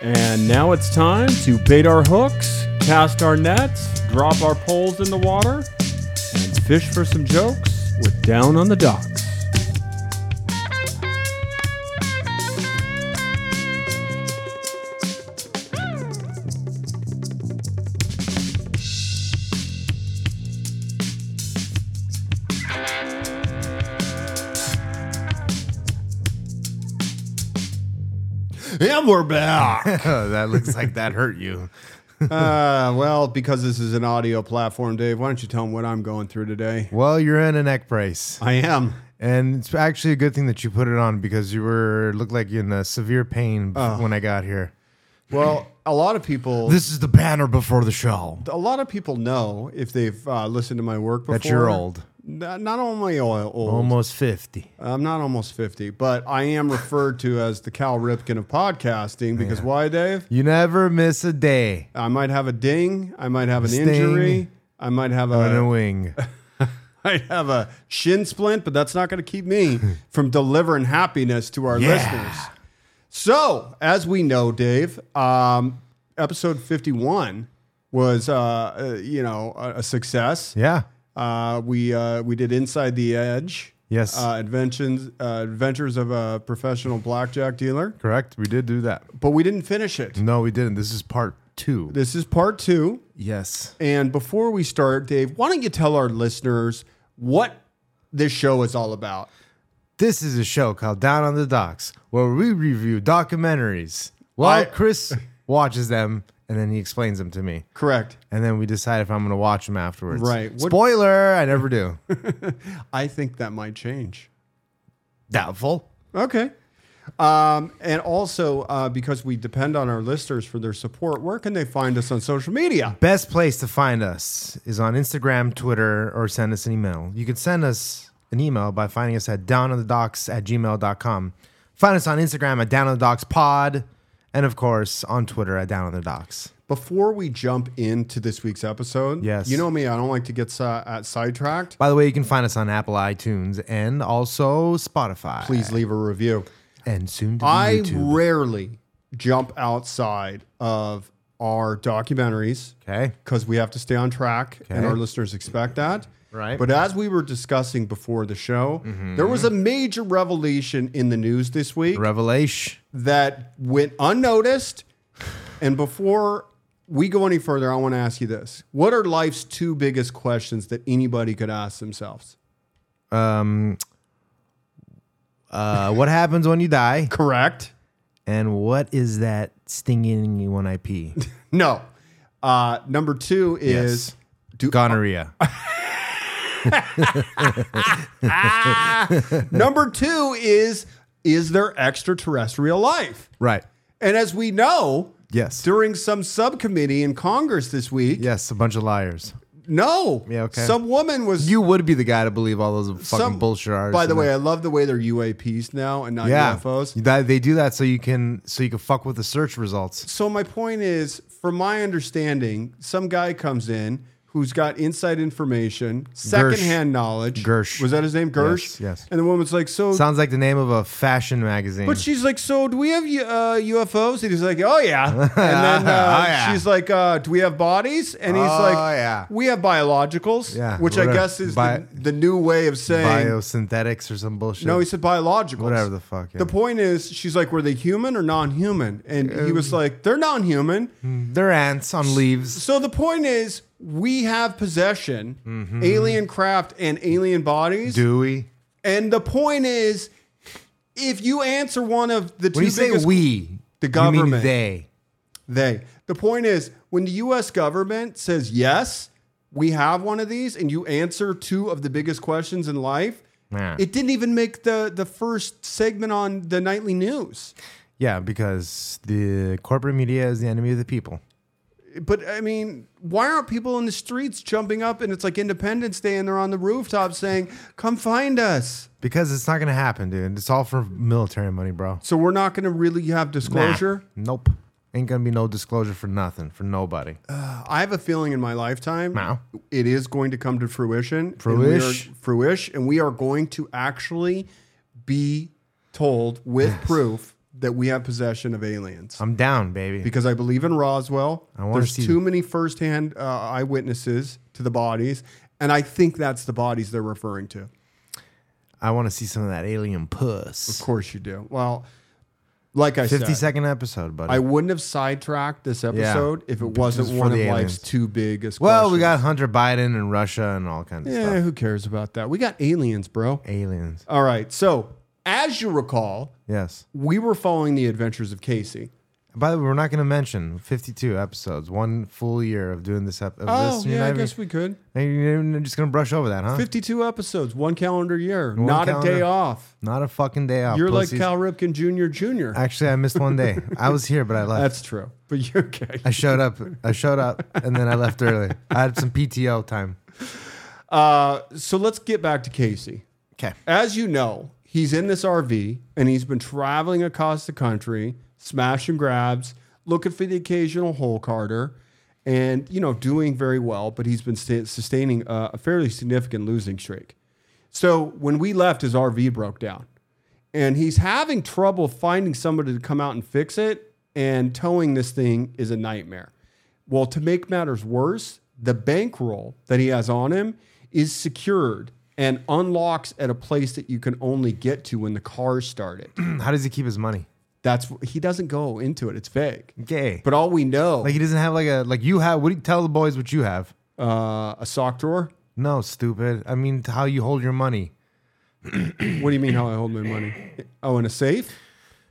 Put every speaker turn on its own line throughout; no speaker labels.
And now it's time to bait our hooks, cast our nets, drop our poles in the water, and fish for some jokes with Down on the Docks.
And we're back.
that looks like that hurt you.
Uh, well, because this is an audio platform, Dave, why don't you tell them what I'm going through today?
Well, you're in a neck brace,
I am.
and it's actually a good thing that you put it on because you were looked like you're in a severe pain b- when I got here.
Well, a lot of people,
Uh. This is the banner before the show
a lot of people know if they've uh, listened to my work before.
that you're old, Oh.
Not, not only o- old.
almost fifty.
I'm not almost 50, but I am referred to as the Cal Ripken of podcasting because why, Dave?
You never miss a day
I might have a ding. I might have an
Sting.
injury. I might have
on a
a,
wing.
might have a shin splint, but that's not going to keep me from delivering happiness to our
Yeah.
listeners. So, as we know, Dave, um, episode 51 was, uh, uh, you know, a, a success.
Yeah,
Uh, we uh, we did Inside the Edge.
Yes.
Uh, adventures, uh, adventures of a professional blackjack dealer,
correct. We did do that.
but we didn't finish it.
No, we didn't. This is part two.
This is part two.
Yes.
And before we start, Dave, why don't you tell our listeners what this show is all about?
This is a show called Down on the Docks where we review documentaries while
I-
Chris watches them and then he explains them to me.
Correct.
and then we decide if I'm going to watch them afterwards.
Right. What-
Spoiler, I never do.
I think that might change.
Doubtful.
Okay. Um, and also, uh, because we depend on our listeners for their support, where can they find us on social media?
Best place to find us is on Instagram, Twitter, or send us an email. You can send us an email by finding us at downonthedocks at gmail.com. Find us on Instagram at down on the docks pod, and of course on Twitter at down on the docks.
Before we jump into this week's episode,
Yes.
you know me, I don't like to get uh, uh, sidetracked.
By the way, you can find us on Apple iTunes and also Spotify.
Please leave a review.
And soon to be
I
YouTube.
rarely jump outside of our documentaries.
okay.
because we have to stay on track and
Okay.
our listeners expect that.
Right. Mm-hmm.
But as we were discussing before the show, there was a major revelation in the news this week
Revelation.
that went unnoticed. and before we go any further, I want to ask you this What are life's two biggest questions that anybody could ask themselves?
Um, uh, what happens when you die?
Correct?
And what is that stinging when I pee?
No. Uh, number two is
Yes.
do,
Gonorrhea.
number two is is there extraterrestrial life?
right.
And as we know,
Yes.
during some subcommittee in Congress this week,
yes, a bunch of liars.
no,
Yeah, okay.
some woman was
You would be the guy to believe all those
some,
fucking bullshit artists.
By the way, I love the way they're UAPs now and not
yeah,
UFOs.
That- they do that so you can so you can fuck with the search results.
So my point is, from my understanding, some guy comes in who's got inside information, secondhand knowledge.
Gersh.
was that his name? Gersh.
Yes, yes.
And the woman's like, so.
Sounds like the name of a fashion magazine.
but she's like, so do we have uh, UFOs? And he's like, oh yeah. And then uh,
Oh, yeah.
she's like, uh, do we have bodies? And he's
Oh,
like,
yeah.
we have biologicals,
Yeah,
which I
whatever.
guess is
Bi-
the, the new way of saying
Biosynthetics or some bullshit.
No, he said biologicals.
Whatever the fuck, yeah.
The point is, she's like, were they human or non-human? And he was
Um,
like, they're non-human.
they're ants on leaves.
So the point is, we have possession,
Mm-hmm.
alien craft, and alien bodies.
Dewey.
And the point is, if you answer one of the two
When you say
biggest-
we, you
The
mean
government.
they.
they. The point is, when the U.S. government says yes, we have one of these, and you answer two of the biggest questions in life.
Yeah.
It didn't even make the the first segment on the nightly news.
Yeah, because the corporate media is the enemy of the people.
But I mean, why aren't people in the streets jumping up and it's like Independence Day and they're on the rooftop saying, "Come find us."
Because it's not gonna happen, dude. It's all for military money, bro.
So we're not going to really have disclosure.
Nah. Nope. Ain't gonna be no disclosure for nothing, for nobody.
Uh,
I have a feeling in my lifetime
Now.
it is going to come to fruition.
Fruish.
and we are, fruish, and we are going to actually be told with proof
that we have possession of aliens.
I'm down, baby.
because I believe in Roswell.
I wanna
There's
see-
too many firsthand uh, eyewitnesses to the bodies, and I think that's the bodies they're referring to.
I want to see some of that alien puss.
Of course you do. Well, like I
Fifty
said,
second episode, buddy.
I wouldn't have sidetracked this episode if it wasn't
Just for
one of
the aliens.
life's two biggest.
well, we got
questions.
Hunter Biden and Russia and all kinds of
yeah.
stuff.
Eh, Who cares about that? We got aliens, bro.
Aliens.
All right. So as you recall,
Yes.
we were following the adventures of Casey.
By the way, we're not going to mention 52 episodes, one full year of doing this. Ep- of this
Oh, yeah, I guess we could.
You're just going to brush over that, huh?
Fifty-two episodes, one calendar year, not
calendar.
a day off.
Not a fucking day off.
You're
pussies.
like Cal Ripken Jr. Jr.
Actually, I missed one day. I was here, but I left.
That's true. But you're okay.
I showed up. I showed up, and then I left early. I had some PTO time.
Uh, so let's get back to Casey.
Okay.
As you know, he's in this RV and he's been traveling across the country, smashing grabs, looking for the occasional hole carter, and you know doing very well. But he's been sta sustaining uh, a fairly significant losing streak. So when we left, his RV broke down, and he's having trouble finding somebody to come out and fix it. And towing this thing is a nightmare. Well, to make matters worse, the bankroll that he has on him is secured and unlocks at a place that you can only get to when the car started.
How does he keep his money?
That's he doesn't go into it. It's vague.
Gay.
But all we know,
like he doesn't have like a like you have. What do you tell the boys what you have?
uh, a sock drawer.
No, stupid. I mean, t- how you hold your money?
What do you mean? How I hold my money? Oh, in a safe.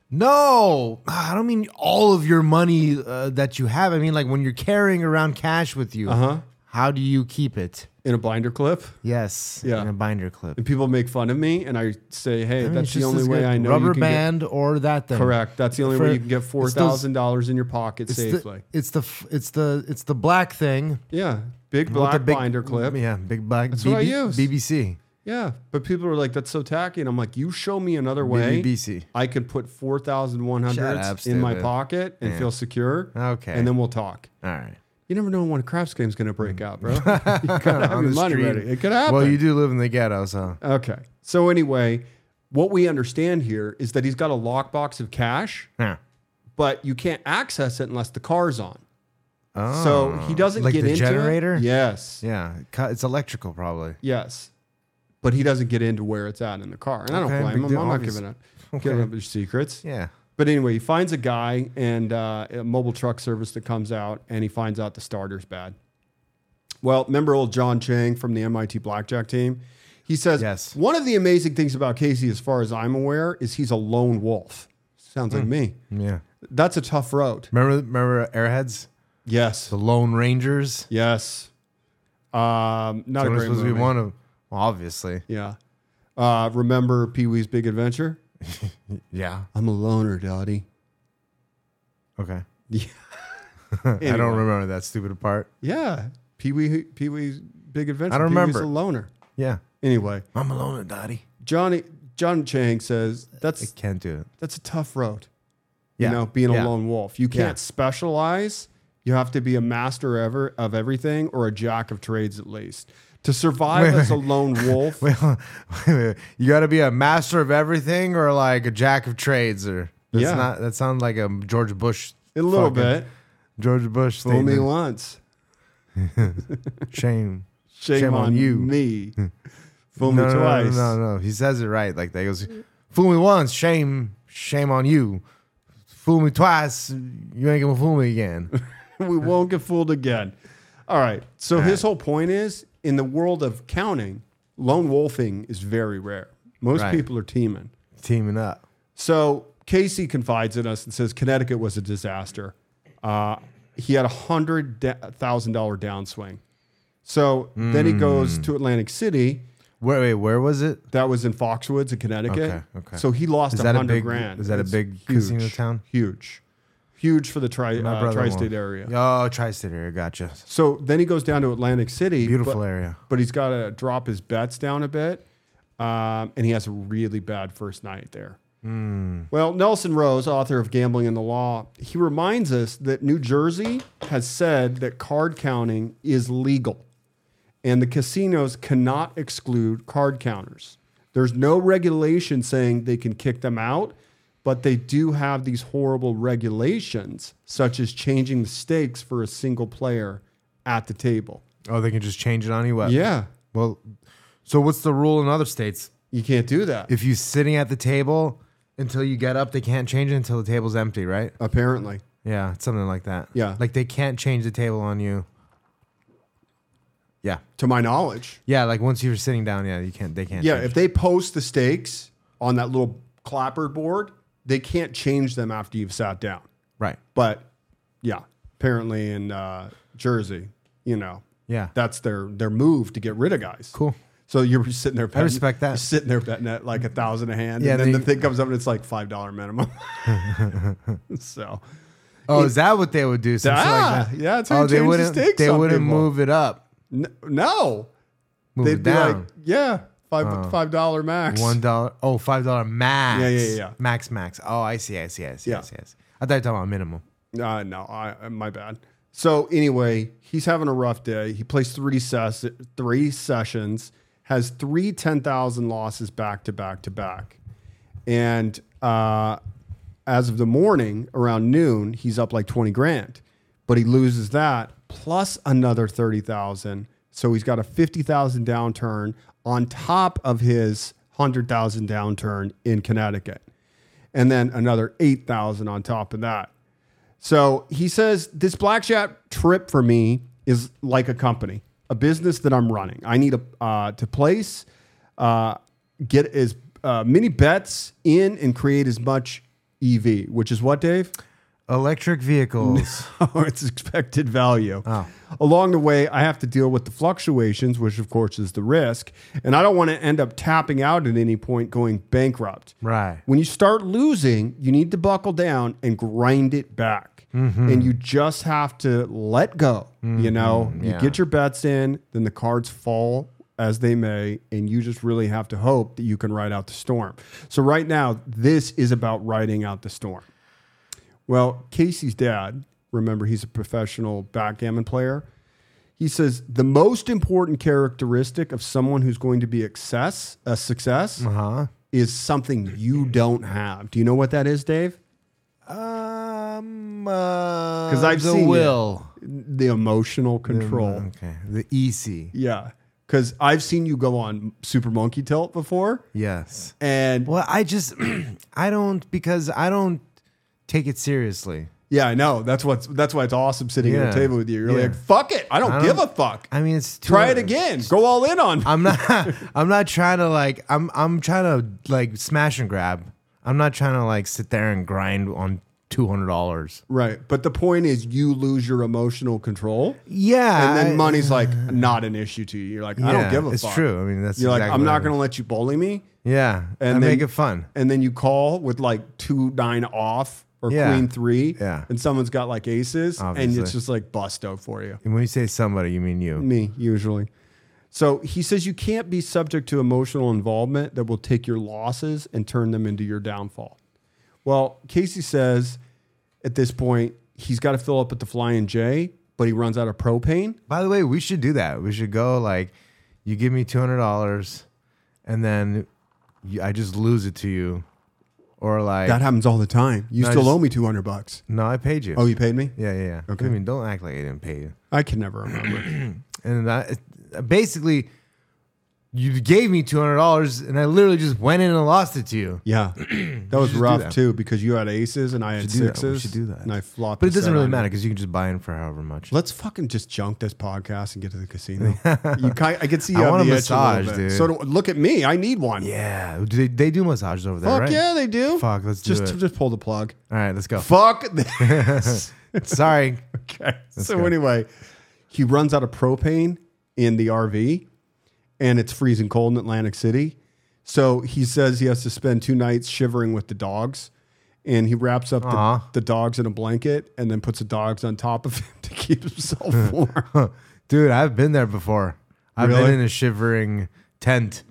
No, Ah, I don't mean all of your money uh, that you have. I mean like when you're carrying around cash with you. Uh
Uh-huh.
huh. How do you keep it?
in a binder clip.
Yes.
Yeah.
In a binder clip.
And people make fun of me, and I say, "Hey,
I mean,
that's
it's
the
just
only
as
way
good.
I know
Rubber
you can
band or that thing.
get correct. That's the only
For-
way you can get
it's
four
those-
thousand dollars in your pocket
It's
safely."
the, it's the f- it's the it's the black thing.
yeah, big
with
black
the big-
binder clip. Yeah.
Yeah, big black. That's
what I use.
BBC.
but people are like, "That's so tacky," and I'm like, "You show me another way."
BBC.
I could put four thousand one
Shut up,
hundreds in my
stupid.
pocket and feel secure.
Okay.
and then we'll talk.
All right.
You never know when a craps game's going to break out, bro. you gotta have your
the
money
street.
ready. It could happen.
Well, you do live in the ghetto, so
Okay. So anyway, what we understand here is that he's got a lockbox of cash,
yeah.
but you can't access it unless the car's on.
Oh.
So he doesn't
like
get
the
into it.
generator.
Yes.
yeah. Cu- It's electrical, probably.
Yes. But he doesn't get into where it's at in the car. And I don't
Okay,
blame
big
him.
deal,
I'm not
obvious.
giving up giving up his secrets.
Yeah.
But anyway, he finds a guy and uh, a mobile truck service that comes out and he finds out the starter's bad. Well, remember old John Chang from the MIT blackjack team? He says,
Yes.
One of the amazing things about Casey, as far as I'm aware, is he's a lone wolf. Sounds
Hmm.
like me.
Yeah.
That's a tough road.
Remember, remember Airheads,
Yes.
the Lone Rangers.
Yes. Um, not
It's
a
only
great
supposed
movie.
to be one of. Well, obviously.
Yeah. Uh, remember Pee Wee's Big Adventure?
Yeah.
I'm a loner, Dottie.
Okay.
Yeah.
I don't remember that stupid part.
Yeah. Pee Wee Pee Wee's Big Adventure.
I don't
Pee Wee's
remember.
a loner.
Yeah.
Anyway,
I'm alone, and Dottie.
Johnny John Chang says
I
that's
can't do it.
that's a tough road.
Yeah.
You know, being
Yeah.
a lone wolf. You can't
Yeah.
specialize. You have to be a master ever of everything or a jack of trades at least. To survive as a lone wolf,
Wait, wait, wait. you got to be a master of everything or like a jack of trades or that's
Yeah.
not that sounds like a George Bush
a little
fucking-
bit.
George Bush
Fool me
statement.
once.
Shame.
Shame,
Shame
on,
on you. Hmm.
me. Fool
No,
me
no, no, no,
twice.
no, no. He says it right. Like that goes fool me once, shame, shame on you. Fool me twice, you ain't gonna fool me again.
we won't get fooled again. All right. So his whole point is in the world of counting, lone wolfing is very rare. Most
Right.
people are teaming.
Teaming up.
So Casey confides in us and says Connecticut was a disaster. Uh, he had a hundred thousand dollar downswing. So then he goes to Atlantic City.
Where wait, where was it?
That was in Foxwoods in Connecticut.
Okay, okay.
So he lost
Is
a
that a
hundred
big-
grand.
is that a
It's
big
huge,
casino town?
Huge, huge for the tri
My
uh,
brother
tri-state
won.
area.
Oh, tri-state area. Gotcha.
So then he goes down to Atlantic City.
Beautiful
but-
area.
but he's got to drop his bets down a bit. Um, and he has a really bad first night there. Well, Nelson Rose, author of Gambling and the Law, he reminds us that New Jersey has said that card counting is legal and the casinos cannot exclude card counters. There's no regulation saying they can kick them out, but they do have these horrible regulations, such as changing the stakes for a single player at the table.
Oh, they can just change it on you.
Yeah,
Well, so what's the rule in other states?
you can't do that.
If you're sitting at the table until you get up, they can't change it until the table's empty, right?
apparently,
Yeah, it's something like that.
Yeah.
Like they can't change the table on you. Yeah.
to my knowledge.
Yeah, like once you're sitting down, yeah, you can't they can't.
Yeah,
change
if they post the stakes on that little clapper board, they can't change them after you've sat down.
it. right.
But yeah, apparently in uh, Jersey, you know,
Yeah.
that's their their move to get rid of guys.
Cool.
So you're sitting there. Betting,
respect that.
you're sitting there betting at like a thousand a hand,
Yeah,
and then
they-
the thing comes up and it's like five dollar minimum. so
Oh, is that what they would do? Something
ah,
like that.
yeah, it's how
Oh,
you
they
change the
wouldn't.
stakes.
they
on
wouldn't
people.
move it up.
N- no,
Move
they'd
it
be
down. Oh.
like, yeah, five five dollar max.
One dollar. Oh, five dollar max.
Yeah, yeah, yeah.
Max, max. Oh, I see, I see, I see,
Yeah.
I see. I see. I thought you were talking about minimum.
Uh, no, I uh, my bad. So anyway, he's having a rough day. He plays three ses- three sessions, has three 10,000 losses back to back to back. And uh, as of the morning, around noon, he's up like 20 grand. But he loses that plus another 30,000. So he's got a 50,000 downturn on top of his 100,000 downturn in Connecticut. And then another 8,000 on top of that. So he says, This blackjack trip for me is like a company, a business that I'm running. I need a, uh, to place, uh, get as uh, many bets in, and create as much EV, which is what, Dave?
Electric vehicles.
or its expected value.
Oh.
Along the way, I have to deal with the fluctuations, which of course is the risk, and I don't want to end up tapping out at any point going bankrupt.
Right.
When you start losing, you need to buckle down and grind it back. And you just have to let go. You know,
yeah.
you get your bets in, then the cards fall as they may, and you just really have to hope that you can ride out the storm. So, right now, this is about riding out the storm. Well, Casey's dad, remember, he's a professional backgammon player. He says the most important characteristic of someone who's going to be excess, a success
huh?
is something you don't have. Do you know what that is, Dave?
Um, because
I've
the
seen it.
will.
The emotional control.
Okay, the
E
EC.
Yeah. Because I've seen you go on Super Monkey Tilt before.
Yes.
And
Well, I just, I don't because I don't take it seriously.
yeah, I know. That's what's that's why it's awesome sitting
Yeah.
at a table with you. You're
Yeah.
like, fuck it. I don't,
I
give
don't-
a fuck.
I mean, it's too
Try it again. Go all in on.
I'm not. I'm not trying to like. I'm. I'm trying to like smash and grab. I'm not trying to like sit there and grind on two hundred dollars.
right. But the point is you lose your emotional control.
Yeah.
And then
I-
money's like not an issue to you. You're like, I
Yeah,
don't give a
it's
fuck.
true. I mean, that's
You're like,
exactly
I'm
what I
not
mean.
gonna let you bully me.
Yeah. And
And then-
make it fun.
and then you call with like two nine off or
Yeah.
queen three,
Yeah.
and someone's got like aces, and
Obviously.
it's just like busto for you.
And when you say somebody, you mean you.
Me usually. So he says you can't be subject to emotional involvement that will take your losses and turn them into your downfall. Well, Casey says at this point he's got to fill up at the Flying J, but he runs out of propane.
By the way, we should do that. We should go like, you give me two hundred dollars, and then you, I just lose it to you, or like,
That happens all the time. You
No, I
still
just-
owe me two hundred bucks.
no, I paid you.
Oh, you paid me?
yeah, yeah, yeah.
Okay.
I mean, don't act like I didn't pay you.
I can never remember.
And I basically, you gave me two hundred dollars, and I literally just went in and lost it to you.
Yeah, that was
do
rough
that.
too because you had aces and I had
should do that. We
sixes.
should do that.
And I flopped.
But it
the
doesn't
set
really
on
matter because you can just buy in for however much.
Let's fucking just junk this podcast and get to the casino. you kind, I can see you
I
on
want a
the edge
massage,
little bit.
dude.
So do- look at me. I need one.
yeah, do they, they do massages over there,
Fuck
right?
yeah, they do.
Fuck, let's do
just
it.
just pull the plug.
All right, let's go.
Fuck this.
Sorry.
okay. so
go.
anyway, he runs out of propane in the RV, and it's freezing cold in Atlantic City. So he says he has to spend two nights shivering with the dogs, and he wraps up the,
Aw.
the dogs in a blanket and then puts the dogs on top of him to keep himself warm.
Dude, I've been there before. I've
Really?
been in a shivering tent.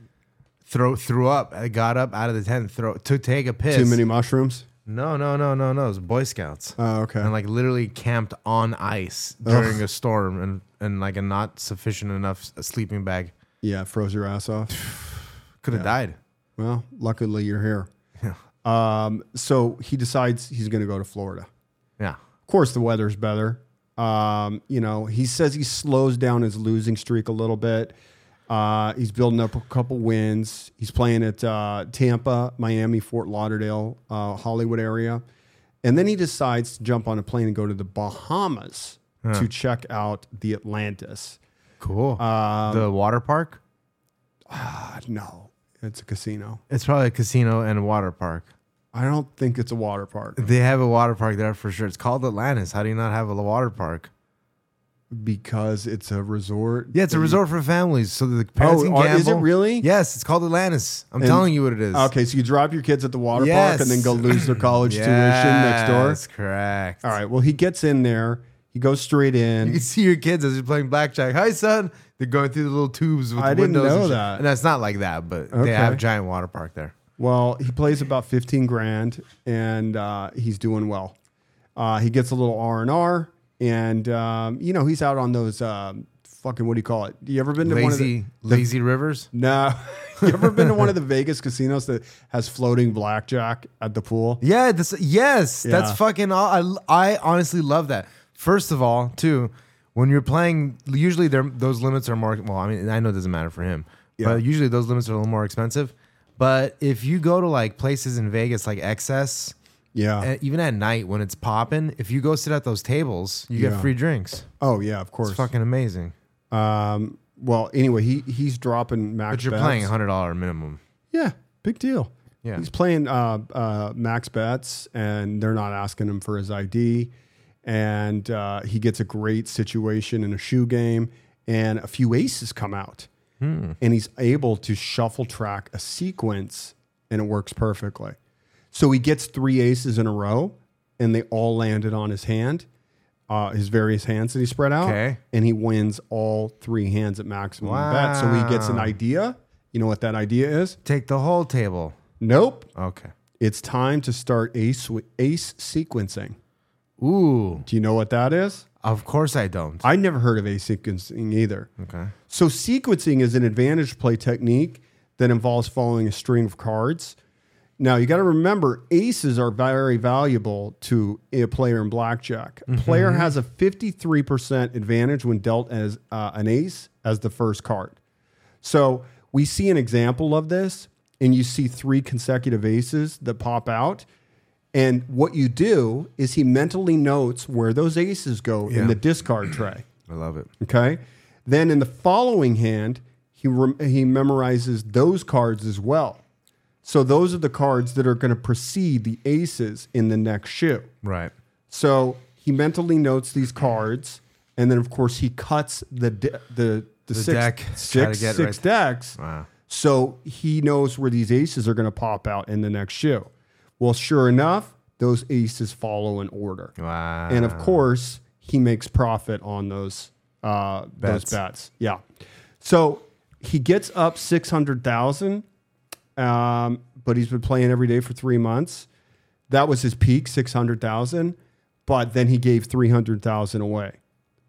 Throw threw up. I got up out of the tent. Throw to take a piss.
Too many mushrooms.
No, no, no, no, no. It was Boy Scouts.
Oh, okay.
and like literally camped on ice during a storm and and like a not sufficient enough s- sleeping bag.
yeah, froze your ass off.
Could have died.
Well, luckily you're here. Um, so he decides he's going to go to Florida.
Yeah.
Of course, the weather's better. Um, you know, he says he slows down his losing streak a little bit. Uh, he's building up a couple wins. He's playing at uh, Tampa, Miami, Fort Lauderdale, uh, Hollywood area. And then he decides to jump on a plane and go to the Bahamas to check out the Atlantis.
Cool.
Um,
the water park?
Uh, no, it's a casino.
It's probably a casino and a water park.
I don't think it's a water park
They have a water park there for sure. It's called Atlantis. How do you not have a water park?
because it's a resort.
Yeah, it's a
that you-
resort for families, so that the parents
Oh,
can
are-
gamble.
is it really?
Yes, it's called Atlantis. I'm telling you what it is.
Okay, so you drop your kids at the water park and then
Yes.
go lose their college tuition next door.
That's correct.
All right. Well, he gets in there. He goes straight
You
in.
can see your kids as you're playing blackjack. Hi, son. They're going through the little tubes with
I
the
didn't
windows.
know
and shit.
that.
And that's not like that, but
Okay.
they have a giant water park there.
Well, he plays about fifteen grand, and uh, he's doing well. Uh, he gets a little R and R, and um, you know he's out on those um, fucking what do you call it? You ever been to one of the
Lazy, lazy rivers.
No. you ever been to one of the Vegas casinos that has floating blackjack at the pool?
Yeah, this yes,
Yeah.
that's fucking aw- I I honestly love that. First of all, too, when you're playing, usually they're, those limits are more well, I mean, I know it doesn't matter for him.
Yeah.
But usually those limits are a little more expensive. But if you go to like places in Vegas like excess,
Yeah.
uh, even at night when it's popping, if you go sit at those tables, you
Yeah.
get free drinks.
oh yeah, of course.
It's fucking amazing.
Um, well, anyway, he he's dropping max.
But you're
bets.
playing a hundred dollar minimum.
Yeah, big deal.
Yeah.
he's playing uh, uh, max bets, and they're not asking him for his ID, and uh, he gets a great situation in a shoe game, and a few aces come out,
Hmm.
and he's able to shuffle track a sequence, and it works perfectly. So he gets three aces in a row, and they all landed on his hand, uh, his various hands that he spread out.
Okay.
And he wins all three hands at maximum bet. So he gets an
Wow.
idea. You know what that idea is?
Take the whole table.
Nope.
Okay.
It's time to start ace, ace sequencing.
Ooh.
Do you know what that is?
Of course I don't.
I never heard of ace sequencing either.
Okay.
So sequencing is an advantage play technique that involves following a string of cards. Now you got to remember aces are very valuable to a player in blackjack. A player has a 53% advantage when dealt as uh, an ace as the first card. So we see an example of this and you see three consecutive aces that pop out and what you do is he mentally notes where those aces go in
Yeah.
the discard tray.
I love it.
Okay. Then in the following hand, he rem- he memorizes those cards as well. So those are the cards that are going to precede the aces in the next shoe.
Right.
So he mentally notes these cards, and then of course he cuts the de- the the, six,
deck. Try to
six,
get
six
right-
decks.
Wow.
So he knows where these aces are going to pop out in the next shoe. Well, sure enough, those aces follow in order
Wow.
and of course he makes profit on those uh, those
Bets.
bets. Yeah, so he gets up six hundred thousand, um, but he's been playing every day for three months. That was his peak, six hundred thousand. But then he gave three hundred thousand away.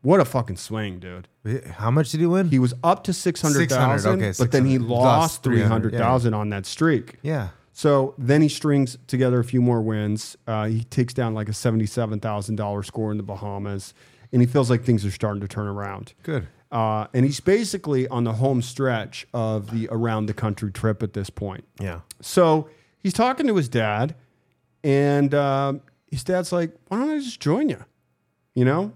What a fucking swing, dude!
Wait, How much did he win?
He was up to six hundred thousand,
600, okay,
but then he
600,
lost
lost
three
300,
hundred
yeah.
thousand on that streak.
yeah.
So then he strings together a few more wins. Uh, he takes down like a seventy-seven thousand dollars score in the Bahamas, and he feels like things are starting to turn around.
Good.
Uh, and he's basically on the home stretch of the around the country trip at this point.
Yeah.
So he's talking to his dad, and um, his dad's like, "Why don't I just join you? You know,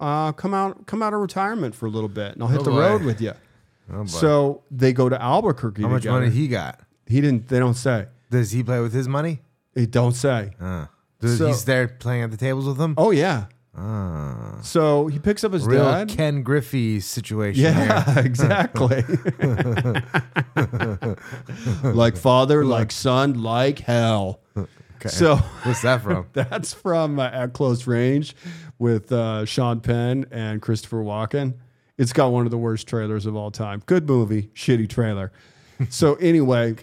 uh, come out, come out of retirement for a little bit, and I'll hit
Oh,
the
boy.
road with you."
Oh, boy.
So they go to Albuquerque.
how much
together.
money he got?
He didn't. They don't say.
Does he play with his money?
They don't say.
Uh, does,
So-
he's there playing at the tables with them.
Oh yeah.
Ah.
So he picks up his
real
dad.
Ken Griffey situation. here.
yeah, exactly. like father, like son, like hell. So
What's that from?
that's from uh, At Close Range with uh, Sean Penn and Christopher Walken. It's got one of the worst trailers of all time. Good movie, shitty trailer. so anyway,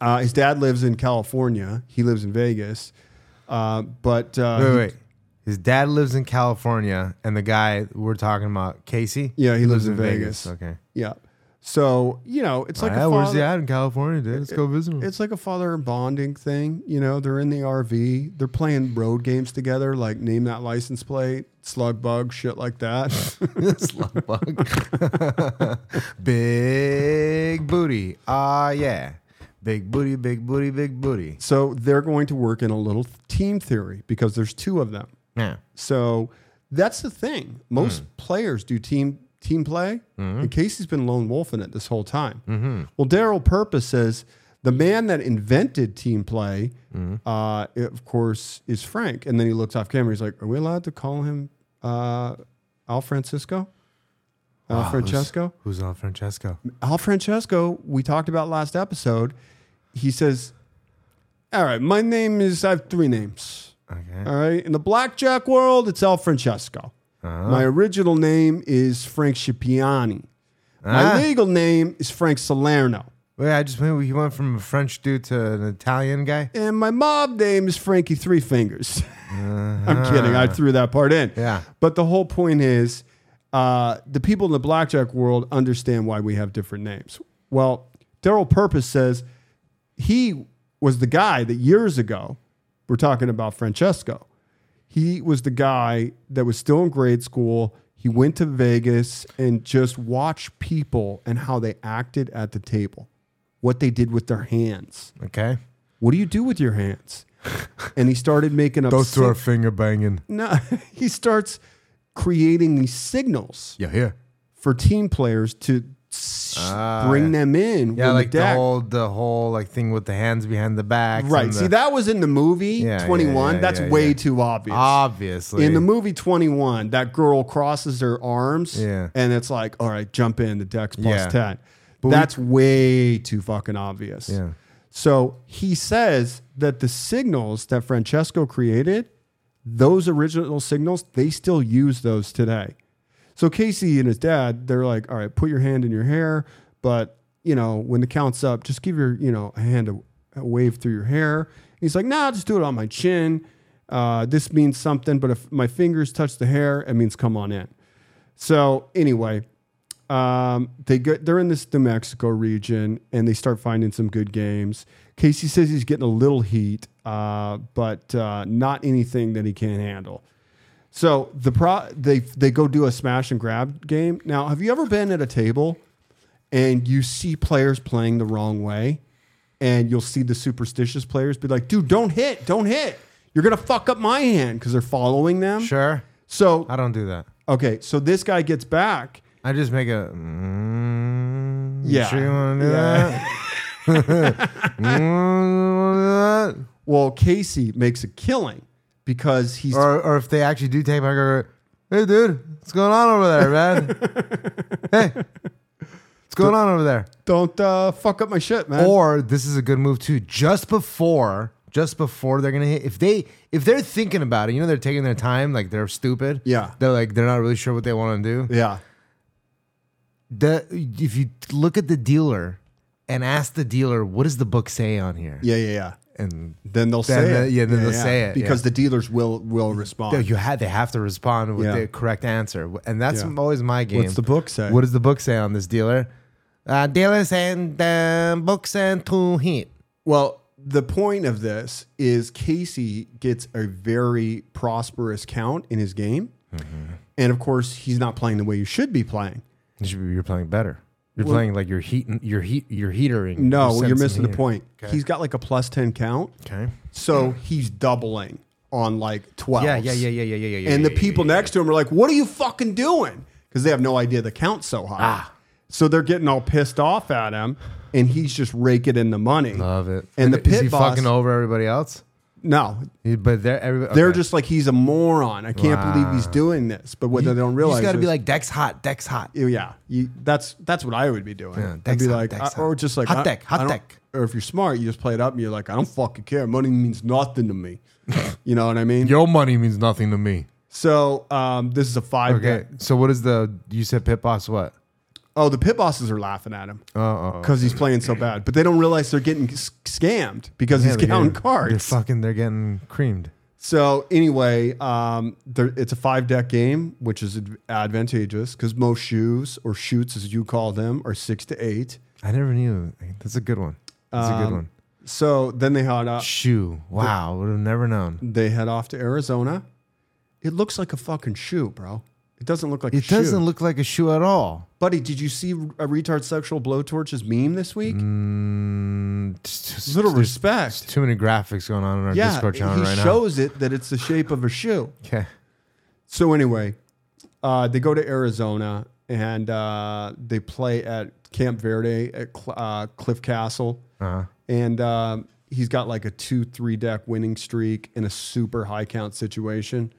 uh, his dad lives in California. He lives in Vegas, uh, but uh,
Wait,
he-
wait. His dad lives in California, and the guy we're talking about, Casey.
Yeah, he lives in Vegas.
Okay.
Yeah. So you know, it's like
yeah,
a
where's
father,
he at in California, dude? Let's go visit him.
it's like a father and bonding thing. You know, they're in the RV, they're playing road games together, like name that license plate, slug bug, shit like that.
Slug bug. big booty. Ah, yeah. Big booty, big booty, big booty.
so they're going to work in a little team theory because there's two of them.
Yeah.
So that's the thing. Most players do team team play, and Casey's been lone wolfing it this whole time. Well, Daryl Purpose says the man that invented team play, uh, it, of course, is Frank. And then he looks off camera. He's like, "Are we allowed to call him uh, Al Francisco? Al Francesco?
Who's on Francesco?
Al Francesco? We talked about last episode. He says." All right, my name is, I have three names.
Okay.
All right. In the blackjack world, it's Al Francesco. My original name is Frank Scipiani.
Ah.
My legal name is Frank Salerno.
Wait, I just went. He went from a French dude to an Italian guy.
And my mob name is Frankie Three Fingers. I'm kidding. I threw that part in.
Yeah.
But the whole point is uh, the people in the blackjack world understand why we have different names. Well, Daryl Purpose says he was the guy that years ago, we're talking about Francesco. He was the guy that was still in grade school. He went to Vegas and just watched people and how they acted at the table, what they did with their hands
Okay.
what do you do with your hands? And he started making up. sig-
finger banging.
no, he starts creating these signals
Yeah, here.
for team players to s- bring them in.
Ah. Yeah,
when
like
the,
the
deck-
whole the whole like thing with the hands behind the back.
right. See, that was in the movie
Yeah, yeah,
21.
yeah,
That's
yeah,
way
yeah.
too obvious.
obviously
in the movie 21, that girl crosses her arms
Yeah.
and it's like, all right, jump in, the deck's plus
Yeah.
10. That's way too fucking obvious.
Yeah.
So he says that the signals that Francesco created, those original signals, they still use those today. So Casey and his dad, they're like, all right, put your hand in your hair, but you know, when the count's up, just give your, you know, a hand a, a wave through your hair. He's like, nah, just do it on my chin. Uh, this means something, but if my fingers touch the hair, it means come on in. So anyway, um, they get they're in this New Mexico region and they start finding some good games. Casey says he's getting a little heat, uh, but uh, not anything that he can't handle. So the pro they they go do a smash and grab game. Now, have you ever been at a table and you see players playing the wrong way, and you'll see the superstitious players be like, "Dude, don't hit, don't hit. You're gonna fuck up my hand" because they're following them.
sure.
So
I don't do that.
okay, so this guy gets back.
I just make a. Mm, you
Yeah.
Sure you want to do that? Mm, you wanna do
Well, Casey makes a killing because he's
that? Or or if they actually do take my girl, hey dude, what's going on over there, man? hey, what's going on over there?
don't uh, fuck up my shit, man.
Or this is a good move too. Just before, just before they're gonna hit. If they if they're thinking about it, you know they're taking their time, like they're stupid.
Yeah.
they're like they're not really sure what they want to do.
yeah,
The if you look at the dealer and ask the dealer, what does the book say on here?
yeah, yeah, yeah.
and
Then they'll
Then
say
the-
it.
yeah, then they'll say it,
because
yeah.
the dealers will will respond.
they- you had they have to respond with
Yeah.
the correct answer, and that's
Yeah.
always my game.
What's the book say?
What does the book say on this dealer? Uh, dealer saying the book saying to hit.
Well, the point of this is Casey gets a very prosperous count in his game,
Mm-hmm.
and of course, he's not playing the way you should be playing.
You should be- You're playing better. You're playing like you're heating, you're heat, you're heatering.
No,
sensing
you're missing the
heat.
point. He's got like a plus ten count,
Okay.
so he's doubling on like twelve.
Yeah, yeah, yeah, yeah, yeah, yeah, yeah.
and
yeah,
the people next to him are like, "What are you fucking doing?" Because they have no idea the count's so high.
Ah.
So they're getting all pissed off at him, and he's just raking in the money.
yeah. love it.
And the
Is
pit
he
boss-
fucking over everybody else.
No,
He- But they're everybody.
they're
okay.
just like he's a moron. I can't believe he's
Wow.
doing this. But what they don't realize,
You just got to be
is-
like Deck's hot, Deck's hot.
Ew, yeah, you, that's that's what I would be doing.
Yeah,
I'd
deck's
be
hot,
like,
deck's
I- or
hot.
just like
Hot
I-
deck, hot
I don't-
deck.
Or if you're smart, you just play it up and you're like, I don't fucking care. Money means nothing to me. you know what I mean?
Your money means nothing to me.
So um, this is a five.
Okay.
deck.
So what is the? You said pit boss. What?
Oh, the pit bosses are laughing at him.
Uh oh.
because he's playing so bad. But they don't realize they're getting s- scammed because he's counting
They're
cards.
fucking. They're getting creamed.
So anyway, um, there, it's a five deck game, which is ad- advantageous because most shoes or shoots, as you call them, are six to eight.
I never knew. That's a good one. That's a good
Um,
one.
So then they had a,
Shoe. Wow. Would have never known.
they head off to Arizona. It looks like a fucking shoe, bro. It doesn't look like a
It
shoe.
doesn't look like a shoe at all.
Buddy, did you see a retard sexual blowtorch's meme this week?
Mm, t- t-
Little
there's
respect.
Too many graphics going on in our
yeah,
Discord
he
channel right
shows it that it's the shape of a shoe.
now. Okay.
So anyway, uh, they go to Arizona and uh, they play at Camp Verde at Cl- uh, Cliff Castle,
Uh-huh.
and um, he's got like a two three deck winning streak in a super high count situation.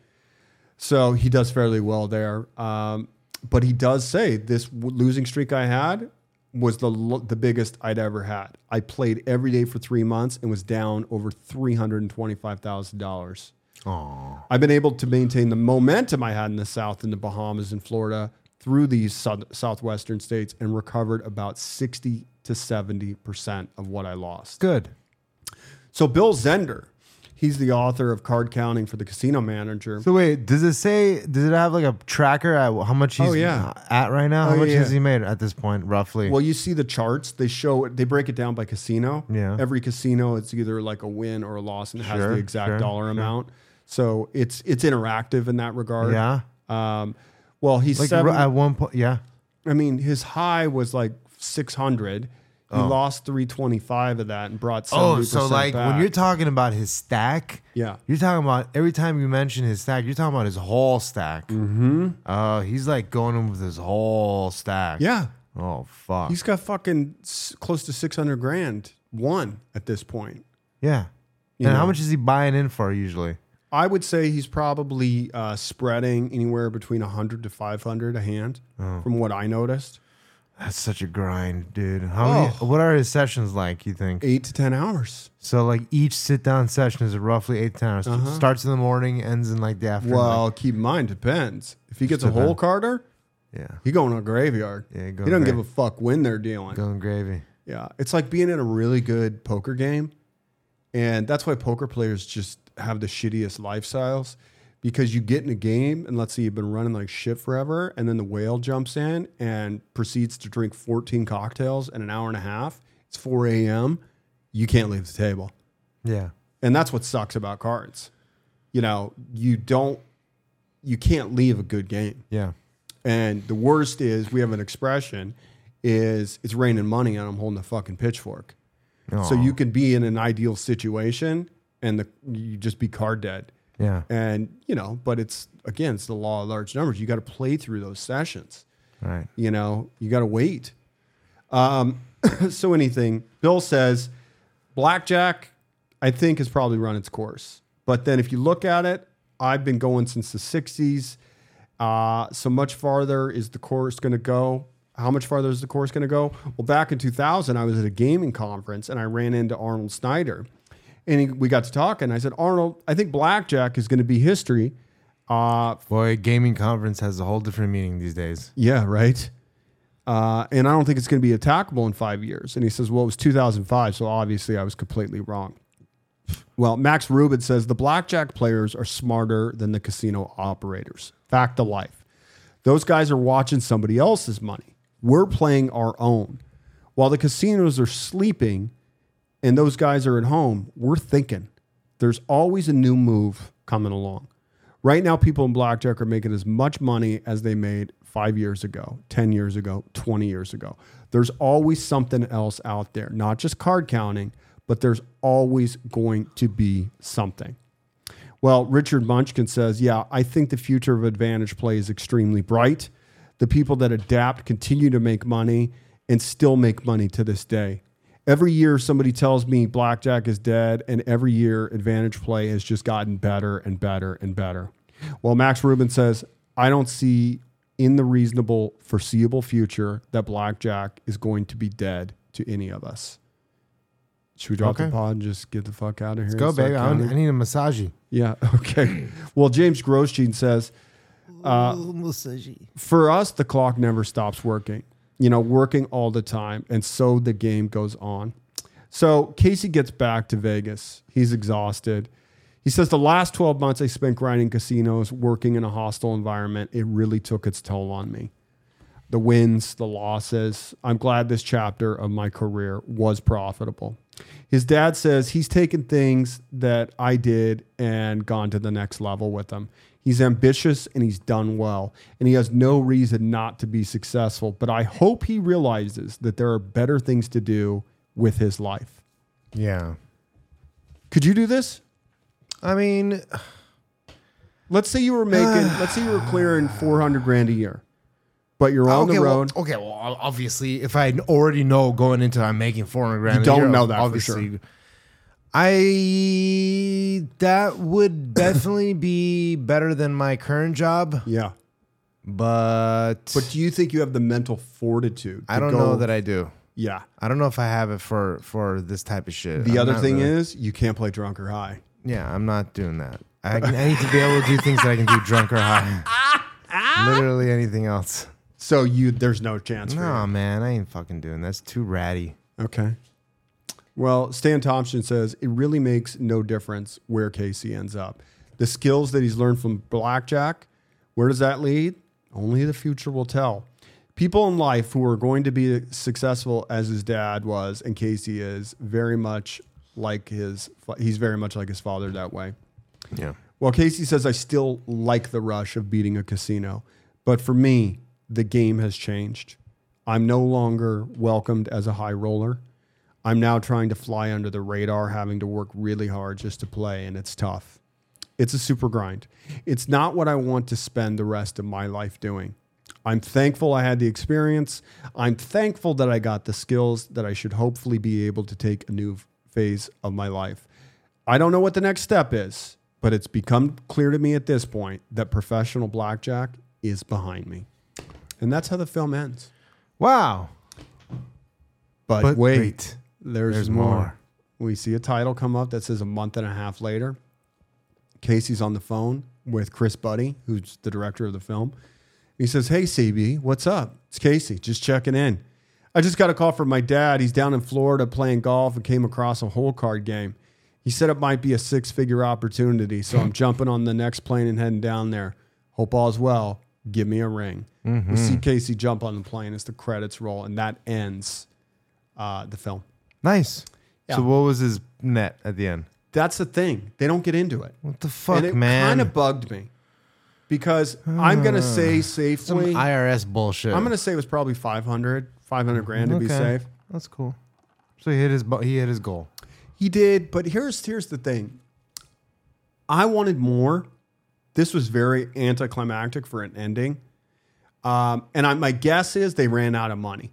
So he does fairly well there, um, but he does say this w- losing streak I had was the lo- the biggest I'd ever had. I played every day for three months and was down over three hundred and twenty five thousand dollars.
Aw.
I've been able to maintain the momentum I had in the South, in the Bahamas, and Florida through these south- southwestern states and recovered about 60 to 70% of what I lost.
Good.
So, Bill Zender, he's the author of Card Counting for the Casino Manager.
So wait, does it say? Does it have like a tracker at how much he's
Oh, yeah.
at right now? How
Oh,
much
yeah.
has he made at this point, roughly?
well, you see the charts, they show it, they break it down by casino.
Yeah.
Every casino, it's either like a win or a loss and it has
Sure,
the exact
sure,
dollar
sure.
amount. So, it's it's interactive in that regard.
yeah.
Um, well, he's
Like
seven,
ru- at one point, yeah.
I mean, his high was like 600. He lost 325 of that and brought 70%
Oh, so like when
back.
you're talking about his stack,
Yeah.
you're talking about every time you mention his stack, you're talking about his whole stack. Mm-hmm. Uh, he's like going in with his whole stack.
Yeah.
Oh fuck.
He's got fucking s- close to 600 grand one at this point.
yeah.
You
And how
know.
much is he buying in for usually?
I would say he's probably uh, spreading anywhere between 100 to 500 a hand
Oh.
from what I noticed.
That's such a grind, dude. How many,
Oh.
what are his sessions like? You think?
Eight to 10 hours.
So like each sit down session is roughly eight ten hours. Starts in the morning, ends in like the afternoon.
Well, keep in mind, depends. If he gets a
Depend-
whole carter,
yeah,
he going to a graveyard.
Yeah,
he
go
doesn't
gra-
give a fuck when they're dealing.
going gravy.
Yeah, it's like being in a really good poker game, and that's why poker players just have the shittiest lifestyles because you get in a game and let's say you've been running like shit forever, and then the whale jumps in and proceeds to drink 14 cocktails in an hour and a half. It's 4 a.m. You can't leave the table,
Yeah,
and that's what sucks about cards. You know, you don't, you can't leave a good game.
yeah.
And the worst is we have an expression is it's raining money and I'm holding a fucking pitchfork. So
Aw.
you can be in an ideal situation and the, you just be card dead.
yeah.
And you know, but it's again, it's the law of large numbers. You got to play through those sessions.
All right.
You know, you got to wait. Um, so anything, Bill says, blackjack, I think has probably run its course. But then if you look at it, I've been going since the '60s. Uh, so much farther is the course going to go? How much farther is the course going to go? Well, back in 2000, I was at a gaming conference and I ran into Arnold Snyder, and he, we got to talking. I said, Arnold, I think blackjack is going to be history. Uh,
Boy, gaming conference has a whole different meaning these days.
yeah, right. Uh, and I don't think it's going to be attackable in five years. And he says, well, it was 2005, so obviously I was completely wrong. Well, Max Rubin says the blackjack players are smarter than the casino operators. Fact of life. Those guys are watching somebody else's money. We're playing our own. While the casinos are sleeping and those guys are at home, we're thinking there's always a new move coming along. Right now, people in blackjack are making as much money as they made five years ago, 10 years ago, 20 years ago. There's always something else out there, not just card counting, but there's always going to be something. Well, Richard Munchkin says, Yeah, I think the future of advantage play is extremely bright. The people that adapt continue to make money and still make money to this day. Every year, somebody tells me blackjack is dead, and every year, advantage play has just gotten better and better and better. Well, Max Rubin says, I don't see in the reasonable, foreseeable future that blackjack is going to be dead to any of us. Should we drop
Okay.
the pod and just get the fuck out of here?
Go,
and start
baby. I,
counting?
I need a massage.
Yeah. Okay. Well, James Grosjean says
Uh, massage.
for us, the clock never stops working, you know, working all the time. And so the game goes on. So Casey gets back to Vegas. He's exhausted. He says the last 12 months I spent grinding casinos, working in a hostile environment, it really took its toll on me. The wins, the losses. I'm glad this chapter of my career was profitable. His dad says he's taken things that I did and gone to the next level with them. He's ambitious and he's done well, and he has no reason not to be successful. But I hope he realizes that there are better things to do with his life.
Yeah.
Could you do this?
I mean,
Let's say you were making, let's say you were clearing 400 grand a year, but you're on
okay,
the
well,
road.
okay, well, ob- obviously, if I already know going into I'm making four hundred grand,
You
a
don't
year,
know that for
obviously. I that would definitely be better than my current job,
yeah.
but,
But do you think you have the mental fortitude?
I don't know that I do.
Yeah.
I don't know if I have it for for this type of shit.
The
I'm
other
not
thing
really-
is, you can't play drunk or high.
yeah, I'm not doing that. I, I need to be able to do things that I can do drunk or high. Literally anything else.
So you, there's no chance for you.
No, man, I ain't fucking doing that. That's too ratty.
Okay. Well, Stan Thompson says it really makes no difference where Casey ends up. The skills that he's learned from blackjack, where does that lead? Only the future will tell. People in life who are going to be successful as his dad was and Casey is very much like his fa- he's very much like his father that way.
Yeah.
Well, Casey says, I still like the rush of beating a casino, but for me, the game has changed. I'm no longer welcomed as a high roller. I'm now trying to fly under the radar, having to work really hard just to play, and it's tough. It's a super grind. It's not what I want to spend the rest of my life doing. I'm thankful I had the experience. I'm thankful that I got the skills that I should hopefully be able to take a new phase of my life. I don't know what the next step is, but it's become clear to me at this point that professional blackjack is behind me. And that's how the film ends.
Wow.
But,
But
wait,
wait,
there's,
there's
more.
more.
We see a title come up that says a month and a half later. Casey's on the phone with Chris Buddy, who's the director of the film. He says, Hey, CB, what's up? It's Casey, just checking in. I just got a call from my dad. He's down in Florida playing golf and came across a hole card game. He said it might be a six figure opportunity, so I'm jumping on the next plane and heading down there. Hope all's well. Give me a ring. We see Casey jump on the plane as the credits roll, and that ends uh, the film.
Nice.
Yeah.
So what was his net at the end?
That's the thing. They don't get into it.
What the fuck,
and it
man? Ah.
kind of bugged me because I'm going to say safely, I'm
IRS bullshit.
going to say it was probably 500, 500 grand to be
Okay.
safe.
That's cool. So he hit his bu- he hit his goal.
He did, but here's here's the thing. I wanted more. This was very anticlimactic for an ending. Um, and I, my guess is they ran out of money.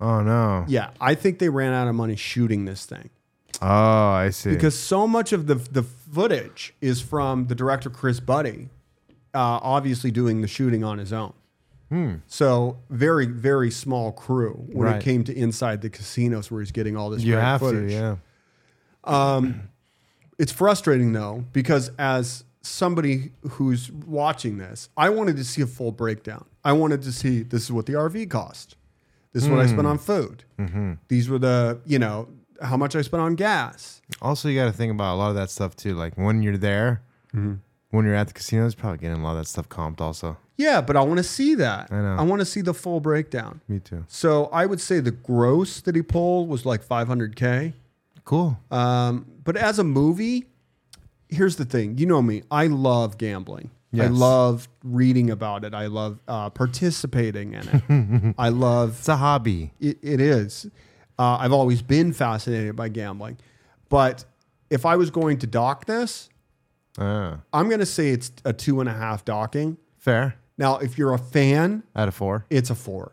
Oh no.
Yeah, I think they ran out of money shooting this thing.
Oh, I see.
because so much of the the footage is from the director Chris Buddy, uh, obviously doing the shooting on his own. So very very small crew when
Right.
it came to inside the casinos where he's getting all this
you
great
have
footage.
to, yeah.
It's frustrating though because as somebody who's watching this, I wanted to see a full breakdown. I wanted to see this is what the RV cost. This is what I spent on food. These were the you know how much I spent on gas.
Also, you got to think about a lot of that stuff too. Like when you're there,
Mm-hmm.
when you're at the casinos, probably getting a lot of that stuff comped. Also,
Yeah, but I want to see that.
I know.
I want to see the full breakdown.
me too.
So I would say the gross that he pulled was like 500k.
Cool.
Um, but as a movie, here's the thing. You know me. I love gambling. I
Yes.
love reading about it. I love uh, participating in it. I love
it's a hobby.
it, it is. Uh, I've always been fascinated by gambling, but if I was going to dock this,
Uh,
I'm going to say it's a two and a half docking.
fair.
Now, if you're a fan,
Out of four.
it's a four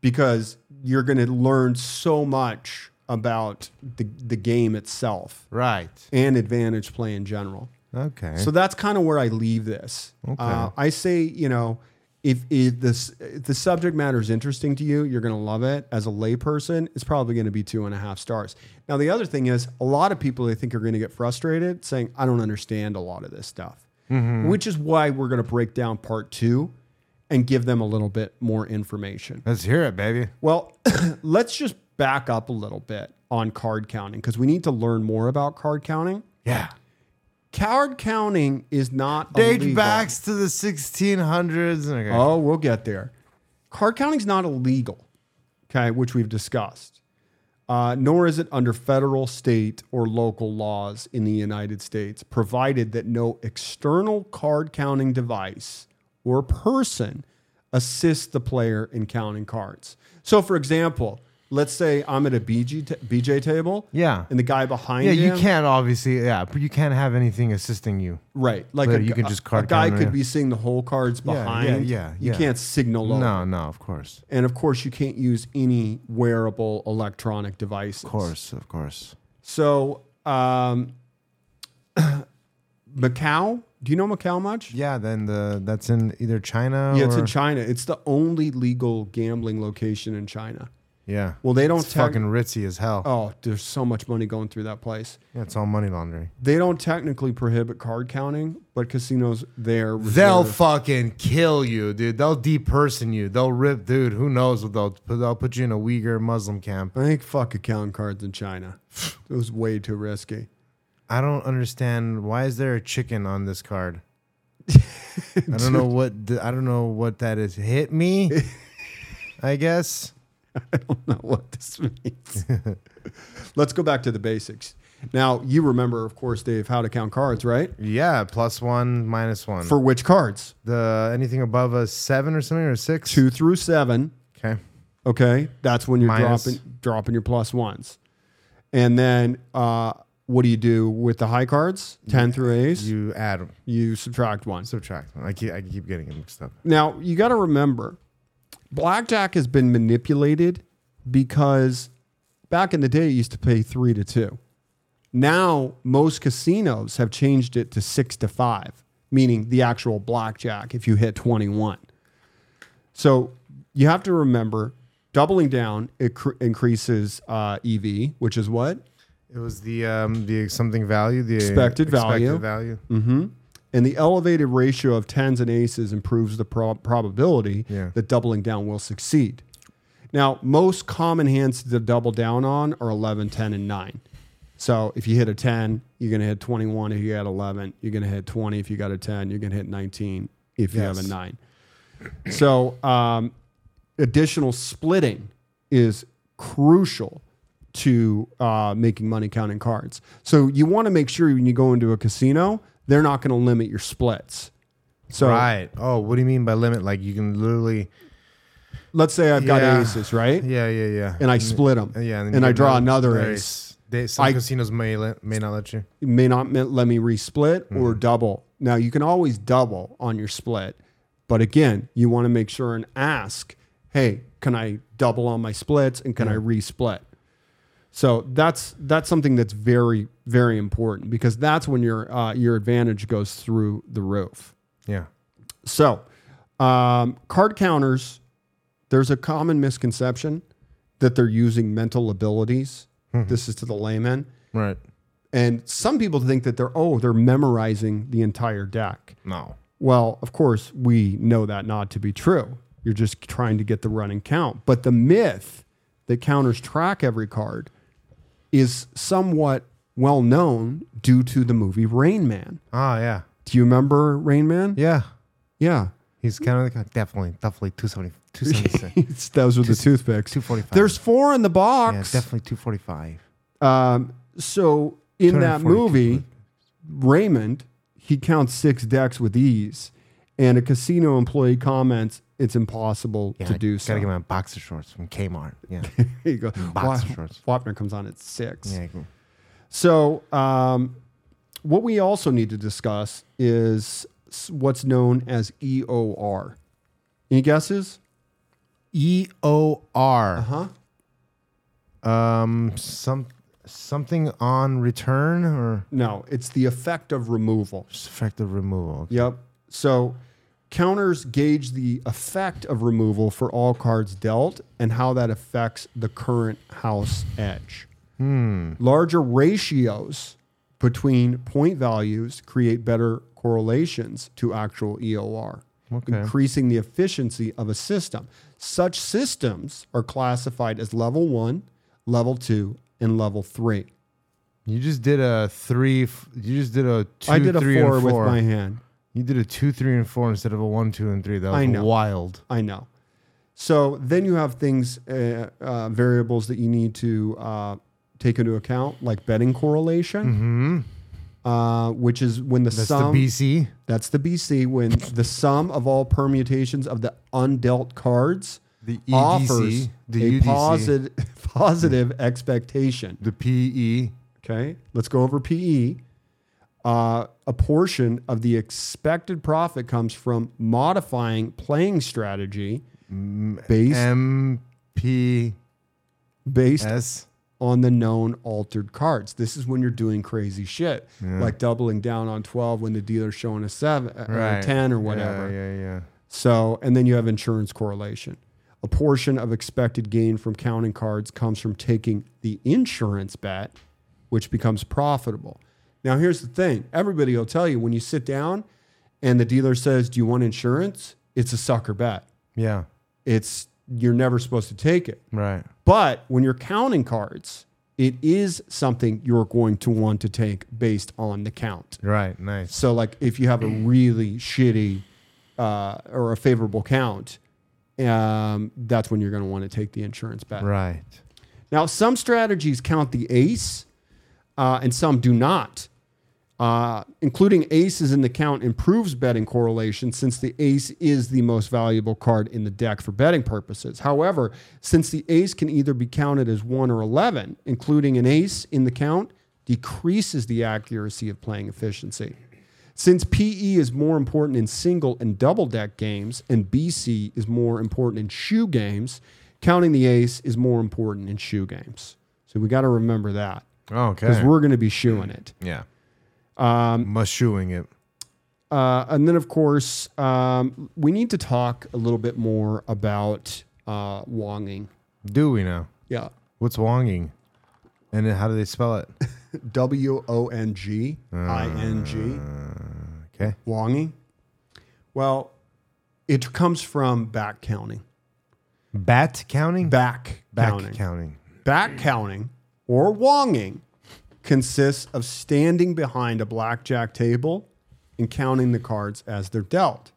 because you're going to learn so much about the, the game itself
Right.
and advantage play in general.
Okay.
So that's kind of where I leave this. Uh, I say, you know, if, if, this, if the subject matter is interesting to you, you're going to love it. As a layperson, it's probably going to be two and a half stars. Now, the other thing is, a lot of people I think are going to get frustrated saying, I don't understand a lot of this stuff, which is why we're going to break down part two and give them a little bit more information.
Let's hear it, baby.
Well, let's just back up a little bit on card counting because we need to learn more about card counting
Yeah.
Coward counting is not
Date
illegal.
backs to the 1600s. Okay.
Oh, we'll get there. Card counting's not illegal, okay, which we've discussed. Uh, nor is it under federal, state, or local laws in the United States, provided that no external card counting device or person assists the player in counting cards. So, for example, let's say I'm at a BG ta- BJ table,
Yeah.
and the guy behind
yeah, you
him-
can't obviously. Yeah, but you can't have anything assisting you.
Right. Like
But
a,
you can
a-
just card
a guy
counter,
could
yeah.
be seeing the whole cards
Yeah, yeah,
behind.
yeah,
You
yeah.
can't signal over.
No, no, of course,
And of course, you can't use any wearable electronic devices.
of course, of course.
So, um, Macau, do you know Macau much?
Yeah, then the that's in either China.
Yeah, it's
or-
in China. It's the only legal gambling location in China.
Yeah,
Well, they don't
it's
tec-
fucking ritzy as hell.
Oh, there's so much money going through that place.
Yeah, it's all money laundering.
They don't technically prohibit card counting, but casinos there
They'll
reserve-
fucking kill you, dude. They'll deperson you. They'll rip, dude. Who knows what they'll put? They'll put you in a Uyghur Muslim camp.
I think fuck account cards in China. it was way too risky.
I don't understand. Why is there a chicken on this card? I don't know what. The, I don't know what that is. Hit me. I guess.
know what this means. Let's go back to the basics. Now, you remember, of course, Dave, how to count cards, right?
Yeah, plus one, minus one.
For which cards?
the anything above a seven or something or a six.
Two through seven.
Okay.
Okay. That's when you're
Minus.
dropping dropping your plus ones. And then uh, what do you do with the high cards? Ten through A's, you,
You add them,
subtract one.
subtract them. I keep, I keep getting it mixed up.
Now, you got to remember, blackjack has been manipulated because back in the day, it used to pay three to two. Now, most casinos have changed it to six to five, meaning the actual blackjack if you hit 21. So you have to remember doubling down it cr- increases uh, EV, which is what?
It was the um the something value, the
Expected value.
Expected value.
And the elevated ratio of tens and aces improves the prob- probability
Yeah.
that doubling down will succeed. Now, most common hands to double down on are 11, 10, and 9. So if you hit a 10, you're going to hit 21 if you got 11. You're going to hit 20 if you got a 10. You're going to hit 19 if you have a
Yes.
9. So um, additional splitting is crucial to uh, making money counting cards. So you want to make sure when you go into a casino, they're not going to limit your splits. So
Right. Oh, what do you mean by limit? Like you can literally.
let's say I've got
Yeah.
aces, right?
Yeah, yeah, yeah.
And I split them.
Uh, yeah,
and,
you
I
get
draw another
another
ace.
They, some
I-
casinos may let, may not let you.
It may not me- let me resplit or double. Now you can always double on your split, but again, you want to make sure and ask, hey, can I double on my splits and can I resplit? So that's that's something that's very very important because that's when your uh, your advantage goes through the roof.
Yeah.
So, um, card counters, there's a common misconception that they're using mental abilities. This is to the layman.
Right.
And some people think that they're, oh, they're memorizing the entire deck.
No.
Well, of course, we know that not to be true. You're just trying to get the running count. But the myth that counters track every card is somewhat well known due to the movie Rain Man.
Oh yeah.
Do you remember Rain Man?
Yeah.
Yeah.
He's kind of like uh, definitely definitely 270, 276. yeah,
It's- Those were the toothpicks.
245.
There's four in the box.
definitely 245.
Um, so in that
242.
movie, Raymond he counts six decks with ease, and a casino employee comments, "It's impossible
Yeah,
to
I
do
gotta
so."
get my boxer shorts from Kmart. Yeah.
There you go.
boxer
Wa-
shorts.
Wapner comes on at six.
yeah. I can-
So um, what we also need to discuss is s- what's known as EOR. Any guesses?
E EOR.
Huh?
Uh-huh.
Um, some something on return or
No, it's the effect of removal.
effective removal.
Yep. So counters gauge the effect of removal for all cards dealt and how that affects the current house edge. Larger ratios between point values create better correlations to actual E EOR,
Okay.
increasing the efficiency of a system. Such systems are classified as level one, level two, and level three.
You just did a three. f- You just did a two,
I did a
three,
four,
and
with
four.
my hand.
You did a two, three, and four instead of a one, two, and three. That was
I know.
wild.
I know. So then you have things, uh, uh, variables that you need to uh, take into account, like betting correlation, uh, which is when the
Mm-hmm. That's
sum.
the BC.
That's the BC when the sum of all permutations of the undealt cards
The EDC,
offers
E the
a
UDC.
posit- positive expectation.
The E PE.
Okay, let's go over PE. Uh, a portion of the expected profit comes from modifying playing strategy based
MPS.
based on the known altered cards. This is when you're doing crazy shit, like doubling down on 12 when the dealer's showing a 7
uh,
or a 10 or whatever.
Yeah, yeah, yeah.
So, and then you have insurance correlation. A portion of expected gain from counting cards comes from taking the insurance bet, which becomes profitable. Now, here's the thing everybody will tell you when you sit down and the dealer says, Do you want insurance? It's a sucker bet.
Yeah,
It's you're never supposed to take it.
right.
But when you're counting cards, it is something you're going to want to take based on the count.
Right, nice.
So, like, if you have a really shitty uh, or a favorable count, um, that's when you're going to want to take the insurance bet.
Right.
Now, some strategies count the ace, uh, and some do not. Uh, including aces in the count improves betting correlation since the ace is the most valuable card in the deck for betting purposes. However, since the ace can either be counted as 1 or 11, including an ace in the count decreases the accuracy of playing efficiency. Since PE is more important in single and double deck games, and BC is more important in shoe games, counting the ace is more important in shoe games. So we got to remember that
Oh,
because
okay.
we're going to be shoeing it.
yeah. Um, Mushoeing it.
Uh, and then, of course, um, we need to talk a little bit more about uh, wonging.
Do we know?
Yeah.
What's wonging? And then how do they spell it?
W O N G I N G.
Uh, Okay.
Wonging. Well, it comes from back counting.
Bat counting?
Back,
Back
counting.
counting.
back counting or wonging consists of standing behind a blackjack table and counting the cards as they're dealt.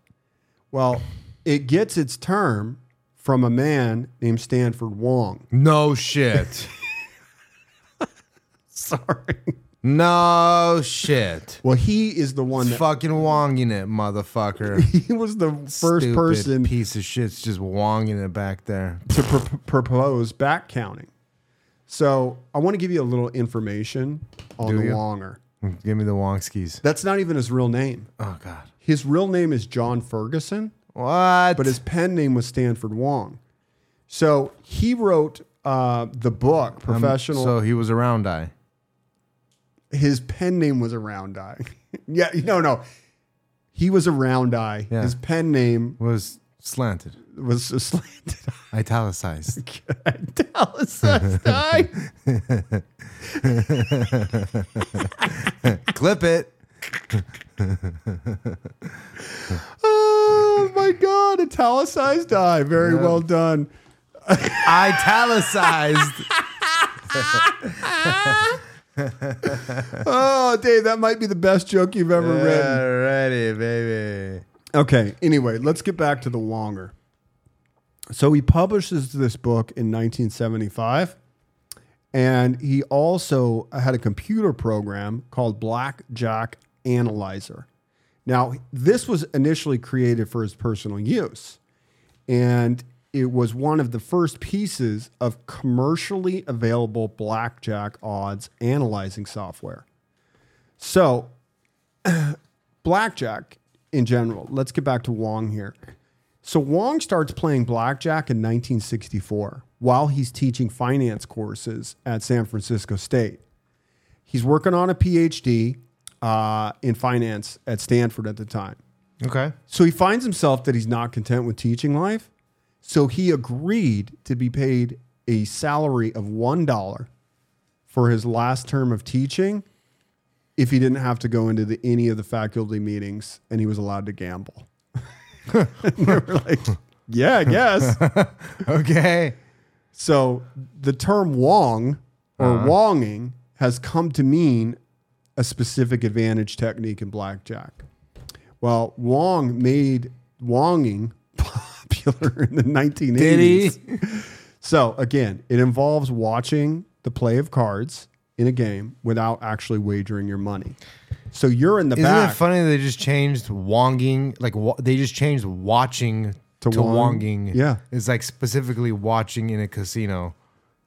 Well, it gets its term from a man named Stanford Wong.
No shit.
Sorry.
no shit.
Well, he is the one that
Fucking wonging it, motherfucker.
he was the first
Stupid
person
piece of shit's just wonging it back there.
to pr- propose back counting. So, I want to give you a little information on
Do
the
you?
Wonger.
Give me the wongskis.
That's not even his real name.
Oh god.
His real name is John Ferguson.
What?
but his pen name was Stanford Wong. So he wrote uh, the book Professional.
Um, So he was a round eye.
his pen name was a round eye. yeah, no, no. He was a round eye.
Yeah.
His pen name
Was slanted.
was a slanted
Italicized.
eye. Italicized eye.
Clip it.
Oh my God, italicized eye. Very well done.
Italicized.
Oh, Dave, that might be the best joke you've ever written.
Alrighty, baby.
Okay. Anyway, let's get back to the Wonger. So he publishes this book in 1975, and he also had a computer program called Blackjack Analyzer. Now, this was initially created for his personal use, and it was one of the first pieces of commercially available blackjack odds analyzing software. So blackjack in general. Let's get back to Wong here. So Wong starts playing blackjack in 1964 while he's teaching finance courses at San Francisco State. He's working on a PhD uh, in finance at Stanford at the time.
Okay.
So he finds himself that he's not content with teaching life. So he agreed to be paid a salary of $1 for his last term of teaching if he didn't have to go into the, any of the faculty meetings and he was allowed to gamble. and they were like, yeah, I guess.
Okay. Uh-huh.
So the term Wong or Wonging has come to mean a specific advantage technique in blackjack. Well, Wong made Wonging popular in the 1980s.
Did he?
So again, it involves watching the play of cards in a game without actually wagering your money. So you're in the
Isn't
back.
it funny that they just changed wonging? Like wa- they just changed watching to,
wong.
wonging.
Yeah.
it's like specifically watching in a casino.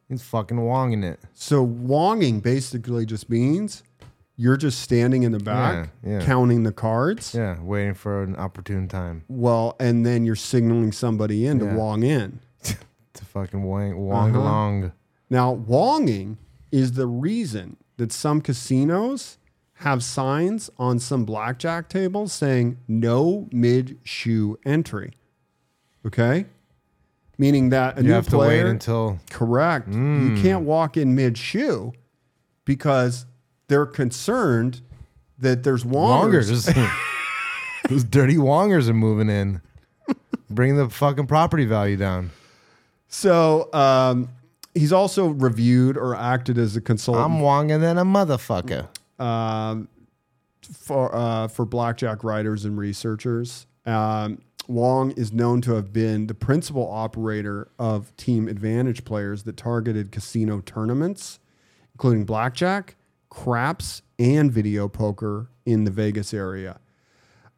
It's fucking wonging it.
So wonging basically just means you're just standing in the back
Yeah, yeah.
counting the cards.
Yeah, waiting for an opportune time
Well, and then you're signaling somebody in to
Yeah.
wong in.
to fucking wang wong
Uh-huh.
along.
Now, wonging is the reason that some casinos have signs on some blackjack tables saying no mid shoe entry. Okay? Meaning that a
You
new
have to
player
wait Hmm. until
Correct. You can't walk in mid shoe because they're concerned that there's wongers.
wongers. Those dirty wongers are moving in, bringing the fucking property value down.
So um, he's also reviewed or acted as a
I'm
consultant
wonging than a motherfucker.
um, for uh, for blackjack writers and researchers. Um, Wong is known to have been the principal operator of team advantage players that targeted casino tournaments, including blackjack, craps, and video poker in the Vegas area.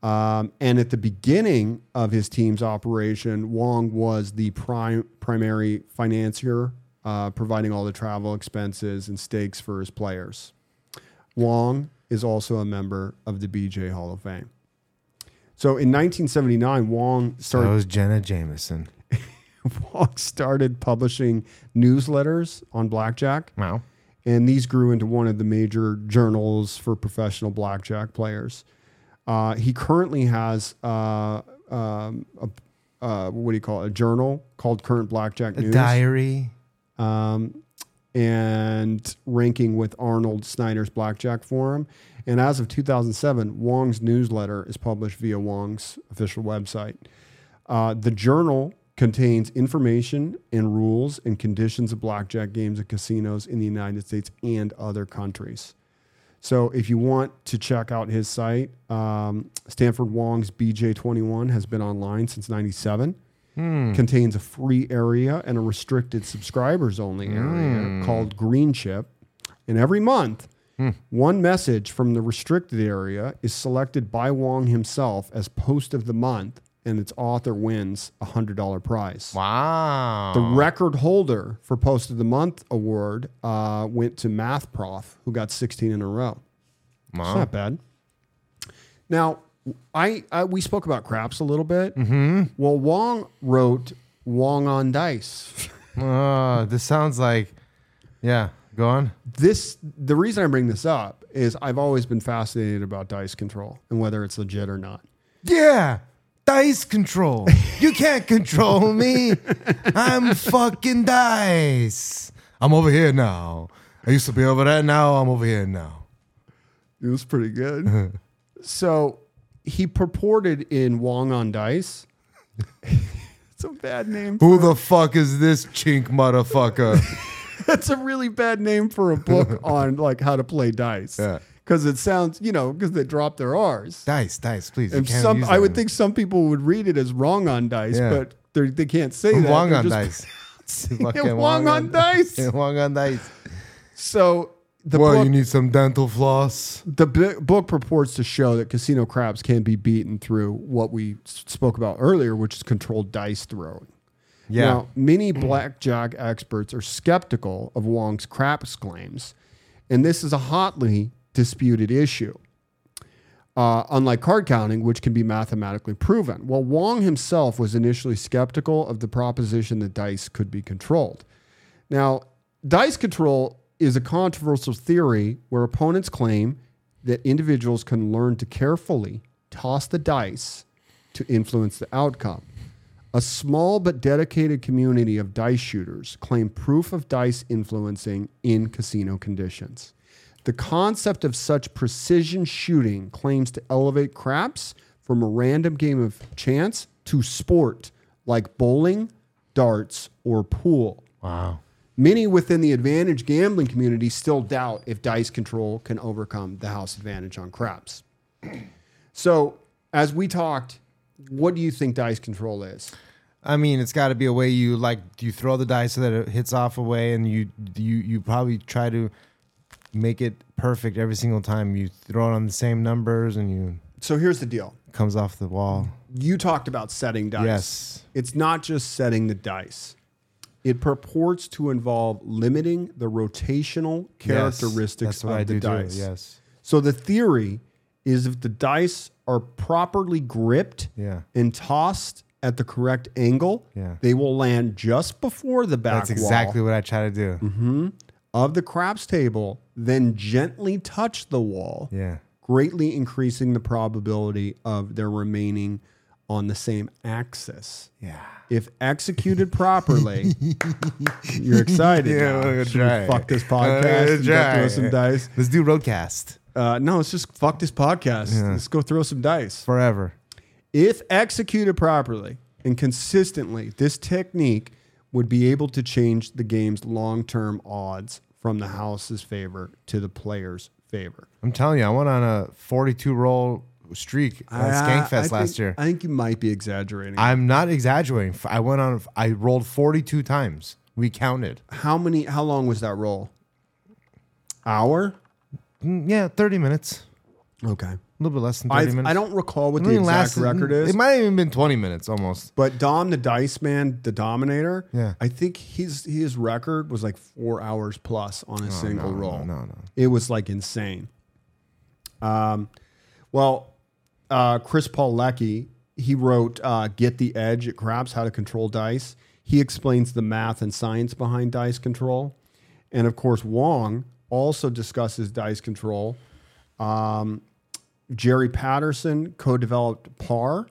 Um, and at the beginning of his team's operation, Wong was the prime, primary financier, uh, providing all the travel expenses and stakes for his players. Wong is also a member of the BJ Hall of Fame. So in 1979, Wong
That
started
was Jenna Jameson.
Wong started publishing newsletters on blackjack,
Wow.
and these grew into one of the major journals for professional blackjack players. Uh, he currently has uh, um, a, uh, what do you call it? A journal called Current Blackjack News,
Diary.
um, and ranking with Arnold Snyder's Blackjack Forum. And as of 2007, Wong's newsletter is published via Wong's official website. Uh, the journal contains information and rules and conditions of blackjack games at casinos in the United States and other countries. So if you want to check out his site, um, Stanford Wong's BJ21 has been online since 97. Contains a free area and a restricted subscribers only area called Green Chip. And every month, one message from the restricted area is selected by Wong himself as post of the month, and its author wins a $100 prize.
Wow.
The record holder for Post of the Month award uh, went to Math Prof, who got 16 in a row. It's
Wow.
not bad. Now, I, I we spoke about craps a little bit. Well, Wong wrote Wong on Dice.
Uh, this sounds like, yeah. Go on.
This the reason I bring this up is I've always been fascinated about dice control and whether it's legit or not.
Yeah. Dice control. You can't control me. I'm fucking dice. I'm over here now. I used to be over there. Now I'm over here now.
It was pretty good. so he purported in Wong on Dice. it's a bad name.
Who the fuck is this chink motherfucker?
That's a really bad name for a book on like how to play dice.
Yeah.
Because it sounds, you know, because they drop their R's.
dice, dice, please. You
And
can't
some,
use
I
that.
would think some people would read it as wrong on dice,
Yeah.
but they're- they can't say that.
Wong
They're
on
just
dice.
saying
Fucking
it, Wong on dice.
Yeah, Wong on dice.
So the
Well,
book,
you need some dental floss.
the bu- book purports to show that casino craps can be beaten through what we s- spoke about earlier, which is controlled dice throwing.
Yeah.
Now, many blackjack experts are skeptical of Wong's craps claims, and this is a hotly disputed issue. Uh, unlike card counting, which can be mathematically proven. Well, Wong himself was initially skeptical of the proposition that dice could be controlled. Now, dice control is a controversial theory where opponents claim that individuals can learn to carefully toss the dice to influence the outcome. A small but dedicated community of dice shooters claim proof of dice influencing in casino conditions. The concept of such precision shooting claims to elevate craps from a random game of chance to sport like bowling, darts, or pool.
Wow.
Many within the advantage gambling community still doubt if dice control can overcome the house advantage on craps. So, as we talked, what do you think dice control is?
I mean, it's got to be a way you like you throw the dice so that it hits off away, and you you you probably try to make it perfect every single time. You throw it on the same numbers, and you
So, here's the deal
it comes off the wall.
you talked about setting dice.
Yes.
It's not just setting the dice. It purports to involve limiting the rotational
Yes,
characteristics
that's what
of
I
the
do too,
dice.
Yes,
So the theory is if the dice are properly gripped
Yeah.
and tossed at the correct angle,
Yeah.
they will land just before the back
that's exactly
wall Mm-hmm.
what I try to do.
of the craps table, then gently touch the wall,
Yeah.
greatly increasing the probability of their remaining on the same axis.
Yeah.
If executed properly, you're excited.
Yeah,
now.
we're gonna
Should
try
we
it.
fuck this
We're gonna
podcast and go
try
throw
it.
some dice.
Let's do roadcast
Uh, no, let's just fuck this podcast. Let's go throw some dice.
forever.
If executed properly and consistently, this technique would be able to change the game's long term odds from the house's favor to the player's favor.
I'm telling you, I went on a 42 roll streak at
Ah, I- I
Skankfest
think-
last year.
I think you might be exaggerating. Uh,
I'm not exaggerating. F- I went on. I rolled 42 times. We counted.
how many? How long was that roll? Hour.
Mm, Yeah, 30 minutes.
Okay.
A little bit less than
I,
30 minutes.
I don't recall what
It
the
only
exact
lasted-
record is,
mm, It might have even been 20 minutes almost.
but Dom the Dice Man, the Dominator.
Yeah.
I think his his record was like four hours plus on a single roll.
Oh, No, no.
It was like insane. Um, well, uh, Chris Paul Lecky, he wrote uh, Get the Edge at Craps How to Control Dice. He explains the math and science behind dice control. And of course, Wong also discusses dice control. Um, Jerry Patterson co developed PAR.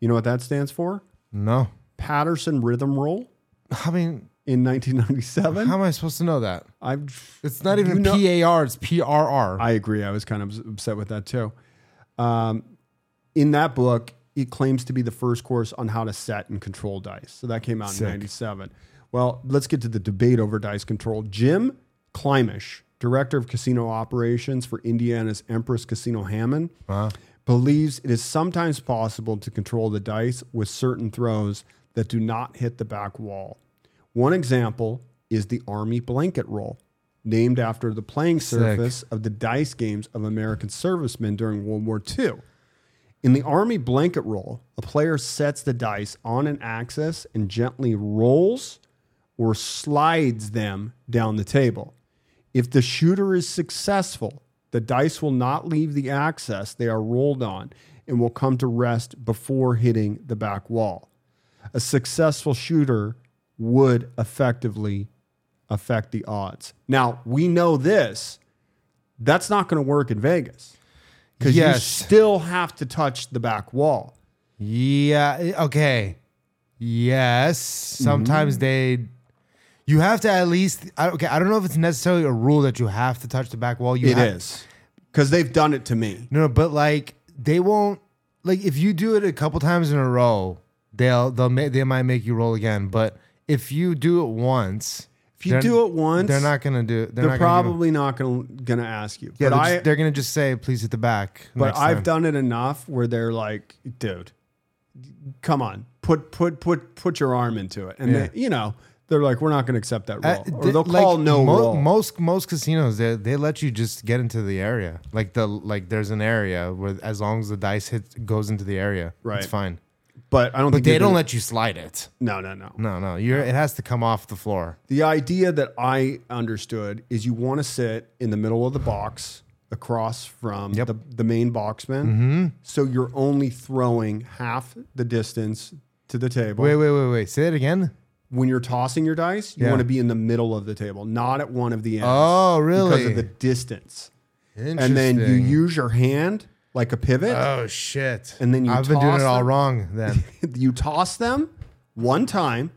You know what that stands for?
No.
Patterson Rhythm Roll
I mean,
in
how
1997.
am I supposed to know that?
I'm,
It's not even
know-
PAR, it's PRR.
I agree. I was kind of upset with that too. Um, in that book, it claims to be the first course on how to set and control dice. So that came out in
Sick.
97. Well, let's get to the debate over dice control. Jim Klimish, director of casino operations for Indiana's Empress Casino Hammond, believes it is sometimes possible to control the dice with certain throws that do not hit the back wall. One example is the Army blanket roll, named after the playing surface of the dice games of American servicemen during World War II. In the Army blanket roll, a player sets the dice on an axis and gently rolls or slides them down the table. If the shooter is successful, the dice will not leave the axis they are rolled on and will come to rest before hitting the back wall. A successful shooter would effectively affect the odds. Now, we know this. That's not going to work in Vegas because you
Yes.
still have to touch the back wall.
Yeah. eh, Okay. Yes.
Mm-hmm.
Sometimes they. You have to at least. I- Okay. I don't know if it's necessarily a rule that you have to touch the back wall. You
It
have,
is because they've done it to me.
No, but like they won't. Like if you do it a couple times in a row, they'll they'll ma- they might make you roll again. But if you do it once,
If you do it once,
they're not gonna do.
They're
They're, not Gonna do,
probably not going to going to ask you.
yeah,
but
they're,
I,
just, they're gonna just say please hit the back.
but
next
I've
time."
done it enough where they're like, dude, come on, put put put put your arm into it, and
Yeah.
they, you know they're like, we're not going to accept that
Uh,
roll, or
th-
they'll
like,
call no
mo-
roll.
Most most casinos they, they let you just get into the area. Like the like there's an area where as long as the dice hit goes into the area,
Right.
it's fine.
but I don't.
But
think
they
you're
don't
gonna-
let you slide it.
No, no, no.
No, no, you're it has to come off the floor.
The idea that I understood is you want to sit in the middle of the box across from
Yep. Mm-hmm.
the, the main boxman. So you're only throwing half the distance to the table.
Wait, wait, wait, wait. Say it again.
When you're tossing your dice, you
Yeah.
want to be in the middle of the table, not at one of the ends.
Oh,
Because
really?
of the distance.
Interesting.
And then you use your hand like a pivot.
Oh shit!
And then you
I've been doing
toss
it all
them.
wrong. Then
you toss them one time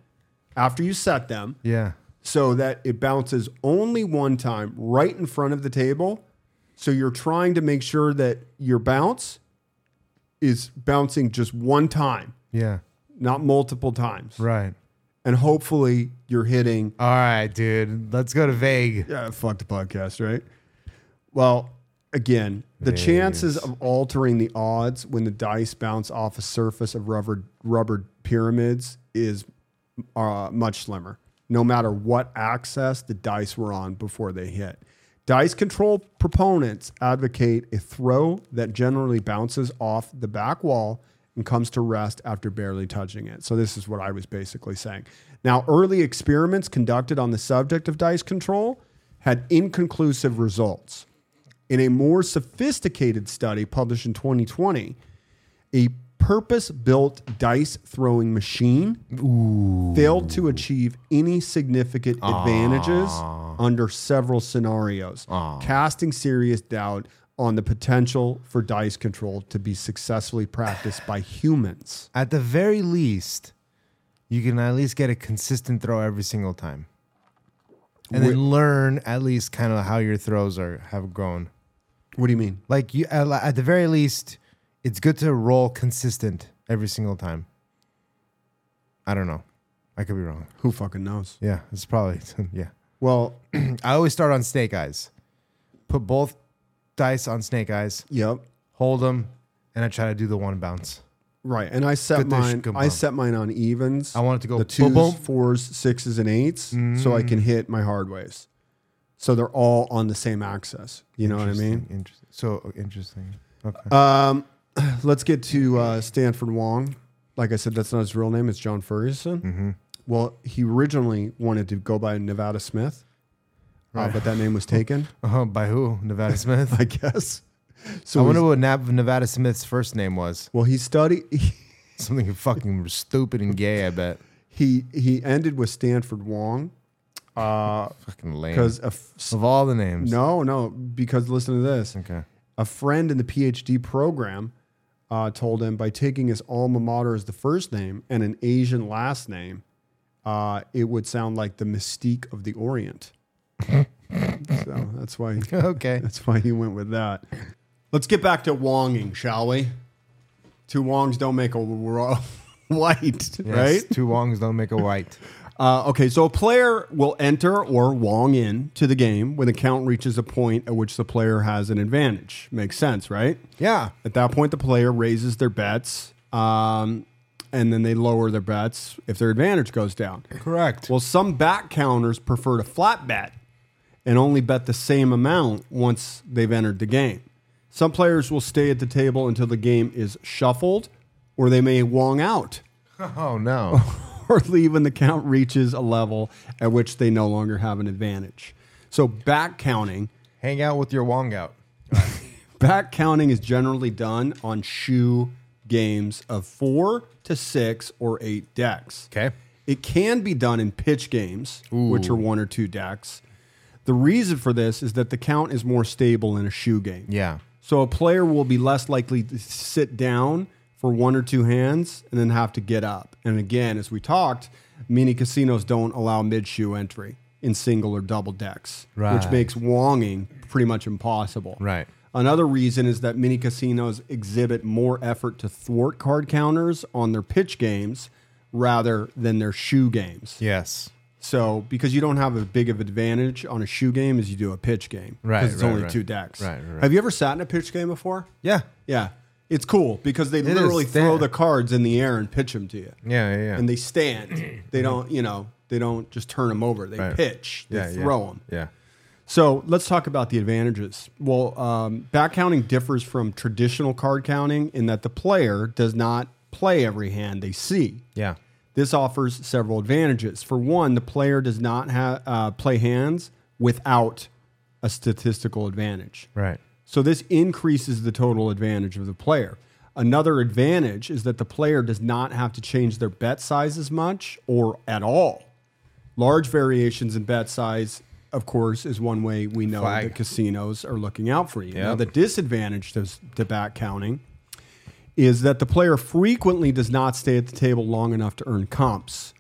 after you set them.
yeah.
so that it bounces only one time right in front of the table. So you're trying to make sure that your bounce is bouncing just one time,
Yeah.
not multiple times.
Right.
and hopefully you're hitting.
All right, dude. Let's go to Vague.
Yeah, fuck the podcast, right? Well, again, the chances of altering the odds when the dice bounce off a surface of rubber rubber pyramids is uh, much slimmer. No matter what access the dice were on before they hit. Dice control proponents advocate a throw that generally bounces off the back wall and comes to rest after barely touching it. So, this is what I was basically saying. Now, early experiments conducted on the subject of dice control had inconclusive results. In a more sophisticated study published in 2020, a purpose built dice throwing machine failed to achieve any significant advantages under several scenarios, casting serious doubt on the potential for dice control to be successfully practiced by humans.
At the very least, you can at least get a consistent throw every single time. And then learn at least kind of how your throws are have grown.
What do you mean?
Like you at, at the very least, it's good to roll consistent every single time. I don't know. I could be wrong.
Who fucking knows?
Yeah, it's probably yeah.
Well,
I always start on snake eyes. Put both dice on snake eyes,
yep.
hold them, and I try to do the one bounce.
Right, and I set
Good dish,
mine.
good
I
mom.
set mine on evens.
I want it to go Mm.
the twos,
boom, boom.
fours, sixes, and 8s so I can hit my hard waves. So they're all on the same axis. You know what I mean?
Interesting. So interesting. Uh, Okay.
Um, let's get to uh, Stanford Wong. Like I said, that's not his real name. It's John Ferguson. Well, he originally wanted to go by Nevada Smith, uh, but that name was taken,
Uh-huh, by who? Nevada Smith.
I guess. So
I wonder
he's-
what Nav- Nevada Smith's first name was.
well, he studied.
Something fucking stupid and gay, I bet.
He he ended with Stanford Wong
Fucking lame.
because a f-
of all the names.
no no because listen to this.
Okay.
A friend in the PhD program uh, told him by taking his alma mater as the first name and an Asian last name, uh, it would sound like the mystique of the Orient. so that's why
Okay.
that's why he went with that. Let's get back to Wonging, shall we? Two Wongs don't make a ro- white,
Yes,
right?
Two wongs don't make a white.
Uh, okay, so a player will enter or wong in to the game when the count reaches a point at which the player has an advantage. Makes sense, right?
Yeah.
At that point, the player raises their bets, um, and then they lower their bets if their advantage goes down.
Correct.
Well, some back counters prefer to flat bet and only bet the same amount once they've entered the game. Some players will stay at the table until the game is shuffled, or they may wong out
oh no.
or leave when the count reaches a level at which they no longer have an advantage. So back counting
Hang out with your wong out.
Back counting is generally done on shoe games of four to six or eight decks.
Okay.
It can be done in pitch games, which are one or two decks. The reason for this is that the count is more stable in a shoe game.
Yeah.
So a player will be less likely to sit down for one or two hands and then have to get up. And again, as we talked, many casinos don't allow mid shoe entry in single or double decks, which
Right.
makes wonging pretty much impossible.
Right.
Another reason is that many casinos exhibit more effort to thwart card counters on their pitch games rather than their shoe games.
Yes.
So, because you don't have a big of advantage on a shoe game as you do a pitch game, 'cause
Right,
It's
right,
only
right.
two decks.
Right, right, right.
Have you ever sat in a pitch game before?
Yeah.
Yeah, it's cool because they literally
is.
throw
They-
the cards in the air and pitch them to you,
Yeah. Yeah. yeah.
and they stand. they don't, you know, they don't just turn them over. They
Right.
pitch. They
yeah, yeah.
throw them.
Yeah.
So let's talk about the advantages. Well, um, back counting differs from traditional card counting in that the player does not play every hand they see.
Yeah.
This offers several advantages. For one, the player does not ha- uh, play hands without a statistical advantage.
Right.
So this increases the total advantage of the player. Another advantage is that the player does not have to change their bet size as much or at all. Large variations in bet size, of course, is one way we know
Flag.
that casinos are looking out for you. Now,
Yep.
the disadvantage to, to back counting is that the player frequently does not stay at the table long enough to earn comps.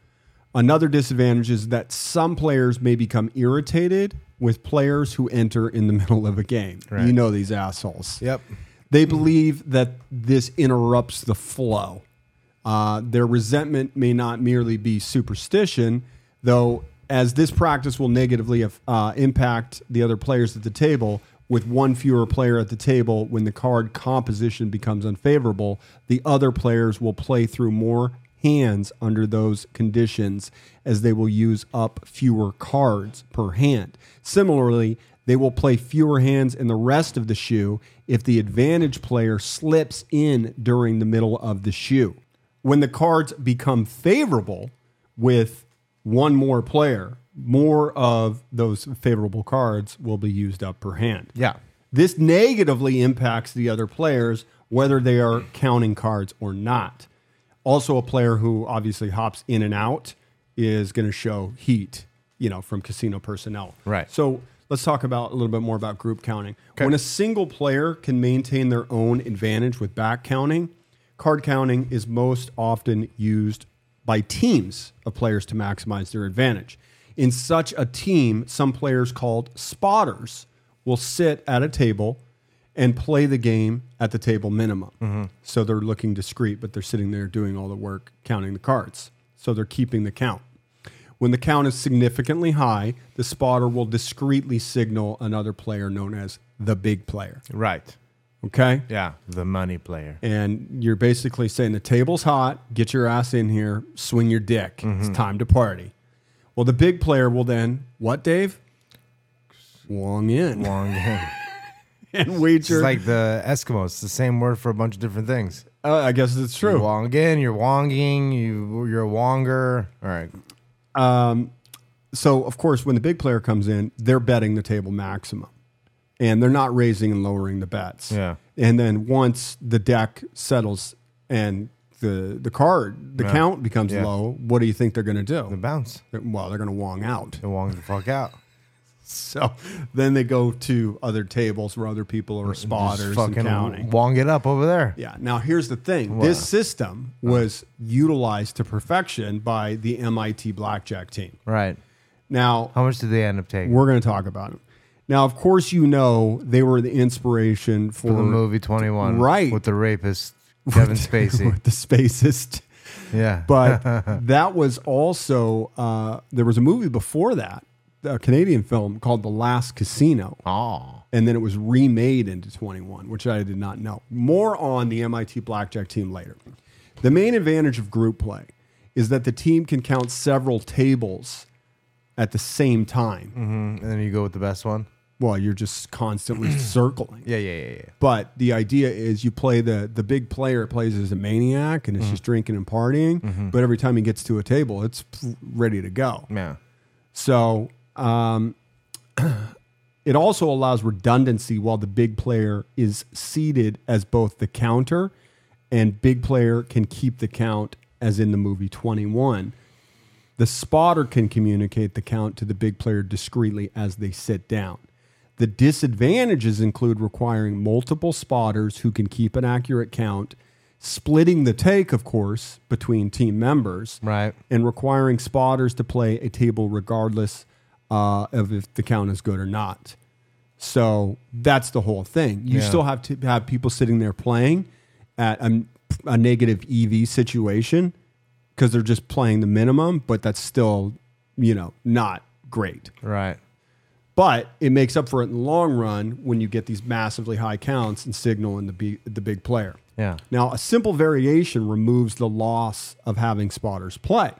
Another disadvantage is that some players may become irritated with players who enter in the middle of a game. You know these assholes.
Yep.
They believe that this interrupts the flow. Uh, their resentment may not merely be superstition, though, as this practice will negatively uh, impact the other players at the table. With one fewer player at the table, when the card composition becomes unfavorable, the other players will play through more hands under those conditions as they will use up fewer cards per hand. Similarly, they will play fewer hands in the rest of the shoe if the advantage player slips in during the middle of the shoe. When the cards become favorable with one more player, more of those favorable cards will be used up per hand.
Yeah.
This negatively impacts the other players, whether they are counting cards or not. Also, a player who obviously hops in and out is going to show heat, you know, from casino personnel.
Right.
So let's talk about a little bit more about group counting. When a single player can maintain their own advantage with back counting, card counting is most often used by teams of players to maximize their advantage. In such a team, some players called spotters will sit at a table and play the game at the table minimum. So they're looking discreet, but they're sitting there doing all the work, counting the cards. So they're keeping the count. When the count is significantly high, the spotter will discreetly signal another player known as the big player.
Right.
Okay?
Yeah. The money player.
And you're basically saying the table's hot, get your ass in here, swing your dick. It's time to party. Well, the big player will then, what, Dave? Wong in
Long game.
and
It's
wager.
like the Eskimos. It's the same word for a bunch of different things.
Uh, I guess it's
You
true.
wong in, you're wonging, you, you're a wonger. All right.
so of course when the big player comes in they're betting the table maximum and they're not raising and lowering the bets
Yeah.
and then once the deck settles and the the card the count becomes
Yeah.
low what do you think they're going to
The
do
bounce.
well they're going to wong out
It wongs the fuck out.
so then they go to other tables where other people are spotters and counting
wong it up over there.
Yeah. Now here's the thing. This system was utilized to perfection by the MIT blackjack team.
Right.
Now
How much did they end up taking?
We're going to talk about them. Now, of course, you know they were the inspiration for,
the movie 21.
Right.
With the rapist, Kevin Spacey.
with the spacist.
yeah.
But that was also, uh, there was a movie before that, a Canadian film called The Last Casino.
oh.
And then it was remade into 21, which I did not know. More on the MIT Blackjack team later. The main advantage of group play is that the team can count several tables at the same time.
And then you go with the best one?
Well, you're just constantly circling.
Yeah, yeah, yeah, yeah.
But the idea is you play the the big player plays as a maniac and it's just drinking and partying. But every time he gets to a table, it's f- ready to go.
Yeah.
So um, it also allows redundancy while the big player is seated as both the counter and big player can keep the count as in the movie 21. The spotter can communicate the count to the big player discreetly as they sit down. The disadvantages include requiring multiple spotters who can keep an accurate count, splitting the take, of course, between team members,
Right.
and requiring spotters to play a table regardless uh, of if the count is good or not. So that's the whole thing. You
Yeah.
still have to have people sitting there playing at a, a negative EV situation because they're just playing the minimum, but that's still, you know, not great.
Right.
But it makes up for it in the long run when you get these massively high counts and signal in the, big the big player.
Yeah.
Now, a simple variation removes the loss of having spotters play.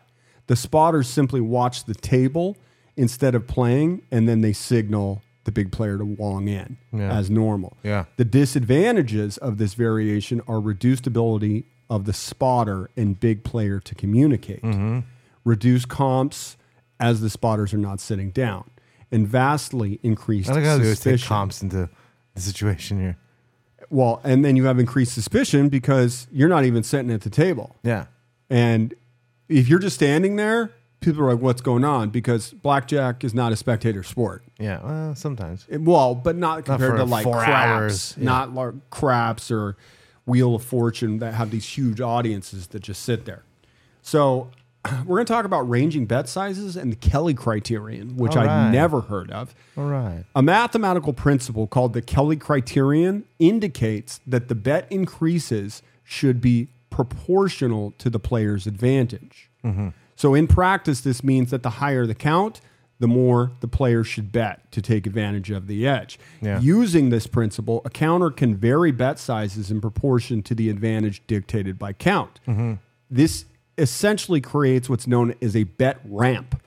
The spotters simply watch the table instead of playing, and then they signal the big player to Wong in
Yeah.
as normal.
Yeah.
The disadvantages of this variation are reduced ability of the spotter and big player to communicate,
Mm-hmm.
reduced comps as the spotters are not sitting down, and vastly increased
I like how they always take
suspicion.
comps into the situation here.
Well, and then you have increased suspicion because you're not even sitting at the table.
Yeah.
And if you're just standing there, people are like, what's going on? Because blackjack is not a spectator sport.
Yeah. Well, sometimes.
It- well, but not compared
for
to like
four
craps,
hours, yeah.
not like craps or Wheel of Fortune that have these huge audiences that just sit there. So we're going to talk about ranging bet sizes and the Kelly criterion, which
All
I
right.
never heard of.
All right.
A mathematical principle called the Kelly criterion indicates that the bet increases should be proportional to the player's advantage. So in practice, this means that the higher the count, the more the player should bet to take advantage of the edge.
Yeah.
Using this principle, a counter can vary bet sizes in proportion to the advantage dictated by count. This essentially creates what's known as a bet ramp,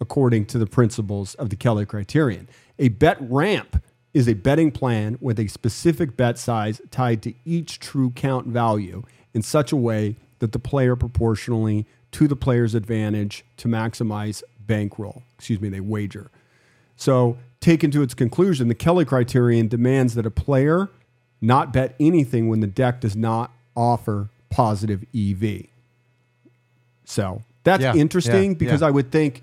according to the principles of the Kelly criterion. A bet ramp is a betting plan with a specific bet size tied to each true count value in such a way that the player proportionally to the player's advantage to maximize bankroll. Excuse me, they wager. So, taken to its conclusion, the Kelly criterion demands that a player not bet anything when the deck does not offer positive EV. So that's
Yeah,
interesting
yeah,
because
yeah.
I would think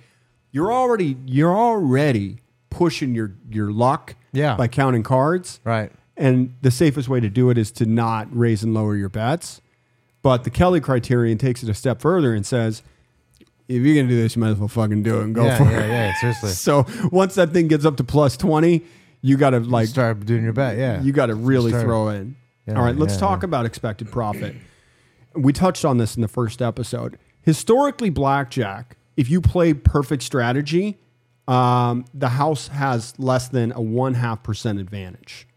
you're already you're already pushing your your luck
Yeah.
by counting cards.
Right.
And the safest way to do it is to not raise and lower your bets. But the Kelly criterion takes it a step further and says, if you're gonna do this, you might as well fucking do it and go
yeah,
for it.
yeah, yeah. Seriously.
So once that thing gets up to plus twenty, you got to like
Start doing your bet. Yeah.
you got to really
Start-
throw in.
Yeah,
All right, let's
yeah,
talk about expected profit. We touched on this in the first episode. Historically, blackjack, if you play perfect strategy, um, the house has less than a one half percent advantage.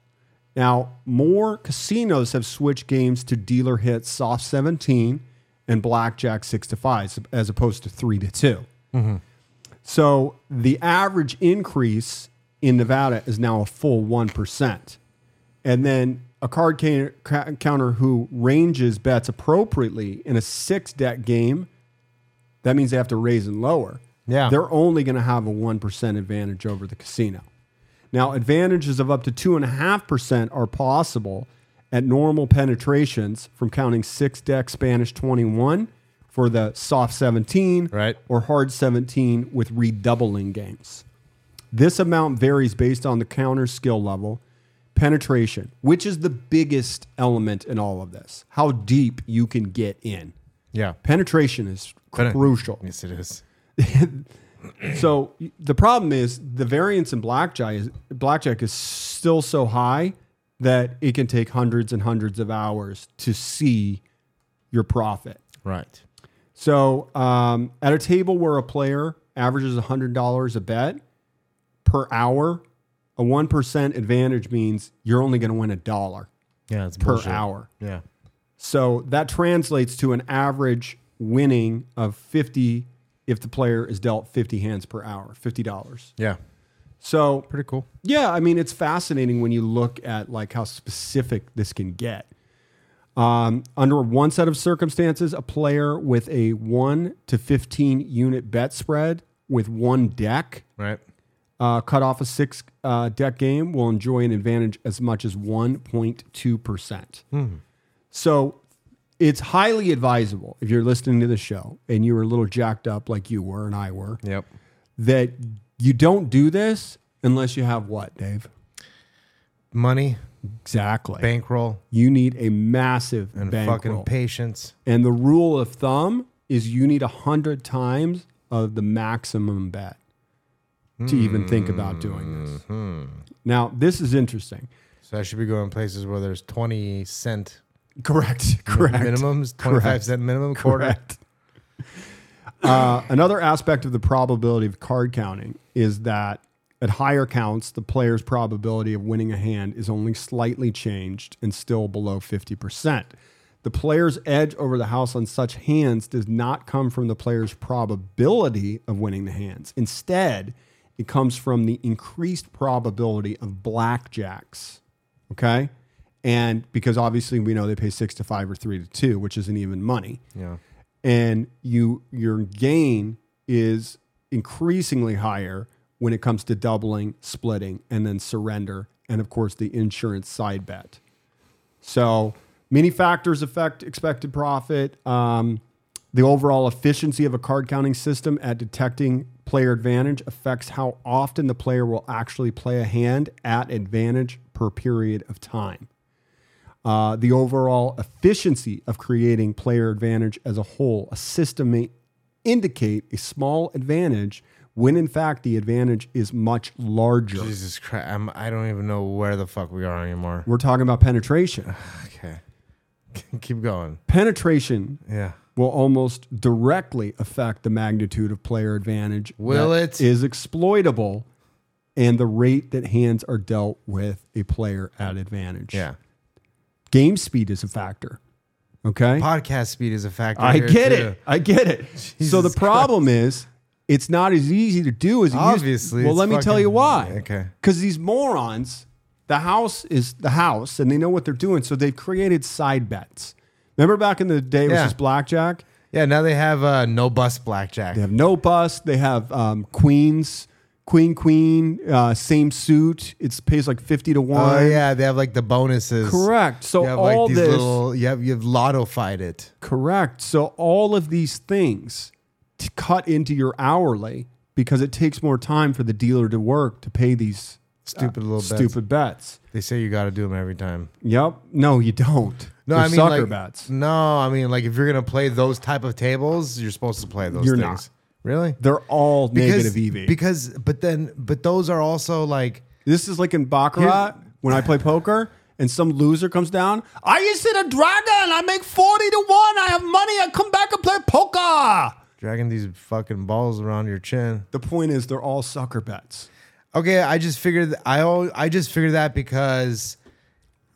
Now, more casinos have switched games to dealer hit soft 17 and blackjack 6 to 5 as opposed to 3 to 2. So the average increase in Nevada is now a full 1%. And then a card ca- ca- counter who ranges bets appropriately in a six deck game, that means they have to raise and lower.
Yeah.
They're only going to have a 1% advantage over the casino. Now, advantages of up to 2.5% are possible at normal penetrations from counting six deck Spanish 21 for the soft 17
Right.
or hard 17 with redoubling games. This amount varies based on the counter skill level, penetration, which is the biggest element in all of this. How deep you can get in.
Yeah.
Penetration is crucial.
Yes, it is.
So the problem is the variance in blackjack is blackjack is still so high that it can take hundreds and hundreds of hours to see your profit.
Right.
So um, at a table where a player averages $100 a bet per hour, a 1% advantage means you're only going to win a dollar
Yeah. It's
per
bullshit.
hour.
Yeah.
So that translates to an average winning of 50 if the player is dealt 50 hands per hour, $50.
Yeah.
So
Pretty cool.
yeah, I mean it's fascinating when you look at like how specific this can get. Um, under one set of circumstances, a player with a one to fifteen unit bet spread with one deck
Right.
uh, cut off a six uh, deck game will enjoy an advantage as much as 1.2%. So it's highly advisable if you're listening to the show and you were a little jacked up like you were and I were,
Yep.
that you don't do this unless you have what, Dave?
Money,
Exactly.
bankroll,
You need a massive
and fucking
bankroll.
patience.
and the rule of thumb is you need 100 times of the maximum bet to even think about doing this. Now, this is interesting.
So I should be going places where there's 20 cent
Correct. Correct.
minimums, 25 cent minimum, quarter.
Correct. Uh, another aspect of the probability of card counting is that at higher counts, the player's probability of winning a hand is only slightly changed and still below 50%. The player's edge over the house on such hands does not come from the player's probability of winning the hands. Instead, it comes from the increased probability of blackjacks. Okay. And because obviously we know they pay six to five or three to two, which isn't even money
Yeah.
and you your gain is increasingly higher when it comes to doubling, splitting, and then surrender, and of course the insurance side bet. So many factors affect expected profit. Um, the overall efficiency of a card counting system at detecting player advantage affects how often the player will actually play a hand at advantage per period of time uh, the overall efficiency of creating player advantage as a whole. A system may indicate a small advantage when in fact the advantage is much larger.
Jesus Christ. I'm, I don't even know where the fuck we are anymore.
We're talking about penetration.
Okay. Keep going.
Penetration
Yeah.
will almost directly affect the magnitude of player advantage.
Will
that
it?
Is exploitable and the rate that hands are dealt with a player at advantage.
Yeah.
Game speed is a factor. Okay.
Podcast speed is a factor.
I
here,
get
too.
it. I get it. so the
Jesus
problem is it's not as easy to do as it used to-
Obviously.
Well,
it's
let me tell
fucking-
you why.
Okay.
Because these morons, the house is the house and they know what they're doing. So they've created side bets. Remember back in the day, it was
Yeah.
just blackjack?
Yeah. Now they have uh, no bus blackjack.
They have no bust. They have um, queens, queen, queen, uh, same suit. It pays like 50 to 1.
Oh yeah, they have like the bonuses.
Correct. So
You have
all
like these
this.
little. You have you have lotto fight it.
Correct. So all of these things t- cut into your hourly because it takes more time for the dealer to work to pay these
Stupid little bets.
stupid bets.
They say you got to do them every time.
Yep. No, you don't.
No,
They're
I mean
sucker
like,
bets.
No, I mean like if you're gonna play those type of tables, you're supposed to play those.
You're
things.
not.
really
They're all
because,
negative E EV.
Because but then but those are also like
this is like in baccarat when I play poker. And some loser comes down. I used to the dragon. I make forty to one. I have money. I come back and play poker.
dragging these fucking balls around your chin.
The point is, they're all sucker bets.
Okay, I just figured I al- I just figured that because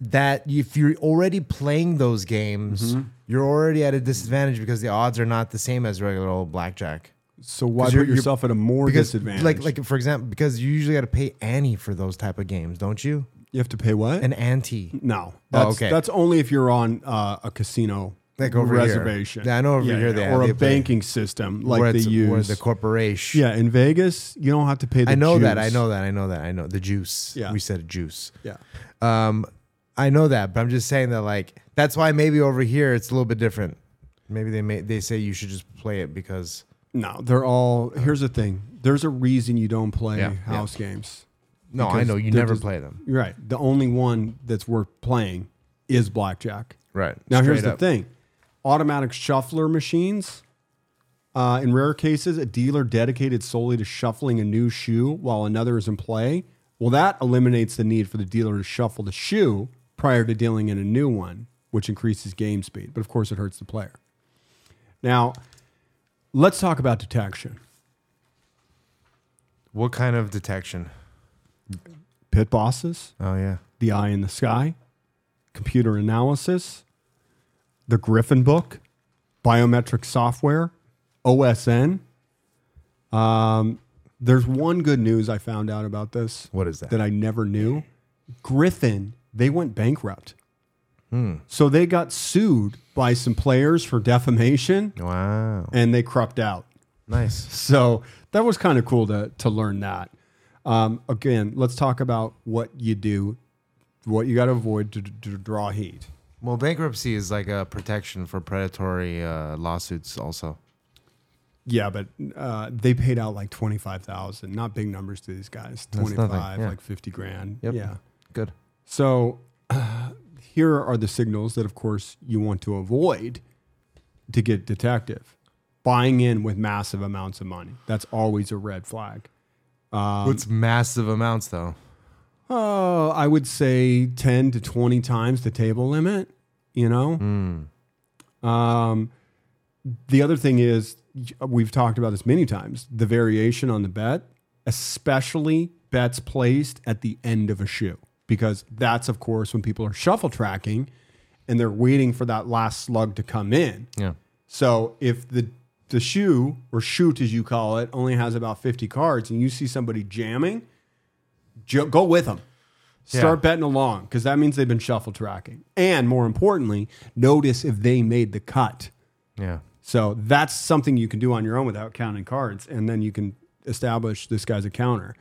that if you're already playing those
Mm-hmm.
games, you're already at a disadvantage because the odds are not the same as regular old blackjack.
So why
'Cause you're-
put
you're-
yourself at a more
Because
disadvantage?
like like for example, because you usually got to pay Annie for those type of games, don't you?
you have to pay what?
An ante.
No, that's,
Oh, okay.
that's only if you're on uh, a casino
Like over here.
reservation.
Yeah, I know over
Yeah,
here
yeah,
they have-
or
they
a
play-
banking system like
where
they
it's- where
use.
the corporation.
yeah, in Vegas, you don't have to pay. the
I know that.
juice.
I know that. I know that. I know the juice.
Yeah.
we said juice.
Yeah,
Um, I know that, but I'm just saying that like that's why maybe over here it's a little bit different. Maybe they may they say you should just play it because
no, they're all. Here's the thing. There's a reason you don't play
Yeah, yeah.
house games.
no, I
Because
know you
they're
never
just-
play them.
You're right. The only one that's worth playing is blackjack.
Right
Now here's
Straight up.
the thing: automatic shuffler machines. Uh, in rare cases, a dealer dedicated solely to shuffling a new shoe while another is in play. Well, that eliminates the need for the dealer to shuffle the shoe prior to dealing in a new one, which increases game speed. But of course, it hurts the player. Now, let's talk about detection.
What kind of detection?
Pit bosses,
Oh yeah,
the eye in the sky, computer analysis, the Griffin book, biometric software, OSN. Um, there's one good news I found out about this
what is that?
that I never knew. Griffin, they went bankrupt. So they got sued by some players for defamation
wow,
and they crept out.
nice.
So that was kind of cool to to learn that. Um, again, let's talk about what you do, what you got to avoid to, to draw heat.
Well, bankruptcy is like a protection for predatory uh, lawsuits. Also,
Yeah, but uh, they paid out like twenty five thousand, not big numbers to these guys. Twenty
nothing,
five,
yeah.
like fifty grand.
Yep.
Yeah.
good.
So here are the signals that, of course, you want to avoid to get detective. Buying in with massive amounts of money. That's always a red flag. um,
What's massive amounts though?
Oh, I would say 10 to 20 times the table limit, you know? Um, the other thing is, we've talked about this many times the variation on the bet, especially bets placed at the end of a shoe, because that's, of course, when people are shuffle tracking and they're waiting for that last slug to come in.
Yeah,
So if the the shoe or shoot as you call it only has about 50 cards and you see somebody jamming, jo- go with them. Start
Yeah.
betting along because that means they've been shuffle tracking. And more importantly, notice if they made the cut.
yeah.
So that's something you can do on your own without counting cards. And then you can establish this guy's a counter.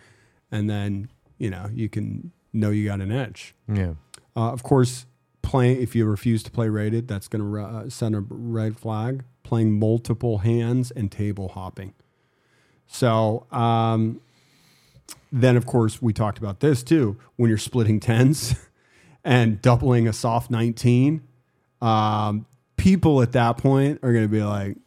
And then, you know, you can know you got an edge.
Yeah.
Uh, of course, playing if you refuse to play rated, that's going to uh, send a red flag. Playing multiple hands and table hopping. So um, then, of course, we talked about this too. When you're splitting tens and doubling a soft nineteen, um, people at that point are going to be like,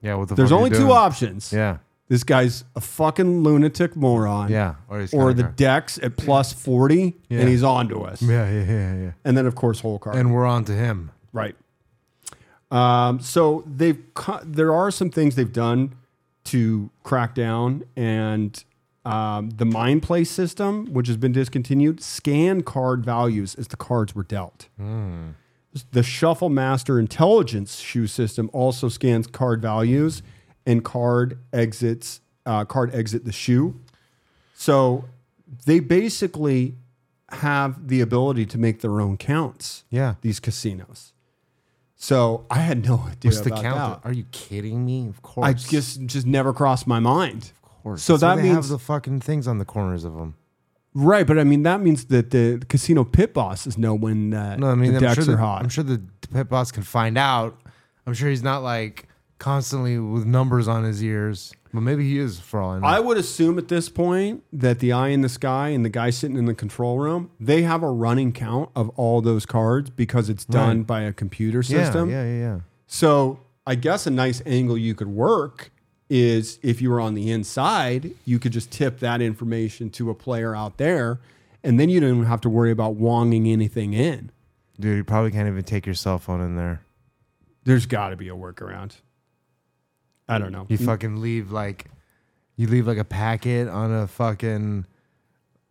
Yeah. What the
"There's
fuck are you
only two
doing?
options.
Yeah.
This guy's a fucking lunatic moron,
Yeah. Or, he's
or
kinda
the
cra-
deck's at plus forty,
Yeah.
and he's on to us."
yeah yeah yeah yeah.
And then, of course, whole card.
And we're on to him.
Right. Um, so they've co- there are some things they've done to crack down, and um, the mine play system, which has been discontinued, scan card values as the cards were dealt.
Hmm.
The Shuffle Master Intelligence shoe system also scans card values and card exits uh, card exit the shoe. So they basically have the ability to make their own counts.
Yeah.
These casinos. So I had no idea
What's the
about
count?
that.
Are you kidding me? Of course.
I just just never crossed my mind.
Of course.
So
That's why
that
they have
means-
the fucking things on the corners of them.
Right, but I mean that means that the casino pit bosses know when uh,
No, I mean
the
I'm
decks
sure the,
are hot.
I'm sure the pit boss can find out. I'm sure he's not like constantly with numbers on his ears. But maybe he is for all I know.
I would assume at this point that the eye in the sky and the guy sitting in the control room, they have a running count of all those cards because it's done by a computer
yeah,
system.
yeah, yeah, yeah.
So I guess a nice angle you could work is if you were on the inside, you could just tip that information to a player out there, and then you don't even have to worry about wonging anything in.
Dude, you probably can't even take your cell phone in there.
There's got to be a workaround. I don't know.
You fucking leave like, you leave like a packet on a fucking.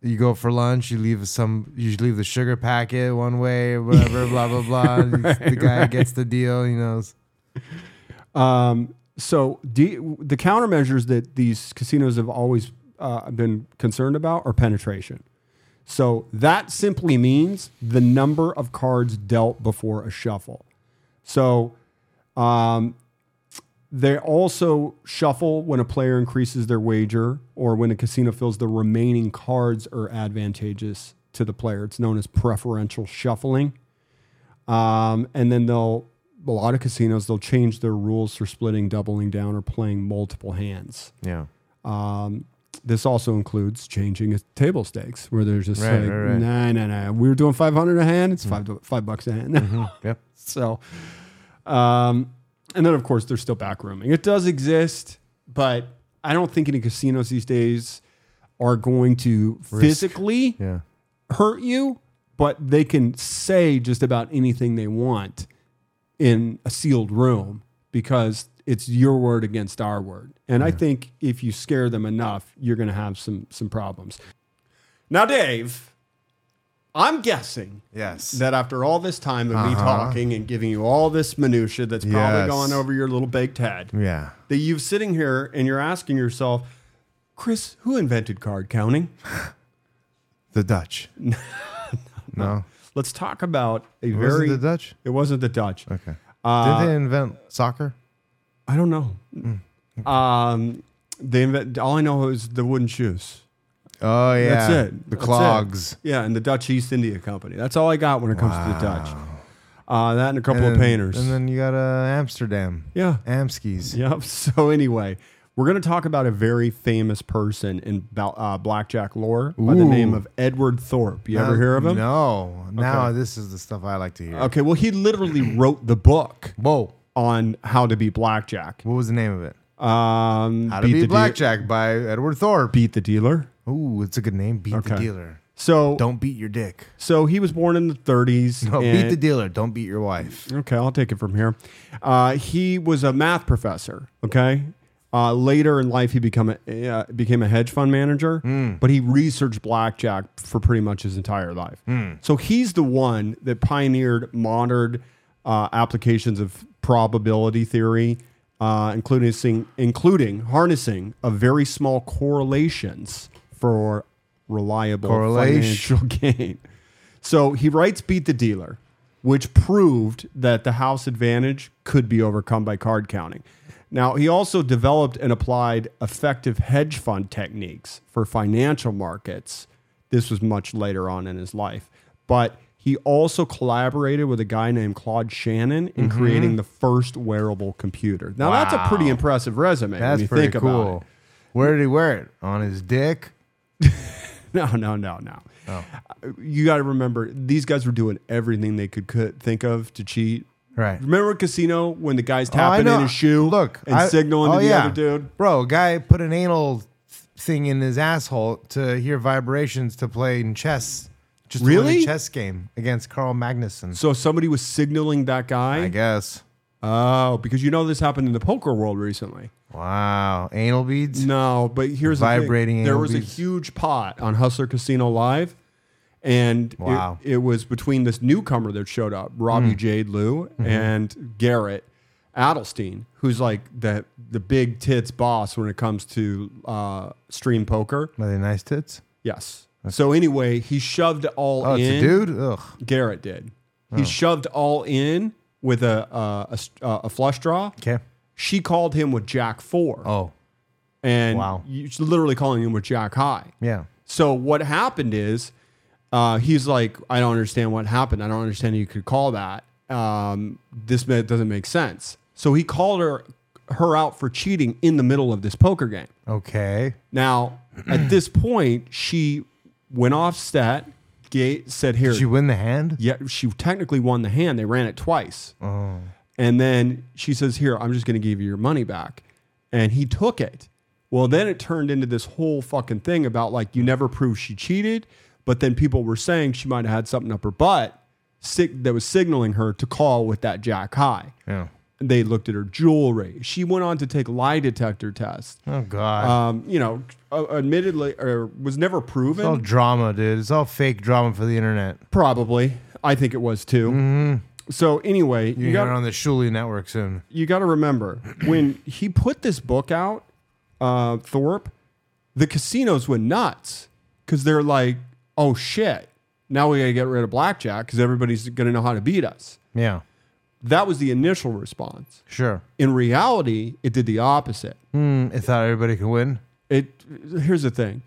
You go for lunch. You leave some. You leave the sugar packet one way or whatever. blah blah blah. the guy gets the deal. He knows.
Um, so the, the countermeasures that these casinos have always uh, been concerned about are penetration. So that simply means the number of cards dealt before a shuffle. So um, they also shuffle when a player increases their wager or when a casino feels the remaining cards are advantageous to the player. It's known as preferential shuffling. Um, and then they'll a lot of casinos they'll change their rules for splitting, doubling down, or playing multiple hands.
Yeah.
Um, this also includes changing table stakes, where there's just
Right,
like,
right, right.
nah, nah, nah. We were doing five hundred a hand. It's five five bucks a hand.
Yep.
so, um, and then of course there's still backrooming. It does exist, but I don't think any casinos these days are going to physically
Yeah.
hurt you, but they can say just about anything they want in a sealed room because it's your word against our word. And I think if you scare them enough, you're going to have some some problems. Now, Dave, I'm guessing
Yes.
that after all this time of
Uh-huh.
me talking and giving you all this minutia that's probably
Yes.
gone over your little baked head,
yeah.
that you've sitting here and you're asking yourself, Chris, who invented card counting?
The Dutch. no.
Let's talk about a
It
very
Wasn't the Dutch?
It wasn't the Dutch.
Okay.
Uh,
Did they invent soccer?
I don't know.
Mm,
Um, they invent. All I know is the wooden shoes.
Oh yeah.
That's it.
The
That's it.
clogs.
Yeah, and the Dutch East India Company. That's all I got when it comes to the Dutch. Uh, that and a couple
And
of
then-
painters.
And then you got uh, Amsterdam.
yeah.
Amskis.
Yep. So anyway, we're going to talk about a very famous person in bal- uh, blackjack lore by the
Ooh.
name of Edward Thorpe. You ever
Now-
hear of him?
Uh,
Uh,
No. Now this is the stuff I like to hear.
Okay. Well, he literally wrote the book
Whoa.
on how to be blackjack.
What was the name of it?
Um,
How to
the
Beat Be
Dea-
Blackjack by Edward Thorpe.
beat the dealer.
Ooh, it's a good name. Beat
Okay.
the dealer.
So
Don't beat your dick.
So he was born in the 30s.
No, beat
and-
the dealer. Don't beat your wife.
Okay, I'll take it from here. Uh, he was a math professor. Okay. Uh, later in life, he become a, uh, became a hedge fund manager, but he researched blackjack for pretty much his entire life. So he's the one that pioneered modern uh, applications of probability theory, uh, including sing- including harnessing of very small correlations for reliable
Correlation.
financial gain. So he writes Beat the Dealer, which proved that the house advantage could be overcome by card counting. Now, he also developed and applied effective hedge fund techniques for financial markets. This was much later on in his life. But he also collaborated with a guy named Claude Shannon in creating the first wearable computer. Now, that's a pretty
Mm-hmm. Wow.
impressive resume when
That's
you
pretty
think about it.
cool. Where did he wear it? On his dick?
No, no, no, no.
Oh.
Uh, You got to remember, these guys were doing everything they could, could think of to cheat.
Right.
Remember a casino when the guy's
Oh, I
tapping
know.
in his shoe
Look,
and
I-
signaling
oh,
to the
yeah.
other dude?
Bro, guy put an anal th- thing in his asshole to hear vibrations to play in chess. Just to win a
Really?
chess game against Carl Magnuson.
So somebody was signaling that
I
guy.
guess.
Oh, because you know this happened in the poker world recently.
Wow. Anal beads?
No, but here's the thing.
Vibrating
There
anal
was a
beads.
huge pot on Hustler Casino Live, and it-
Wow.
it, was between this newcomer that showed up, Robbie
Mm.
Jade Lou,
Mm-hmm.
and Garrett Adelstein, who's like the the big tits boss when it comes to uh, stream poker.
Are they nice tits?
Yes. So anyway, he shoved all
Oh,
in.
it's a dude? Oh. Ugh.
Garrett did. He shoved all in with a uh, a, st- uh, a flush draw.
Okay.
She called him with Jack four,
Oh,
and
wow.
you- she's literally calling him with Jack high.
yeah.
So what happened is, uh, he's like, I don't understand what happened. I don't understand you could call that. Um, this ma- doesn't make sense. So he called her her out for cheating in the middle of this poker game.
Okay.
Now at this point, she went off set. Gate said, "Here,
Did you win the hand?
yeah, she technically won the hand. They ran it twice. And then she says, Here, I'm just going to give you your money back. And he took it. Well, then it turned into this whole fucking thing about like, you never proved she cheated. But then people were saying she might have had something up her butt sig- that was signaling her to call with that Jack High.
Yeah.
They looked at her jewelry. She went on to take lie detector tests.
Oh, God.
Um, you know, uh, admittedly, or was never proven.
It's all drama, dude. It's all fake drama for the internet.
Probably. I think it was too. So anyway,
You,
you
got
got
it on the Shuli network soon.
you got to remember when he put this book out, uh, Thorpe, the casinos went nuts because they're like, "Oh shit, now we got to get rid of blackjack because everybody's going to know how to beat us."
Yeah.
That was the initial response.
Sure.
In reality, it did the opposite.
Hmm. I thought everybody could win.
It here's the thing: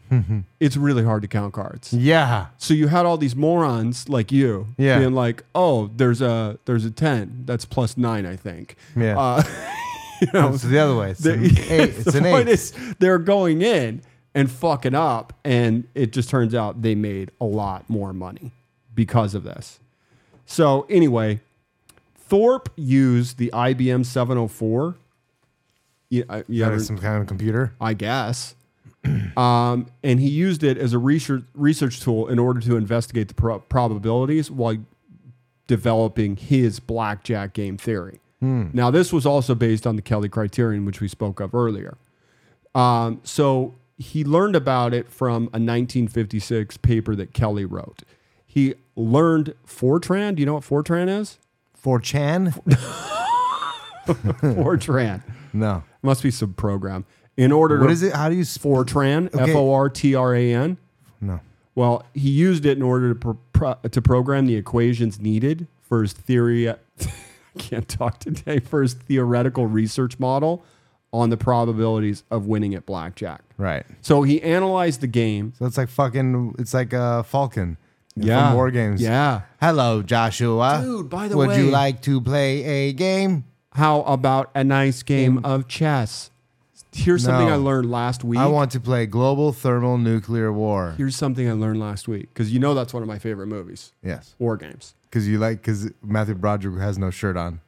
it's really hard to count cards.
Yeah.
So you had all these morons like you
Yeah.
being like, "Oh, there's a there's a ten that's plus nine, I think."
Yeah.
Uh, you know,
It's the other way. It's an eight. It's
the
an
point
eight.
is they're going in and fucking up, and it just turns out they made a lot more money because of this. So anyway, Thorpe used the IBM 704. Yeah, I- uh, you
That
ever-
is some kind of computer.
I guess. um, and he used it as a research research tool in order to investigate the pro- probabilities while developing his blackjack game theory.
Hmm.
Now, this was also based on the Kelly criterion, which we spoke of earlier. Um, so he learned about it from a 1956 paper that Kelly wrote. He learned Fortran. Do you know what Fortran is?
4chan?
Fortran.
No.
Must be some program. In order
What
to
is it? How do you sport?
Fortran,
Okay.
F O R T R A N.
No.
Well, he used it in order to pro- pro- to program the equations needed for his theory. I can't talk today. For his theoretical research model on the probabilities of winning at blackjack.
Right.
So he analyzed the game.
So it's like fucking. It's like a Falcon.
Yeah.
From War Games.
Yeah.
Hello, Joshua.
Dude, by the
would
way-
you like to play a game?
How about a nice game of chess? Here's something
No.
I learned last week.
I want to play Global Thermal Nuclear War.
Here's something I learned last week because you know that's one of my favorite movies,
Yes,
War Games.
because you like because Matthew Broderick has no shirt on.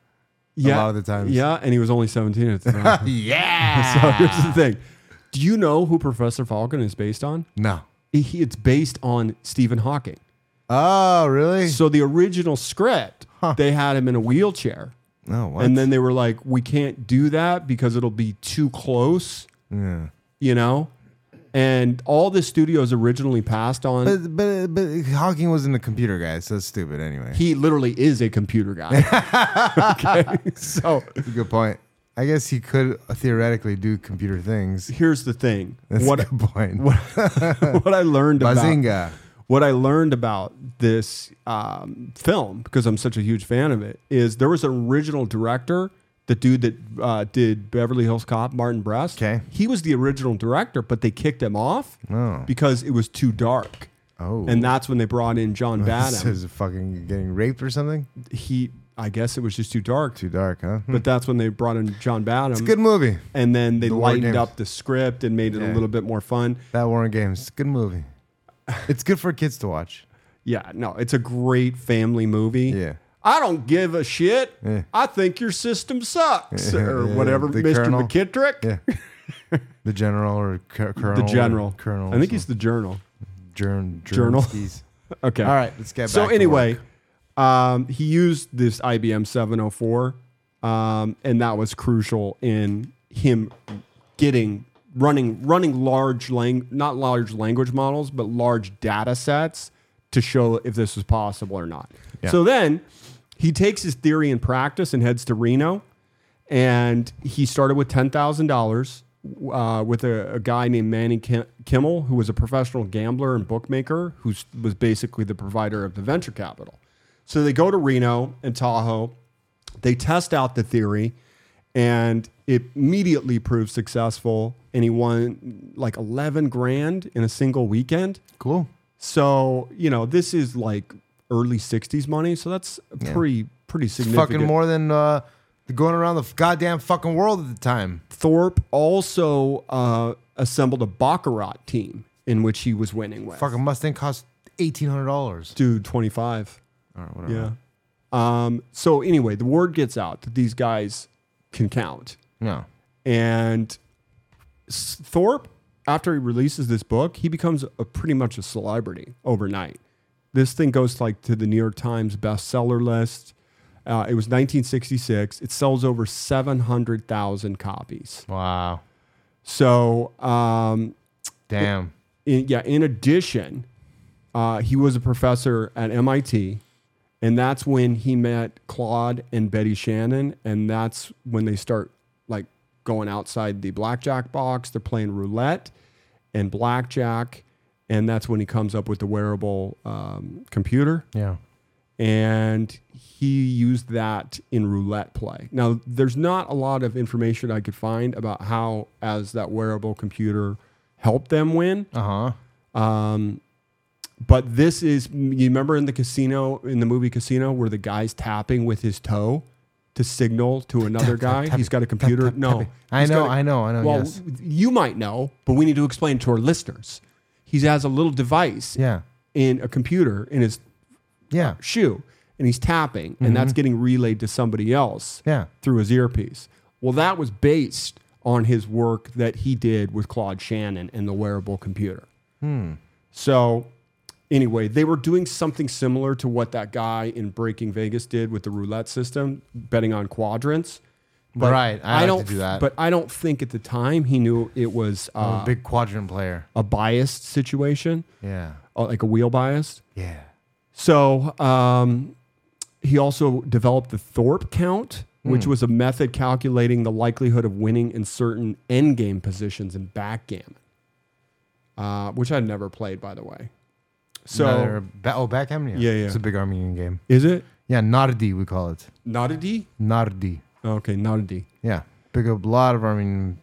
Yeah,
lot of the times.
Yeah, and he was only 17 at the time.
Yeah.
So here's the thing. Do you know who Professor Falcon is based on?
no.
He- It's based on Stephen Hawking.
Oh, really?
So the original script, they had him in a wheelchair.
No. what?
And then they were like, we can't do that because it'll be too close,
yeah.
you know? And all the studios originally passed on.
But, but but Hawking wasn't a computer guy, so that's stupid. Anyway,
he literally is a computer guy. okay. So
That's a good point. I guess he could theoretically do computer things.
here's the thing.
That's
what
a good point.
what I learned about
Bazinga.
what I learned about this um, film, because I'm such a huge fan of it, is there was an original director, the dude that uh, did Beverly Hills Cop, Martin Brest.
Okay.
He was the original director, but they kicked him off
Oh.
because it was too dark.
Oh.
And that's when they brought in John
This
Badham.
is fucking getting raped or something.
He, I guess it was just too dark.
Too dark, huh? Hmm.
But that's when they brought in John Badham.
It's a good movie.
And then they
War
lightened
Games.
up the script and made it a
Yeah.
little bit more fun.
That Warren Games. It's a good movie. It's good for kids to watch.
Yeah, no, it's a great family movie.
Yeah.
I don't give a shit.
Yeah.
I think your system sucks or
Yeah,
whatever,
the
Mr.
colonel.
McKittrick.
Yeah. The general or cur- colonel.
The
or
general.
Colonel.
I think he's the journal.
journal.
Journal. Okay.
All right, let's get back.
So
to
anyway,
work.
um, he used this IBM 704 um, and that was crucial in him getting running running large lang not large language models but large data sets to show if this was possible or not. So then he takes his theory and practice and heads to Reno, and he started with ten thousand dollars uh, with a, a guy named Manny Kim- Kimmel, who was a professional gambler and bookmaker, who s- was basically the provider of the venture capital. So they go to Reno and Tahoe, they test out the theory, and it immediately proves successful. And he won like eleven grand in a single weekend.
Cool.
So you know this is like early '60s money, so that's a pretty pretty significant.
Fucking more than uh, going around the goddamn fucking world at the time.
Thorpe also uh, assembled a baccarat team in which he was winning with.
Fucking Mustang cost eighteen hundred dollars.
Dude, 25.
All right, whatever.
Yeah. Um, so anyway, the word gets out that these guys can count.
No.
And S- Thorpe, after he releases this book, he becomes a pretty much a celebrity overnight. This thing goes like to the New York Times bestseller list. Uh, it was 1966. It sells over 700,000 copies.
Wow.
So um,
Damn.
in, yeah, in addition, uh, he was a professor at MIT, and that's when he met Claude and Betty Shannon, and that's when they start like going outside the blackjack box. They're playing roulette and blackjack, and that's when he comes up with the wearable um, computer
Yeah.
and he used that in roulette play. Now, there's not a lot of information I could find about how, as that wearable computer, helped them win.
Uh huh.
But this is, you remember in the casino, in the movie Casino, where the guy's tapping with his toe to signal to another guy?
tap
He's
it,
got a computer.
tap,
no.
tap it. I
He's
know,
got a-
I know, I know,
Well,
yes.
you might know, but we need to explain to our listeners. He has a little device
Yeah.
in a computer in his
Yeah.
shoe and he's tapping and
Mm-hmm.
that's getting relayed to somebody else
Yeah.
through his earpiece. Well, that was based on his work that he did with Claude Shannon and the wearable computer.
Hmm.
So, anyway, they were doing something similar to what that guy in Breaking Vegas did with the roulette system, betting on quadrants.
right. I, like
don't
to do that.
But I don't think at the time he knew it was
I'm
uh,
a big quadrant player.
a biased situation,
Yeah.
uh, like a wheel biased.
Yeah.
So um, he also developed the Thorpe count, which was a method calculating the likelihood of winning in certain endgame positions in backgammon, uh, which I'd never played, by the way. So
Another ba- oh, backgammon.
Yeah, yeah.
It's a big Armenian game.
is it
Yeah, Nardi we call it.
not a D?
Nardi.
Okay, not a D.
Yeah. Big up a lot of Armenian.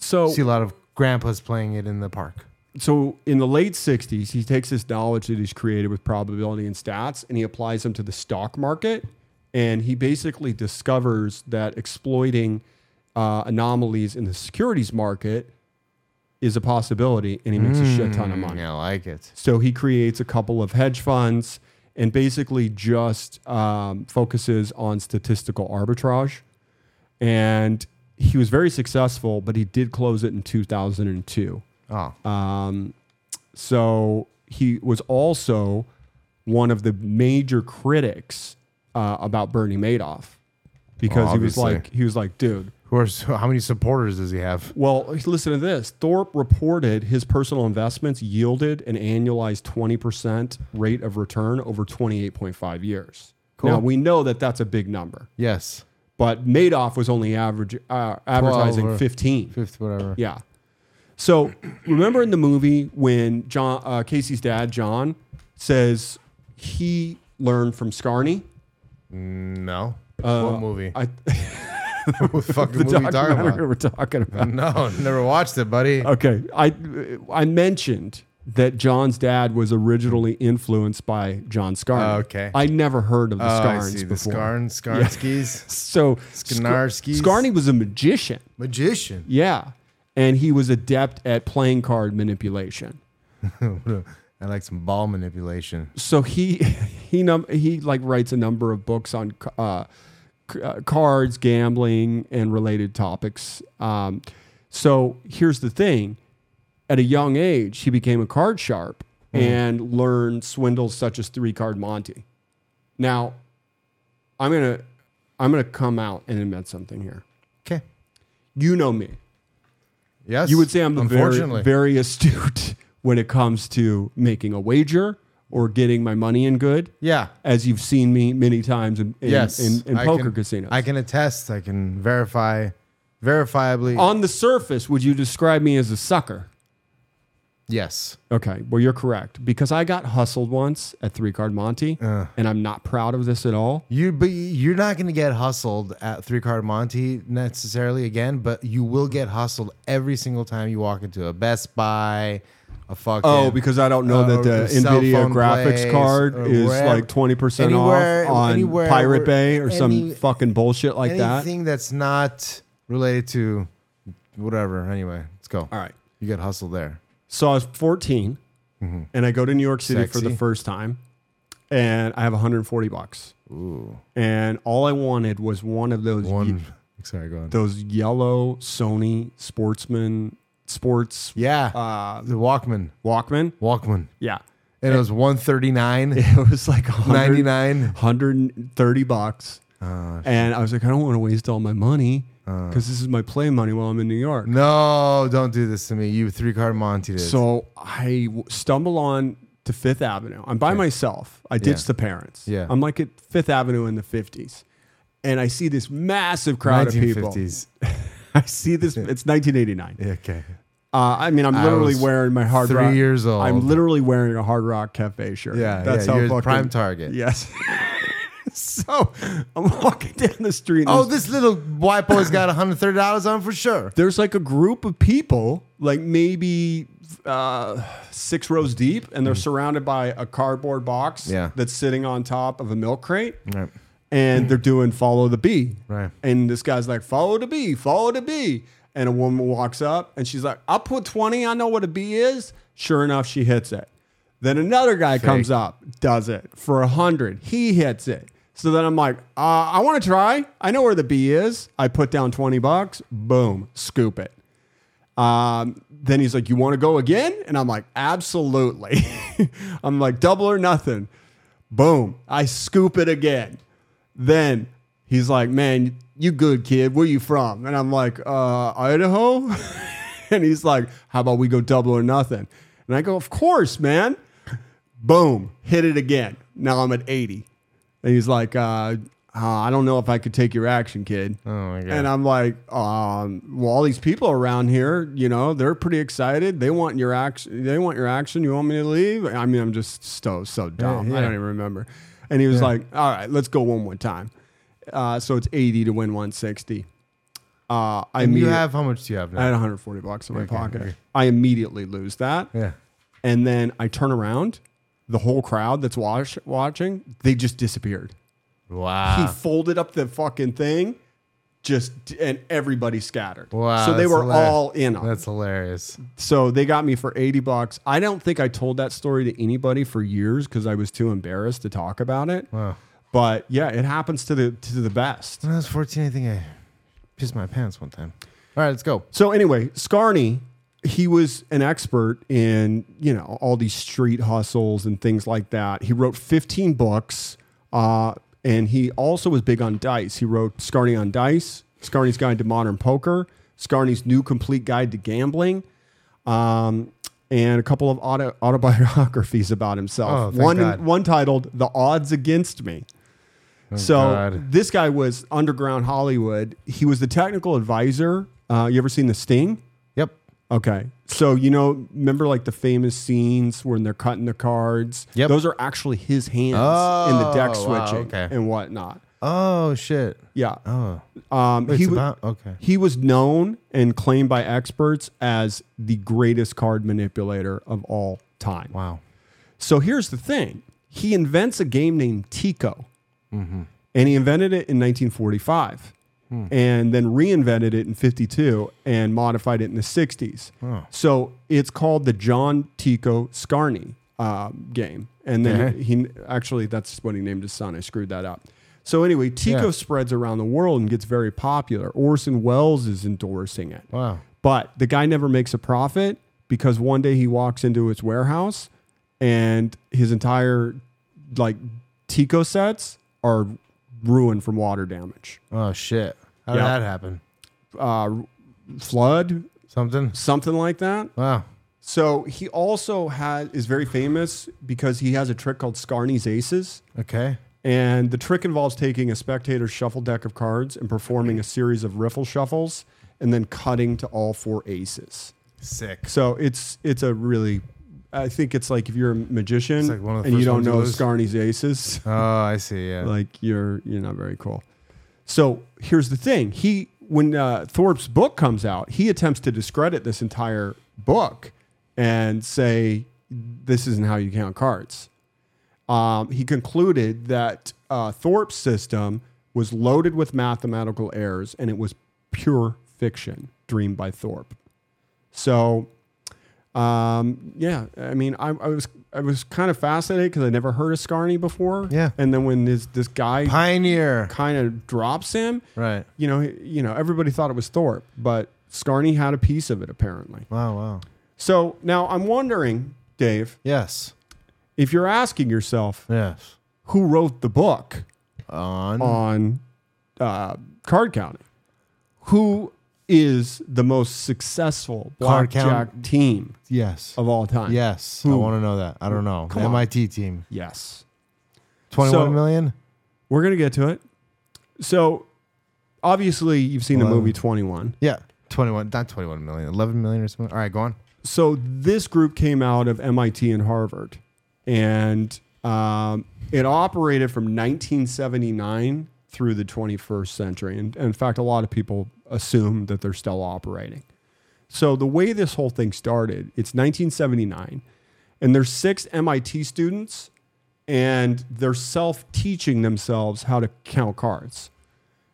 So
See a lot of grandpas playing it in the park.
so in the late 60s he takes this knowledge that he's created with probability and stats and he applies them to the stock market and he basically discovers that exploiting uh, anomalies in the securities market is a possibility and he makes a shit ton of money
Mm, Yeah, I like it.
so he creates a couple of hedge funds and basically just um, focuses on statistical arbitrage. And he was very successful, but he did close it in 2002.
Oh.
Um, so he was also one of the major critics uh, about Bernie Madoff because
Well,
he was
obviously.
like he was like, dude.
Who are, so how many supporters does he have?
Well, listen to this. Thorpe reported his personal investments yielded an annualized 20% rate of return over 28.5 years.
Cool.
Now, we know that that's a big number,
Yes.
but Madoff was only average, uh, advertising
or
15.
Fifth, whatever.
Yeah. So remember in the movie when John uh, Casey's dad John says he learned from Scarney.
No. what movie?
I,
what fucking
Uh, the
movie you talking
documentary
about?
we're talking about.
No, never watched it, buddy.
Okay, I I mentioned that John's dad was originally influenced by John Scarney.
Oh, okay.
I never heard of the
Oh, I
Scarns
see. The
before.
Scarn, Scarnskis.
So
Skarnarskis.
Scarney was a magician.
Magician.
Yeah. And he was adept at playing card manipulation.
I like some ball manipulation.
so he he num- he like writes a number of books on uh, c- uh, cards, gambling, and related topics. Um, so here's the thing: at a young age, he became a card sharp and learned swindles such as three card Monte. Now, I'm gonna I'm going to come out and admit something here.
Okay.
You know me.
Yes.
You would say I'm the very,
unfortunately.
very astute when it comes to making a wager or getting my money in good,
yeah.
as you've seen me many times in, in,
Yes.
in, in
I
poker
can-
casinos.
I can attest. I can verify, verifiably.
On the surface, would you describe me as a sucker?
yes.
Okay, well, you're correct because I got hustled once at Three Card Monte, and I'm not proud of this at all.
You but you're not going to get hustled at three card Monte necessarily again, but you will get hustled every single time you walk into a Best Buy, a fucking
Oh, because I don't know that the
uh, cell
NVIDIA
phone
graphics
place,
card
or
is
wherever-
like 20%
anywhere-
off on
anywhere
Pirate
where-
Bay or some
any-
fucking bullshit like that.
anything that's not related to whatever. Anyway, let's go.
All right.
you get hustled there.
So I was 14 and I go to New York City for the
Mm-hmm. Sexy.
first time and I have 140 bucks.
Ooh,
And all I wanted was one of those
one. Sorry, go on.
those yellow Sony Sportsman sports
yeah,
uh,
the Walkman,
Walkman.
Walkman,
Yeah.
and it was one thirty nine,
It was like 100,
ninety nine.
130 bucks.
Uh,
And I was like, I don't want to waste all my money because this is my play money while I'm in New York.
no, don't do this to me. You three card Monte did.
So I w- stumble on to Fifth Avenue. I'm by myself. I ditched the parents.
Yeah.
I'm like at Fifth Avenue in the 50s. And I see this massive crowd of people.
1950s.
I see this. It's 1989.
Yeah, Okay.
Uh, I mean, I'm
I
literally
was
wearing my hard
three
rock.
years old.
I'm literally wearing a hard rock cafe shirt.
Yeah, yeah, you're prime target.
Yes. so I'm walking down the street. and
Oh,
there's-
this little white boy's got $130 on for sure.
there's like a group of people, like maybe uh, six rows deep, and they're surrounded by a cardboard box
Mm. Yeah.
that's sitting on top of a milk crate.
Right.
And they're doing follow the bee.
Right.
And this guy's like, follow the bee, follow the bee. And a woman walks up and she's like, I'll put 20. I know what a bee is. Sure enough, she hits it. Then another guy comes up, does it for a 100. He hits it. So then I'm like, uh, I want to try. I know where the bee is. I put down 20 bucks. Boom, scoop it. Um, then he's like, You want to go again? And I'm like, Absolutely. I'm like, Double or nothing. Boom. I scoop it again. Then he's like, Man, you good, kid. Where you from? And I'm like, uh, Idaho. and he's like, How about we go double or nothing? And I go, Of course, man. Boom. Hit it again. Now I'm at 80. And he's like, uh, uh, I don't know if I could take your action, kid.
Oh, my God.
And I'm like, um, well, all these people around here, you know, they're pretty excited. They want your action. They want your action. You want me to leave? I mean, I'm just so so dumb. I don't even remember. And he was like, all right, let's go one more time. Uh, so it's 80 to win 160. Uh, I uh,
And you
immediate-
have, how much do you have
I had
now?
140 bucks in my pocket.
okay.
I immediately lose that.
Yeah.
And then I turn around, the whole crowd that's watch, watching, they just disappeared. He
Wow.
folded up the fucking thing, just and everybody scattered.
Wow.
so they
that's
were
hilarious.
all in on. it.
That's hilarious.
So they got me for eighty bucks. I don't think I told that story to anybody for years because I was too embarrassed to talk about it.
Wow.
But yeah, it happens to the to the best.
When I was 14, I think I pissed my pants one time. All right, let's go.
So anyway, Scarney, he was an expert in you know all these street hustles and things like that. He wrote 15 books, uh, and he also was big on dice. He wrote Scarney on Dice, Scarney's Guide to Modern Poker, Scarney's New Complete Guide to Gambling. Um, and a couple of auto, autobiographies about
Oh,
himself.
thank
One
God. Oh,
one titled "The Odds Against Me." so
God.
this guy was underground Hollywood. He was the technical advisor. Uh, you ever seen The Sting?
Yep.
Okay. So, you know, remember like the famous scenes when they're cutting the cards?
Yep.
Those are actually his hands in the deck
Oh, wow,
switching
okay.
and whatnot.
Oh, shit.
Yeah.
Oh.
Um,
Wait,
he,
it's
wa-
about, okay.
he was known and claimed by experts as the greatest card manipulator of all time.
Wow.
So here's the thing he invents a game named Tico,
Mm-hmm.
and he invented it in 1945.
Hmm.
And then reinvented it in 52 and modified it in the 60s.
Oh.
So it's called the John Tico Scarney um, game. And then
Okay.
he actually, that's what he named his son. I screwed that up. So anyway, Tico
Yeah.
spreads around the world and gets very popular. Orson Welles is endorsing it.
Wow.
But the guy never makes a profit because one day he walks into his warehouse and his entire like Tico sets are ruined from water damage,
Oh shit! How did
Yeah.
that happen?
uh, flood,
Something.
something like that.
Wow.
So he also has is very famous because he has a trick called Scarney's Aces.
Okay.
And the trick involves taking a spectator's shuffle deck of cards and performing a series of riffle shuffles and then cutting to all four aces.
Sick.
So it's it's a really I think it's like if you're a magician
It's like one of the
and you
first
don't
ones you
know
lose.
Scarney's aces,
Oh, I see. Yeah.
like you're you're not very cool. So here's the thing. He when uh, Thorpe's book comes out, he attempts to discredit this entire book and say this isn't how you count cards. Um, he concluded that uh, Thorpe's system was loaded with mathematical errors and it was pure fiction dreamed by Thorpe. So, um, yeah, I mean, I, I was I was kind of fascinated because I never heard of Scarney before.
Yeah.
and then when this this guy
Pioneer.
kind of drops him,
Right.
you know, he- you know, everybody thought it was Thorpe, but Scarney had a piece of it apparently.
Wow. Wow.
So now I'm wondering, Dave,
Yes.
if you're asking yourself
Yes.
who wrote the book
On.
on uh, card counting, who is the most successful
Card count-
blackjack team
Yes.
of all time?
Yes. I
Who?
want to know that. I don't know.
Come
the
on.
MIT team.
Yes. So-
Twenty-one million.
We're going to get to it. So, obviously, you've seen the
Eleven.
movie 21.
Yeah. Twenty-one. Not twenty-one million. Eleven million or something. All right. Go on.
So, this group came out of MIT and Harvard, and um, it operated from 1979 through the 21st century. And, and in fact, a lot of people assume that they're still operating. So, the way this whole thing started, it's 1979, and there's six MIT students, and they're self teaching themselves how to count cards.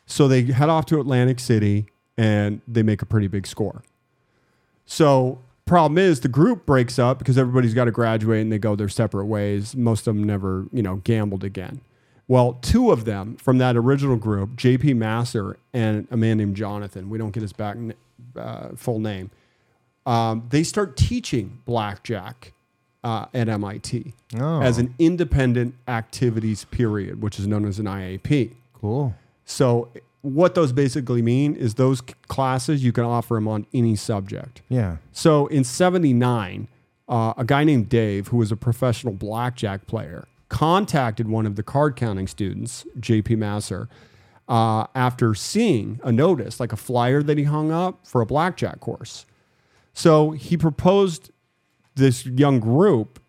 So they head off to Atlantic City and they make a pretty big score. So problem is the group breaks up because everybody's got to graduate and they go their separate ways. Most of them never, you know, gambled again. Well, two of them from that original group, JP Masser and a man named Jonathan, we don't get his back n- uh, full name. Um, they start teaching blackjack uh, at MIT
Oh.
as an independent activities period, which is known as an IAP.
Cool.
So what those basically mean is those c- classes you can offer them on any subject.
Yeah.
So in 79, uh, a guy named Dave, who was a professional blackjack player, contacted one of the card counting students, JP Masser, uh, after seeing a notice, like a flyer that he hung up for a blackjack course. So he proposed this young group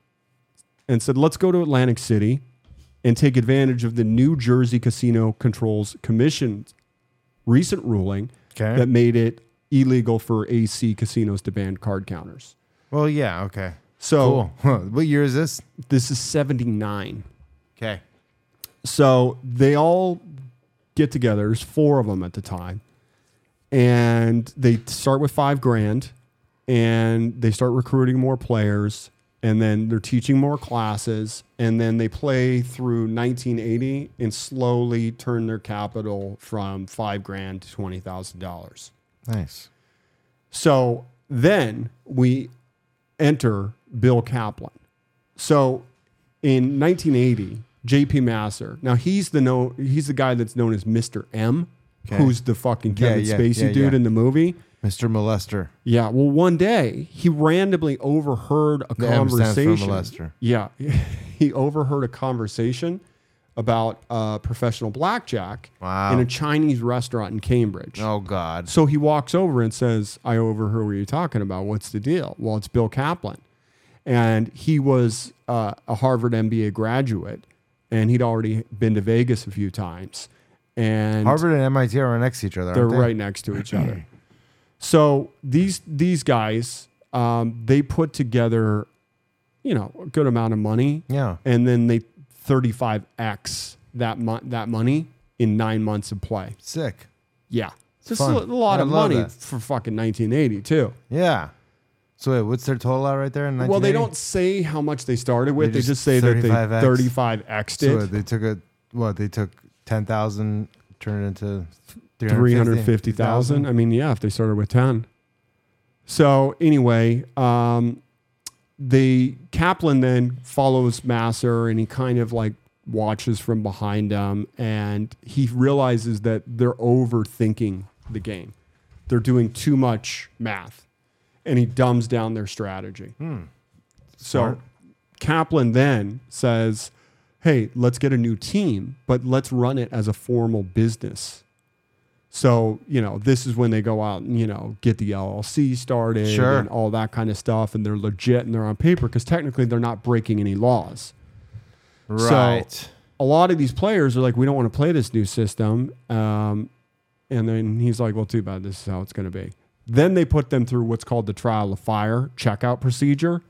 and said, let's go to Atlantic City and take advantage of the New Jersey Casino Controls Commission's recent ruling
Okay.
that made it illegal for AC casinos to ban card counters.
Well. Yeah. Okay.
So
Cool. Huh. What year is this?
this is 79.
Okay.
So they all get together. There's four of them at the time. And they start with five grand and they start recruiting more players. And then they're teaching more classes. And then they play through 1980 and slowly turn their capital from five grand to $20,000.
Nice.
So then we enter Bill Kaplan. So in 1980, J.P. Masser. Now he's the no, he's the guy that's known as Mr. M,
Okay.
who's the fucking
Yeah,
Kevin
yeah,
Spacey
yeah,
dude
yeah.
in the movie.
Mr. Molester.
Yeah. Well, one day he randomly overheard a
The M stands for
conversation.
molester.
Yeah, he overheard a conversation about uh, professional blackjack
Wow.
in a Chinese restaurant in Cambridge.
Oh God.
So he walks over and says, I overheard what you're talking about. What's the deal? Well, it's Bill Kaplan. And he was uh, a Harvard MBA graduate, and he'd already been to Vegas a few times. And
Harvard and MIT are next to each other.
they're
aren't they?
right next to each other. So these these guys, um, they put together, you know, a good amount of money,
Yeah.
and then they 35x that mon- that money in nine months of play.
Sick.
Yeah. This is a
fun.
lot
I
of
love
money
that.
for fucking 1980 too.
Yeah. So wait, what's their total out right there? In
Well, they
1980?
don't say how much they started with. They
They
just,
just
say that they
35X.
35xed
So what,
it,
they took a what? They took ten thousand, turned it into
350,000. I mean, yeah, if they started with 10. So anyway, um, the Kaplan then follows Masser and he kind of like watches from behind him, and he realizes that they're overthinking the game. They're doing too much math, and he dumbs down their strategy. So Kaplan then says, Hey, let's get a new team, but let's run it as a formal business. So, you know, this is when they go out and, you know, get the LLC started
Sure.
and all that kind of stuff. And they're legit and they're on paper because technically they're not breaking any laws.
Right.
So a lot of these players are like, we don't want to play this new system. Um, and then he's like, well, too bad. This is how it's going to be. Then they put them through what's called the trial of fire checkout procedure.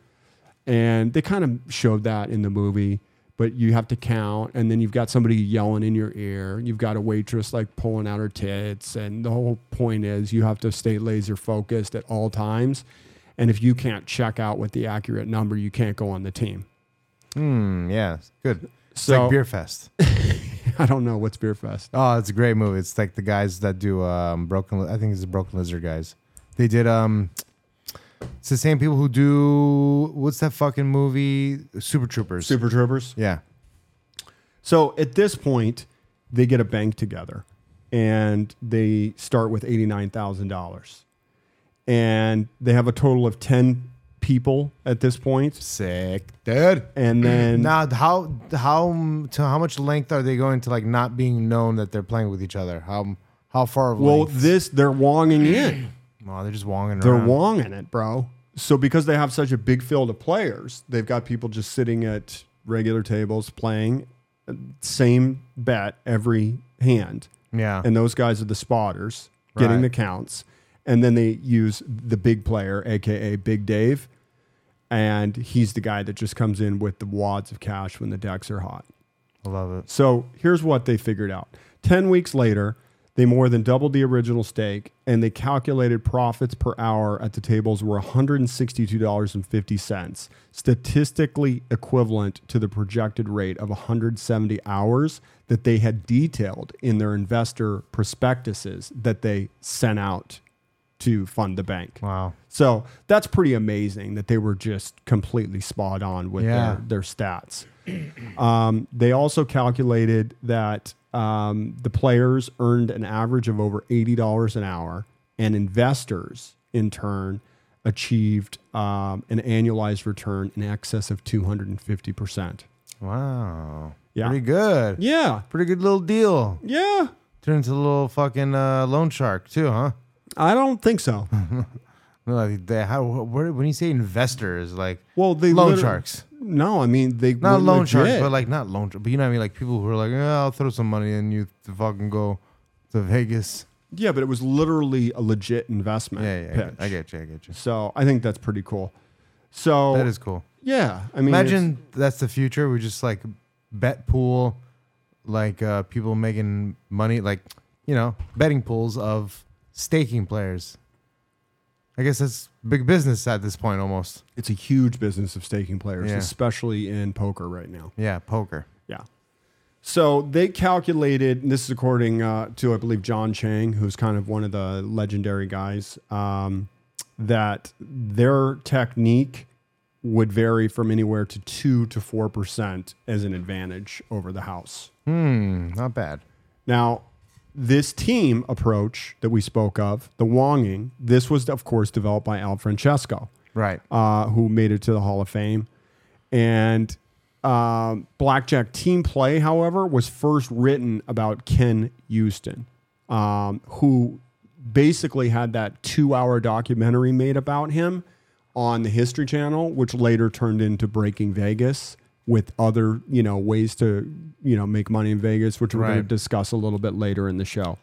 And they kind of showed that in the movie, but you have to count. And then you've got somebody yelling in your ear. You've got a waitress like pulling out her tits. And the whole point is you have to stay laser focused at all times. And if you can't check out with the accurate number, you can't go on the team.
Hmm, yeah, good.
It's like
So
Beer Fest.
I don't know what's Beer Fest.
Oh, it's a great movie. It's like the guys that do um, Broken. Li- I think it's the Broken Lizard guys. They did. um It's the same people who do what's that fucking movie? Super Troopers.
Super Troopers.
Yeah.
So at this point, they get a bank together and they start with $89,000. And they have a total of 10 people at this point.
Sick, dude.
And then
Now, how how to how much length are they going to like not being known that they're playing with each other? How how far? Of
well,
length?
this they're wonging in.
oh, they're just wonging
They're
around.
wonging it, bro. So because they have such a big field of players, they've got people just sitting at regular tables playing uh, same bet every hand.
yeah,
and those guys are the spotters getting
Right.
the counts and then they use the big player aka big dave and he's the guy that just comes in with the wads of cash when the decks are hot
I love it.
so here's what they figured out 10 weeks later they more than doubled the original stake and they calculated profits per hour at the tables were $162.50 statistically equivalent to the projected rate of 170 hours that they had detailed in their investor prospectuses that they sent out to fund the bank
Wow.
so that's pretty amazing that they were just completely spot on with
Yeah.
their, their stats. Um, they also calculated that um, the players earned an average of over $80 an hour, and investors, in turn, achieved um, an annualized return in excess of 250%.
Wow.
Yeah.
Pretty good.
Yeah.
Pretty good little deal.
Yeah.
Turned into a little fucking uh, loan shark too, huh?
I don't think so.
No, like they, how where, when you say investors, like
Well, they
loan
liter-
sharks,
No, I mean, they
not
were
loan sharks,
legit.
but like not loan, but you know what I mean, like people who are like, "Yeah, I'll throw some money in you to fucking go to Vegas.
yeah, but it was literally a legit investment.
Yeah, yeah,
pitch.
I get you, I get you.
So I think that's pretty cool. So
That is cool.
yeah. I mean, it's-
Imagine that's the future. We just like bet pool, like uh, people making money, like you know, betting pools of staking players. I guess that's big business at this point, almost.
it's a huge business of staking players,
Yeah.
especially in poker right now.
Yeah, poker.
Yeah. So they calculated, and this is according uh, to, I believe, John Chang, who's kind of one of the legendary guys, um, that their technique would vary from anywhere to 2 to 4% as an advantage over the house.
Hmm,
Mm,
not bad.
Now, this team approach that we spoke of, the Wonging, this was, of course, developed by Al Francesco,
Right.
uh, who made it to the Hall of Fame. And um, Blackjack Team Play, however, was first written about Ken Houston, um, who basically had that two hour documentary made about him on the History Channel, which later turned into Breaking Vegas with other, you know, ways to, you know, make money in Vegas, which we're going to
Right.
discuss a little bit later in the show.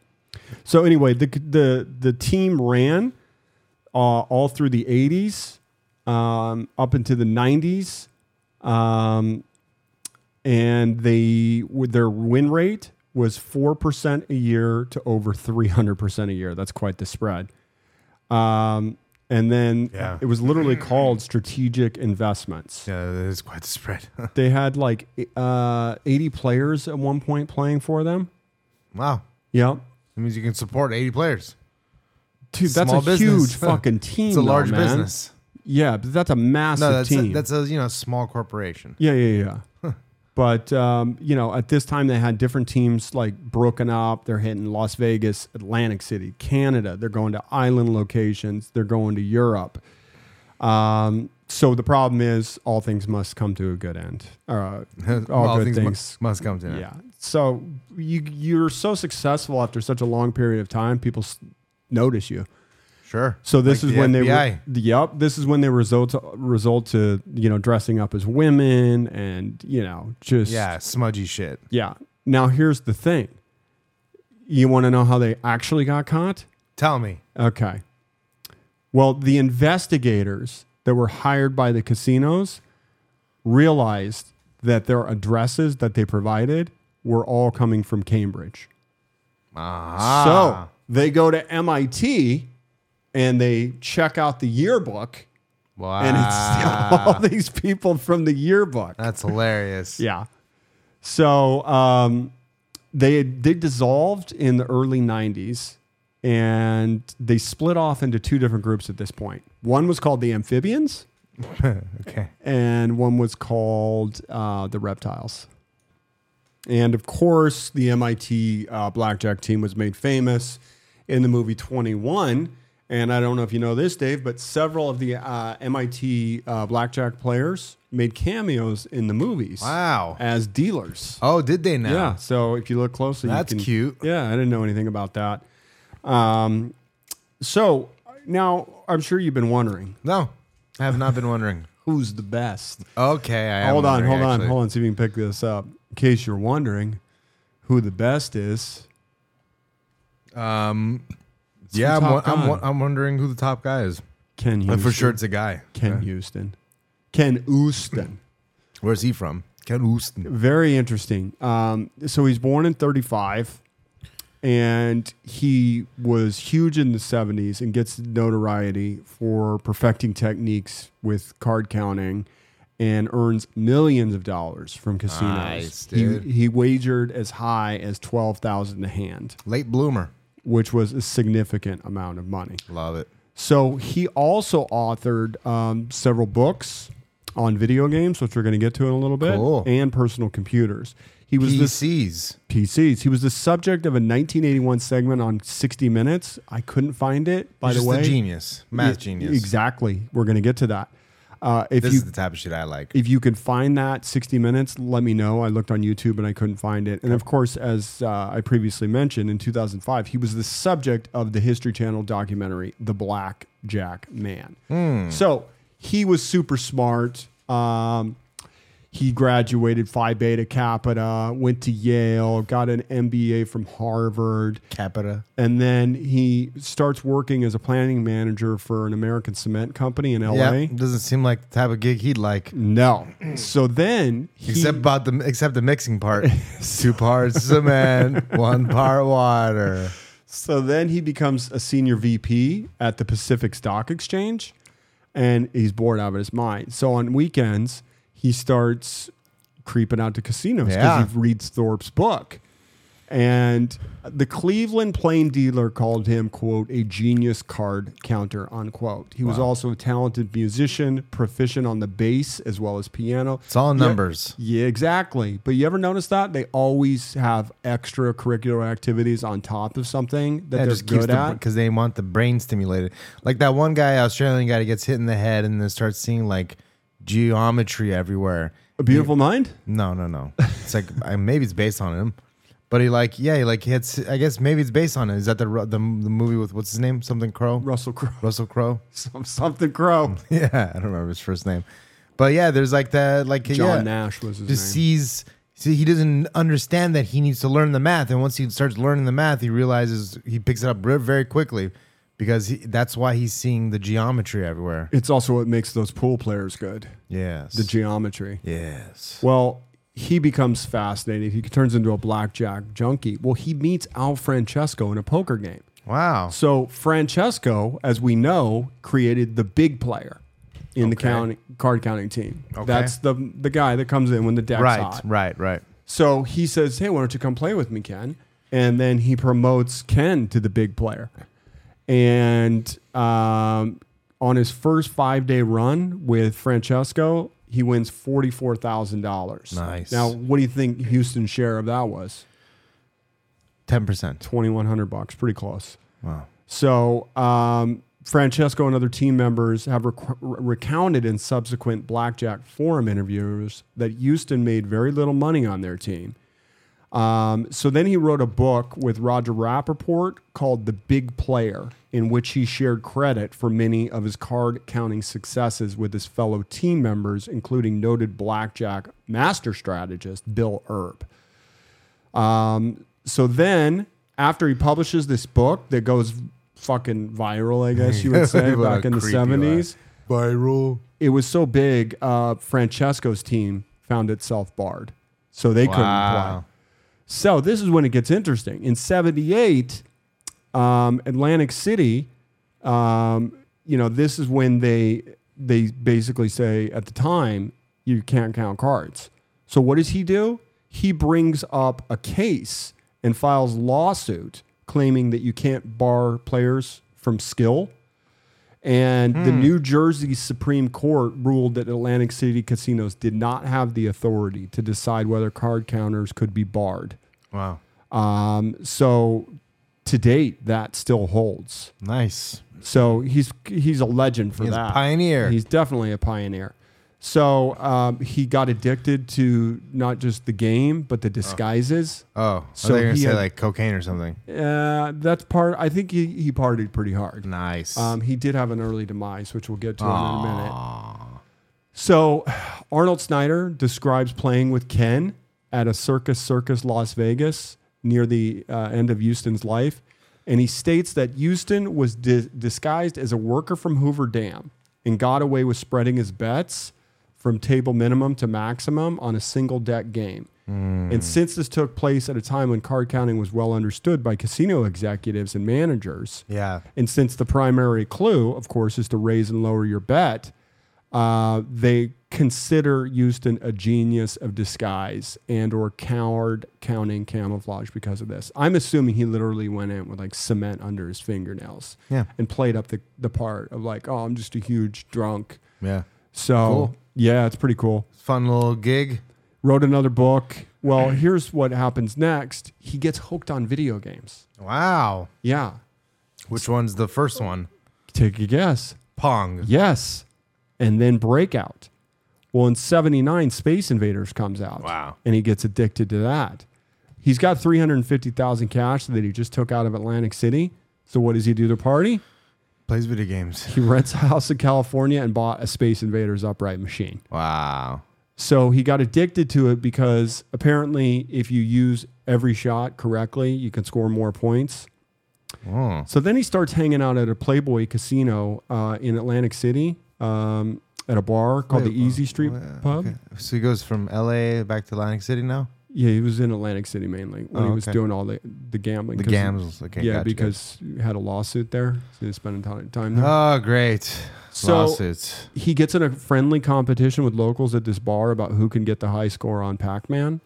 So anyway, the the the team ran uh, all through the 80s, um, up into the 90s. Um, and they with their win rate was 4% a year to over 300% a year. That's quite the spread. Um, and then
Yeah.
it was literally called strategic investments.
Yeah, that is quite the spread.
They had like uh, 80 players at one point playing for them.
wow.
Yep.
That means you can support 80 players.
Dude, that's
Small
a
business.
huge fucking team.
It's a large
though, man.
business.
Yeah, but that's a massive
No, that's a,
team.
that's a you know small corporation.
Yeah, yeah, yeah. But um, you know, at this time they had different teams like broken up. They're hitting Las Vegas, Atlantic City, Canada. They're going to island locations. They're going to Europe. Um, so the problem is, all things must come to a good end. Uh, all, good things,
mu- must come to that.
yeah. So you you're so successful after such a long period of time, people s- notice you.
Sure.
So this
Like
is
the
when they
FBI.
re- yep, this is when they result to, result to you know dressing up as women and you know just
Yeah, smudgy shit.
yeah. Now here's the thing. You want to know how they actually got caught?
Tell me.
Okay. Well, the investigators that were hired by the casinos realized that their addresses that they provided were all coming from Cambridge. Uh-huh.
Ah.
So they go to MIT and they check out the yearbook,
Wow.
and it's all these people from the yearbook.
That's hilarious.
Yeah. So um, they they dissolved in the early '90s, and they split off into two different groups at this point. One was called the amphibians,
Okay.
and one was called uh, the reptiles. And of course, the MIT uh, blackjack team was made famous in the movie 21. And I don't know if you know this, Dave, but several of the uh, MIT uh, blackjack players made cameos in the movies
Wow.
as dealers.
Oh, did they now?
Yeah. So if you look closely, you
That's
can-
cute.
Yeah, I didn't know anything about that. Um, so now I'm sure you've been wondering
No, I have not been wondering.
who's the best.
Okay, I am
hold on,
wondering,
hold on,
actually.
hold on. See if you can pick this up. In case you're wondering who the best is,
Um, yeah, I'm,
from
wo-
Top
I'm, wo-
Gun.
I'm wondering who the top guy is.
Ken
But
Houston.
for sure, it's a guy.
Ken Houston. Ken Houston.
Where's he from? Ken Houston.
Very interesting. Um, so he's born in 35 and he was huge in the 70s and gets notoriety for perfecting techniques with card counting and earns millions of dollars from casinos.
Nice,
He-
dude.
he wagered as high as 12,000 a hand,
Late bloomer.
which was a significant amount of money.
Love it.
So he also authored um, several books on video games, which we're going to get to in a little bit,
Cool.
and personal computers. He was the
PCs.
PCs. He was the subject of a 1981 segment on 60 Minutes. I couldn't find it. By
He's
the
just
way,
a genius. Math
Yeah,
genius.
Exactly. We're going to get to that. Uh, if
This
you
is the type of shit I like.
if you can find that 60 minutes let me know i looked on youtube and i couldn't find it and of course as uh, i previously mentioned in 2005 he was the subject of the history channel documentary the black jack man so he was super smart um, he graduated phi beta capita went to yale got an mba from harvard
Capita.
and then he starts working as a planning manager for an american cement company in la
Yeah, doesn't seem like the type of gig he'd like.
no. So then he,
Except about the except the mixing part. Two parts cement, one part water.
so then he becomes a senior VP at the Pacific Stock Exchange and he's bored out of his mind. So on weekends, he starts creeping out to casinos because
Yeah.
he reads Thorpe's book. And the Cleveland Plain Dealer called him, quote, a genius card counter, unquote. He was also a talented musician, proficient on the bass as well as piano.
It's all
Yeah.
numbers.
Yeah, exactly. But you ever notice that they always have extracurricular activities on top of something that
That
they're
just keeps
good at?
because they want the brain stimulated. Like that one guy, Australian guy, that gets hit in the head and then starts seeing like geometry everywhere.
A beautiful mind.
No, no, no. It's like I, maybe it's based on him, but he like yeah, he like hits. I guess maybe it's based on it. Is that the ru- the, the movie with what's his name? Something Crow.
Russell Crowe,
Russell Crowe.
some- something Crowe.
Yeah, I don't remember his first name, but yeah, there's like that like
John
yeah.
Nash was his
just
name.
sees see he doesn't understand that he needs to learn the math and once he starts learning the math he realizes he picks it up re- very quickly because he, that's why he's seeing the geometry everywhere
It's also what makes those pool players good.
yes
The geometry.
yes
Well, he becomes fascinated. He turns into a blackjack junkie. Well, he meets Al Francesco in a poker game.
wow
So Francesco, as we know, created the big player in the counting card counting team.
Okay.
That's the the guy that comes in when the deck's
right
hot.
right right
So he says, "Hey, why don't you come play with me, Ken?" And then he promotes Ken to the big player. And um, on his first five day run with Francesco, he wins $44,000.
Nice.
Now, what do you think Houston's share of that was?
Ten percent.
2100 bucks, pretty close.
Wow.
So, um, Francesco and other team members have rec- recounted in subsequent Blackjack Forum interviews that Houston made very little money on their team. Um, so then he wrote a book with Roger Rappaport called The Big Player, in which he shared credit for many of his card counting successes with his fellow team members, including noted blackjack master strategist Bill Erb. Um, so then, after he publishes this book that goes fucking viral, I guess you would say,
What a
back in the
creepy laugh.
70s,
Viral.
it was so big, uh, Francesco's team found itself barred. So they couldn't play.
Wow.
So this is when it gets interesting. In 78, um, Atlantic City, um, you know, this is when they they basically say at the time you can't count cards. So what does he do? He brings up a case and files lawsuit claiming that you can't bar players from skill. And the New Jersey Supreme Court ruled that Atlantic City casinos did not have the authority to decide whether card counters could be barred.
Wow.
Um, so to date, that still holds.
Nice.
So he's he's a legend for
He's a
that.
pioneer.
He's definitely a pioneer. So um, he got addicted to not just the game but the
Uh-huh.
disguises.
Oh,
So
so they're gonna
he
say
had-
like cocaine or something.
Uh, that's part. I think he he partied pretty hard.
Nice.
Um, he did have an early demise, which we'll get to in a minute. So, Arnold Snyder describes playing with Ken at a circus circus Las Vegas near the uh, end of Houston's life. And he states that Houston was di- disguised as a worker from Hoover Dam and got away with spreading his bets from table minimum to maximum on a single deck game. And since this took place at a time when card counting was well understood by casino executives and managers,
yeah.
and since the primary clue, of course, is to raise and lower your bet, uh, they consider Houston a genius of disguise and or coward counting camouflage because of this. I'm assuming he literally went in with like cement under his fingernails
Yeah.
and played up the, the part of like, oh, I'm just a huge drunk.
Yeah.
So
Cool.
yeah, it's pretty cool
Fun little gig.
wrote another book. Well, here's what happens next. He gets hooked on video games.
Wow.
Yeah.
Which one's the first one?
Take a guess.
Pong.
Yes. And then Breakout. Well, in 79, Space Invaders comes out.
Wow.
And he gets addicted to that. He's got 350,000 cash that he just took out of Atlantic City. So what does he do to party?
Plays video games.
He rents a house in California and bought a Space Invaders upright machine.
Wow.
So he got addicted to it because apparently, if you use every shot correctly, you can score more points.
Oh.
So then he starts hanging out at a Playboy casino uh, in Atlantic City um, at a bar called the
Playboy.
Easy Street
Well,
Pub.
okay. So he goes from L.A. back to Atlantic City now.
Yeah, he was in Atlantic City mainly when
Oh,
he was
okay.
doing all the, the gambling.
The
'cause he-
gams. Okay.
yeah,
gotcha,
because he had a lawsuit there. So he was spending ti- time there.
gotcha. Oh, great.
So-
Lawsuits.
he gets in a friendly competition with locals at this bar about who can get the high score on Pac-Man.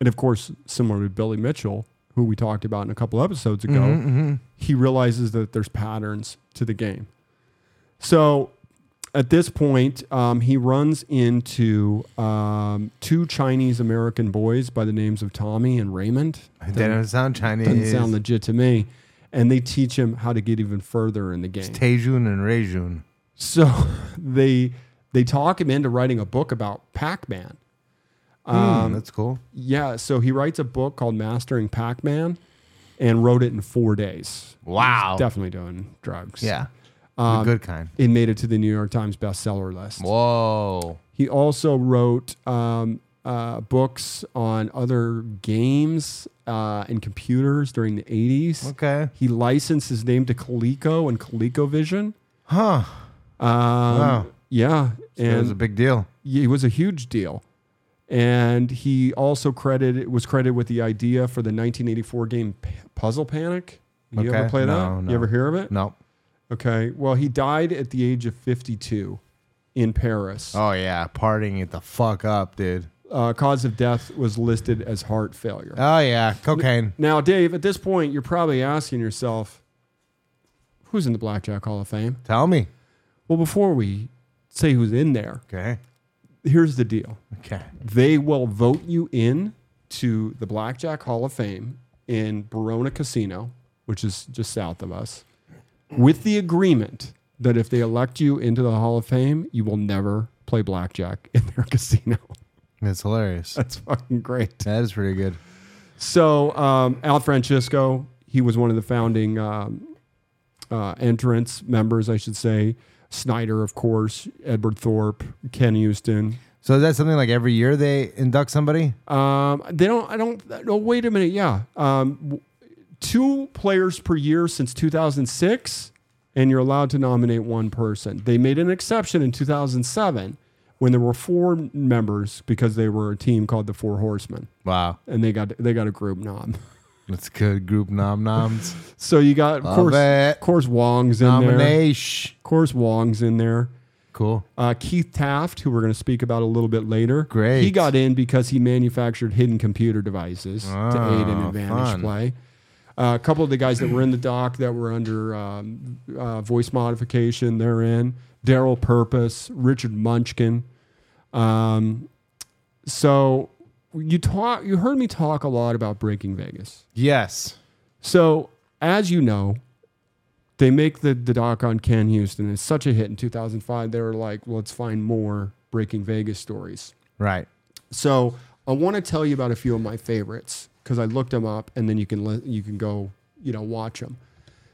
And of course, similar to Billy Mitchell, who we talked about in a couple episodes
Mm-hmm.
ago,
Mm-hmm,
he realizes that there's patterns to the game. So at this point, um, he runs into um, two Chinese American boys by the names of Tommy and Raymond.
Doesn't sound Chinese.
Doesn't sound legit to me. And they teach him how to get even further in the game.
Taejun and Rejun.
So they they talk him into writing a book about Pac-Man. Um,
that's cool.
Yeah, so he writes a book called Mastering Pac-Man, and wrote it in four days.
Wow.
Definitely Um, doing drugs.
Yeah. the good kind.
it made it to the New York Times bestseller list.
Whoa.
He also wrote um, uh, books on other games uh, and computers during the 80s.
Okay.
He licensed his name to Coleco and ColecoVision.
Huh.
Um,
Wow.
Yeah.
It was
and
a big deal.
it was a huge deal. And he also credited was credited with the idea for the 1984 game P- Puzzle Panic. You ever
Okay.
play that?
No,
You
no.
ever hear of it?
No.
Okay. Well, he died at the age of 52 in Paris.
Oh yeah, partying it the fuck up, dude.
Uh, cause of death was listed as heart failure.
Oh yeah, cocaine.
Now, Dave, at this point, you're probably asking yourself, who's in the Blackjack Hall of Fame?
Tell me.
Well, before we say who's in there,
Okay. here's the deal
Okay.
they will vote you in to the Blackjack Hall of Fame in Barona Casino, which is just south of us, with the agreement that if they elect you into the Hall of Fame, you will never play blackjack in their casino.
That's hilarious.
That's fucking great.
That is pretty good.
So, um, Al Francisco, he was one of the founding um, uh, entrance members, I should say. Snyder, of course, Edward Thorpe, Ken Houston,
So is that something like every year they induct somebody?
Um, they don't. I don't. No, wait a minute. Yeah. Um, w- two players per year since 2006, and you're allowed to nominate one person. They made an exception in 2007 when there were four members because they were a team called the Four Horsemen,
Wow.
and they got they got a group nom.
That's good. Group nom noms.
So you got of
Love
course,
it.
of course Wong's in there.
Nomination.
Of course Wong's in there.
Cool.
Uh, Keith Taft, who we're going to speak about a little bit later.
Great.
He got in because he manufactured hidden computer devices to aid in
Ah,
advantage
fun.
play. Uh, a couple of the guys that were in the dock that were under um, uh, voice modification, they're in. Daryl Purpose, Richard Munchkin. Um, so you talk, you heard me talk a lot about Breaking Vegas.
Yes.
So, as you know, they make the, the doc on Ken Houston. It's such a hit in 2005. They were like, let's find more Breaking Vegas stories.
Right.
So, I want to tell you about a few of my favorites because I looked them up, and then you can let, you can go you know watch them.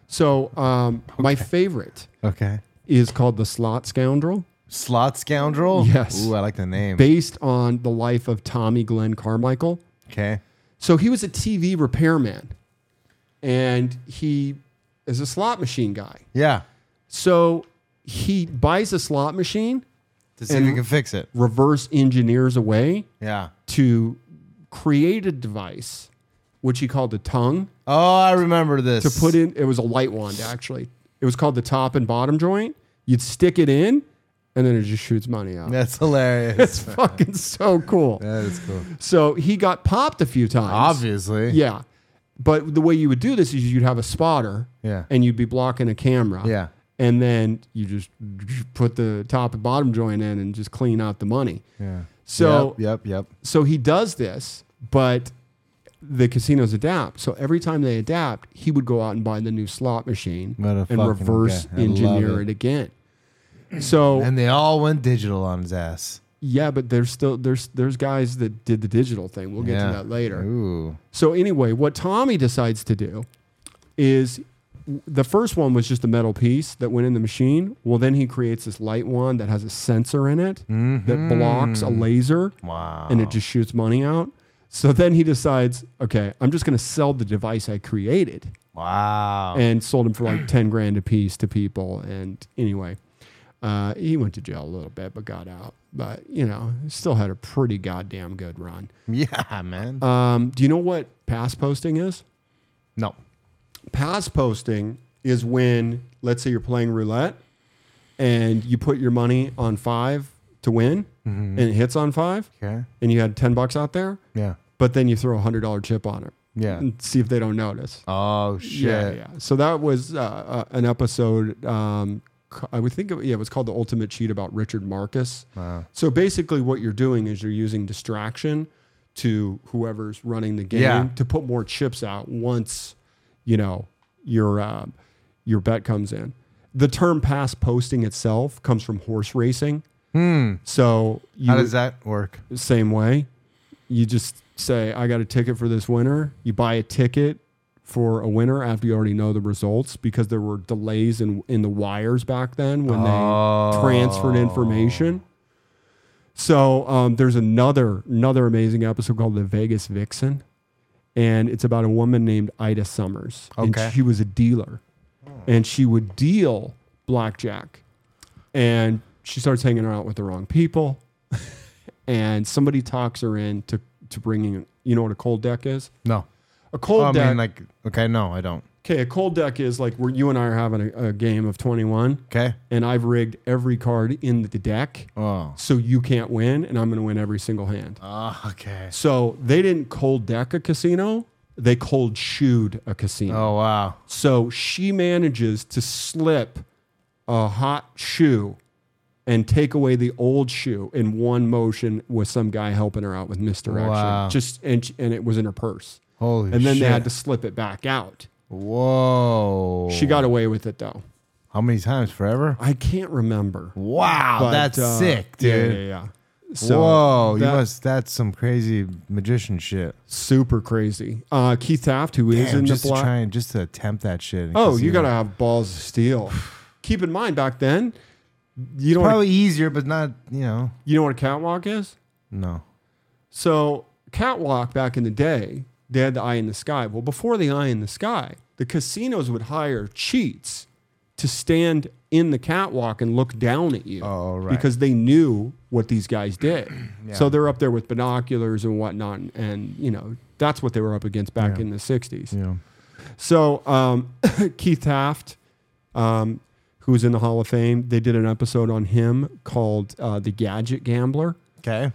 So, um, my favorite
Okay.
is called the Slot Scoundrel,
Slot scoundrel.
Yes.
Ooh, I like the name.
based on the life of Tommy Glenn Carmichael.
okay.
So he was a TV repairman, and he is a slot machine guy.
Yeah.
So he buys a slot machine,
To see if you can fix it.
reverse engineers a way
Yeah.
to create a device, which he called the tongue,
Oh, I remember this.
to put in. It was a light wand, actually. It was called the top and bottom joint. You'd stick it in, and then it just shoots money out.
That's hilarious.
It's fucking so cool.
that is cool.
So he got popped a few times.
Obviously.
Yeah. But the way you would do this is you'd have a spotter
Yeah.
and you'd be blocking a camera.
Yeah.
And then you just put the top and bottom joint in and just clean out the money.
Yeah.
So
Yep. Yep. yep.
so he does this, but the casinos adapt. So every time they adapt, he would go out and buy the new slot machine
Motherfucking
and reverse
guy. I love
engineer
it.
it. again. So
And they all went digital on his ass.
yeah, but there's still there's there's guys that did the digital thing. We'll get
yeah.
to that later.
Ooh.
So anyway, what Tommy decides to do is the first one was just a metal piece that went in the machine. Well, then he creates this light wand that has a sensor in it that blocks a laser
Wow.
and it just shoots money out. So then he decides, okay, I'm just going to sell the device I created
wow.
and sold him for like 10 grand a piece to people. And anyway, uh, he went to jail a little bit, but got out. But, you know, still had a pretty goddamn good run.
yeah, man.
uh,
Um, do you know what pass posting is?
no.
pass posting is when let's say you're playing roulette and you put your money on five to win and it hits on five
Okay.
and you had 10 bucks out there
Yeah.
but then you throw a hundred dollar chip on it
Yeah.
Mm.
and see if they don't notice
Oh shit.
yeah yeah so that was uh, uh, an episode um, c- i would think of yeah it was called the ultimate cheat about richard marcus
Wow.
so basically what you're doing is you're using distraction to whoever's running the game
Yeah.
to put more chips out once you know your uh, your bet comes in. The term pass posting itself comes from horse racing. So you
How does that work?
same way. You just say, I got a ticket for this winner. You buy a ticket for a winner after you already know the results because there were delays in, in the wires back then when they transferred
Oh.
information. So um, there's another another amazing episode called The Vegas Vixen, and it's about a woman named Ida Summers.
Okay.
And she was a dealer, and she would deal blackjack, and she starts hanging out with the wrong people and somebody talks her in to, to bringing you know what a cold deck is
No.
a cold
Oh, I
deck
mean, like, okay, no, I don't.
okay a cold deck is like where you and i are having a, a game of 21
Okay.
and i've rigged every card in the deck
Oh.
so you can't win and i'm going to win every single hand
Oh, okay.
so they didn't cold deck a casino they cold shoed a casino
Oh wow.
so she manages to slip a hot shoe
and take away the old shoe in one motion with some guy helping her out with misdirection.
Wow.
Just and and it was in her purse.
Holy
and then
shit.
they had to slip it back out.
Whoa.
She got away with it though.
How many times? Forever?
I can't remember.
Wow.
but,
that's
uh,
sick,
yeah,
dude.
Yeah, yeah. So
Whoa.
that-
you must, that's some crazy magician shit.
super crazy. Uh, Keith Taft, who is
Damn,
in
just
the
to
black.
try and just to attempt that shit. in a
Oh, you
casino.
got to have balls of steel. Keep in mind, back then, you know what,
Probably easier, but not, you know,
you know what a catwalk is.
no.
So catwalk back in the day, they had the eye in the sky. Well, before the eye in the sky, the casinos would hire cheats to stand in the catwalk and look down at you
Oh, right.
because they knew what these guys did. So they're up there with binoculars and whatnot, and, and, you know that's what they were up against back in the '60s.
Yeah.
So um, Keith Taft, um, who's in the Hall of Fame, they did an episode on him called uh, "The Gadget Gambler."
Okay.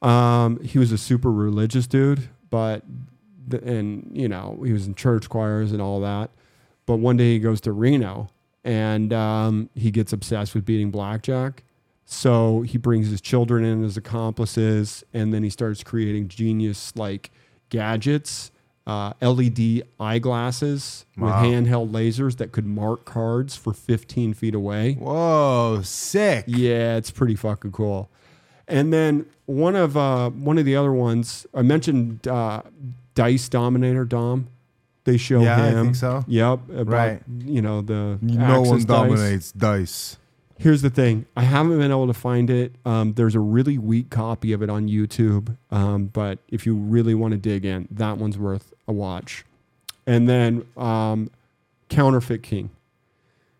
Um, he was a super religious dude, but the, and you know he was in church choirs and all that. But one day he goes to Reno and um, he gets obsessed with beating blackjack. So he brings his children in as accomplices, and then he starts creating genius like gadgets, uh, LED eyeglasses
Wow.
with handheld lasers that could mark cards for 15 feet away.
Whoa. Sick.
Yeah, it's pretty fucking cool. And then one of uh, one of the other ones I mentioned, uh, Dice Dominator Dom. They show
Yeah, I
him.
think so.
Yep. About,
Right.
You know the
No one
Axis dice.
dominates dice.
Here's the thing. I haven't been able to find it. Um, there's a really weak copy of it on YouTube, um, but if you really want to dig in, that one's worth a watch. And then um, Counterfeit King.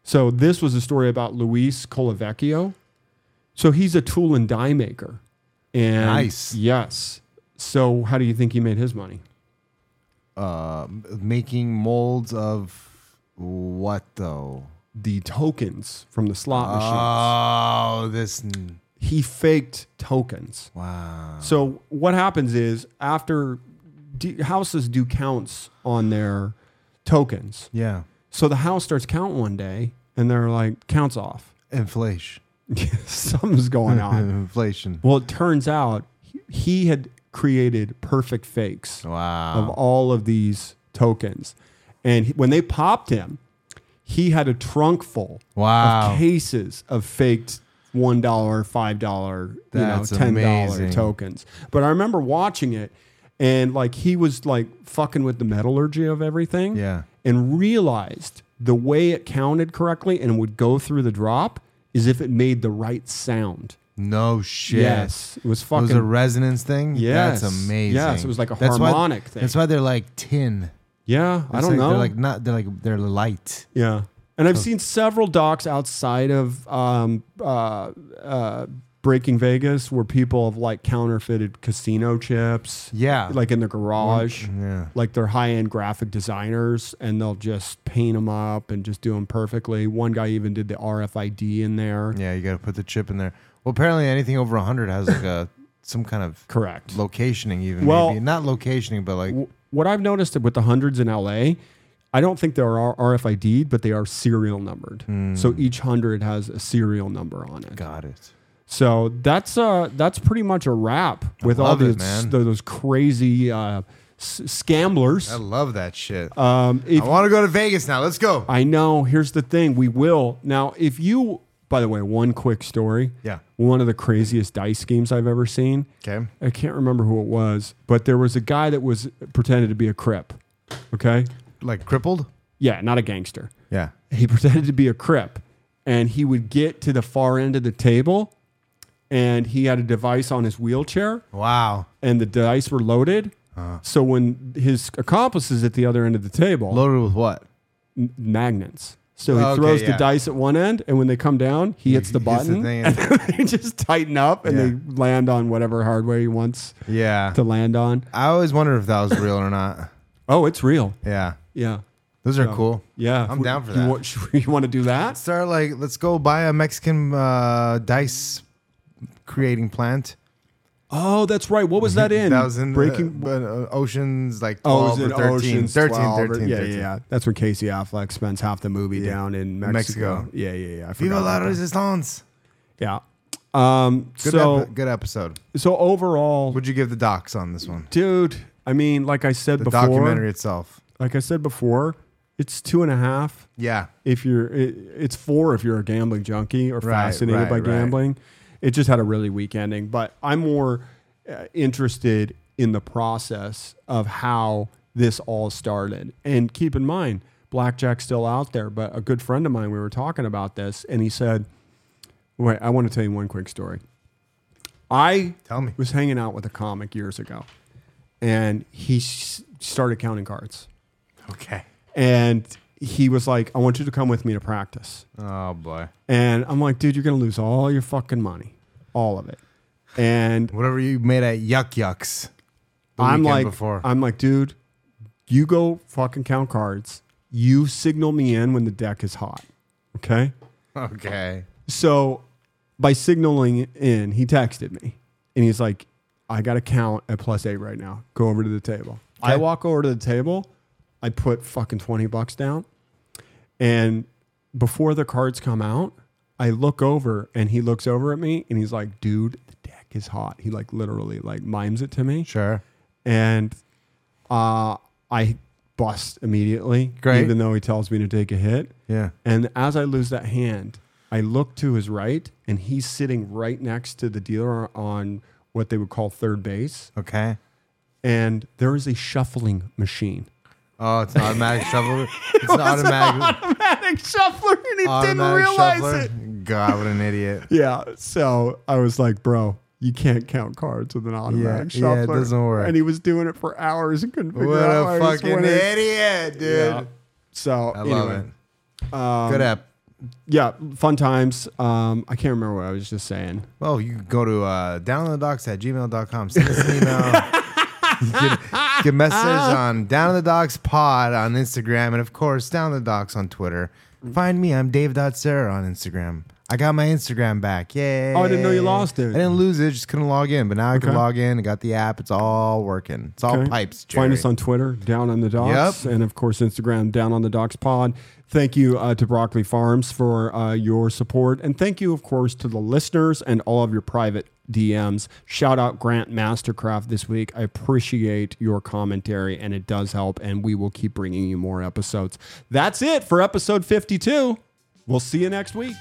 So this was a story about Luis Colavecchio. So he's a tool and die maker. And
Nice.
Yes. So how do you think he made his money?
Uh, making molds of what though?
The tokens from the slot machines.
Oh, this.
He faked tokens.
Wow.
So what happens is after do, houses do counts on their tokens.
Yeah.
So the house starts count one day, and they're like counts off.
Inflation.
Something's going on.
Inflation.
well, it turns out he- he had created perfect fakes of
Oh, Wow.
all of these tokens, and he- when they popped him, he had a trunk full
Wow.
of cases of faked one dollar, five dollar, you know,
That's
ten dollar
amazing.
tokens. But I remember watching it, and like he was like fucking with the metallurgy of everything,
Yeah.
and realized the way it counted correctly and would go through the drop is if it made the right sound.
No shit.
Yes, it was
It
fucking
was a resonance thing.
Yes.
That's amazing.
Yes, it was like a
why-
harmonic thing.
That's why they're like tin.
yeah. I
It's
don't
like-
know.
They're like not. They're like they're light.
Yeah. And I've seen several docs outside of um, uh, uh, Breaking Vegas where people have like counterfeited casino chips.
Yeah.
Like in the garage.
Yeah.
Like they're high end graphic designers and they'll just paint them up and just do them perfectly. One guy even did the RFID in there.
Yeah. You got to put the chip in there. Well, apparently anything over hundred has like a some kind of
Correct.
locationing even.
Well-
maybe. not locationing, but like
W- What I've noticed with the hundreds in LA, I don't think they are RFID, but they are serial numbered.
Hmm.
So each hundred has a serial number on it.
got it.
So that's uh that's pretty much a wrap with all
love
these
it, man.
tho- those crazy uh, s-
I
scamblers.
love that Oh. shit.
Um, if
I want to go to Vegas now. Let's go.
I know, here's the thing: we will now. If you, by the way, one quick story.
Yeah.
One of the craziest dice schemes I've ever seen.
Okay.
I can't remember who it was, but there was a guy that was pretended to be a Crip. Okay.
Like crippled?
Yeah, not a gangster.
Yeah.
he pretended to be a crip and he would get to the far end of the table and he had a device on his wheelchair
Wow.
and the dice were loaded
Ah.
so when his accomplices at the other end of the table
Loaded with what?
m- magnets so he
Okay,
throws the
yeah.
dice at one end and when they come down he hits the
Hits
button
thing and-
they just tighten up and
Yeah.
they land on whatever hardware he wants
yeah.
to land on
I always wonder if that was real or not.
oh it's real
Yeah.
yeah
Those are cool.
yeah
I'm down for
you
that.
want, you want to do that
Start like, let's go buy a Mexican uh, dice creating plant.
oh that's right what was that in
That was in
breaking
Breaking uh, Oceans, like
Oh, it was
12
in
or 13.
Ocean's
13,
12 or-
13,
yeah,
13.
yeah, yeah. That's where Casey Affleck spends half the movie down in Mexico.
Mexico.
Yeah, yeah, yeah. I
Viva
forgot
la
about that.
Resistance.
Yeah. Um,
Good,
so
epi- good episode.
so overall,
Would you give the docs on this one?
dude. I mean, like I said
The
before,
documentary itself.
like I said before, it's two and a half.
Yeah.
If you're, it, it's four if you're a gambling junkie or
Right,
fascinated
right,
by
right.
gambling. It just had a really weak ending, but I'm more uh, interested in the process of how this all started. And keep in mind, blackjack's still out there. But a good friend of mine, we were talking about this, and he said, "Wait, I want to tell you one quick story." I
Tell me.
was hanging out with a comic years ago, and he s- started counting cards.
Okay.
And he was like, I want you to come with me to practice.
Oh boy.
And I'm like, dude, you're going to lose all your fucking money, all of it. And
Whatever you made at Yuck Yucks. the
I'm
weekend
like, uh,
before.
I'm like, dude, you go fucking count cards. You signal me in when the deck is hot. Okay.
okay.
So by signaling in, he texted me and he's like, I got to count at plus eight right now. Go over to the table. I walk over to the table. I put fucking 20 bucks down. And before the cards come out, I look over and he looks over at me and he's like, dude, the deck is hot. He like literally like mimes it to me.
Sure.
And uh, I bust immediately,
Great.
even though he tells me to take a hit.
Yeah.
And as I lose that hand, I look to his right, and he's sitting right next to the dealer on what they would call third base.
Okay.
And there is a shuffling machine.
Oh, it's an automatic shovel. It's an automatic,
Automatic shuffler, and he
automatic shoveler. God, what an idiot.
Yeah. So I was like, bro, you can't count cards with an automatic
yeah, it
shuffler.
doesn't work.
And he was doing it for hours and couldn't figure
What
out why
a
he was
fucking
winning.
idiot, dude.
Yeah. So
I love
anyway, um,
it. Good app.
yeah, fun times. Um, I can't remember what I was just saying.
Well, Oh, you can go to uh, downonthedocs at gmail.com. Send us an email. you, can, you can message us on Down on the Docs Pod on Instagram. And of course, Down on the Docs on Twitter. Find me. I'm Dave.Sarah on Instagram. I got my Instagram back. Yay.
Oh, I didn't know you lost it.
I didn't lose it. Just couldn't log in. But now I can
Okay.
log in. I got the app. It's all working. It's all
Okay.
pipes.
Find
Jerry.
us on Twitter, Down on the Docks,
Yep.
and of course Instagram, Down on the Docks Pod. Thank you uh, to Broccoli Farms for uh, your support, and thank you, of course, to the listeners and all of your private DMs. Shout out Grant Mastercraft this week. I appreciate your commentary, and it does help. And we will keep bringing you more episodes. That's it for episode fifty-two. We'll see you next week.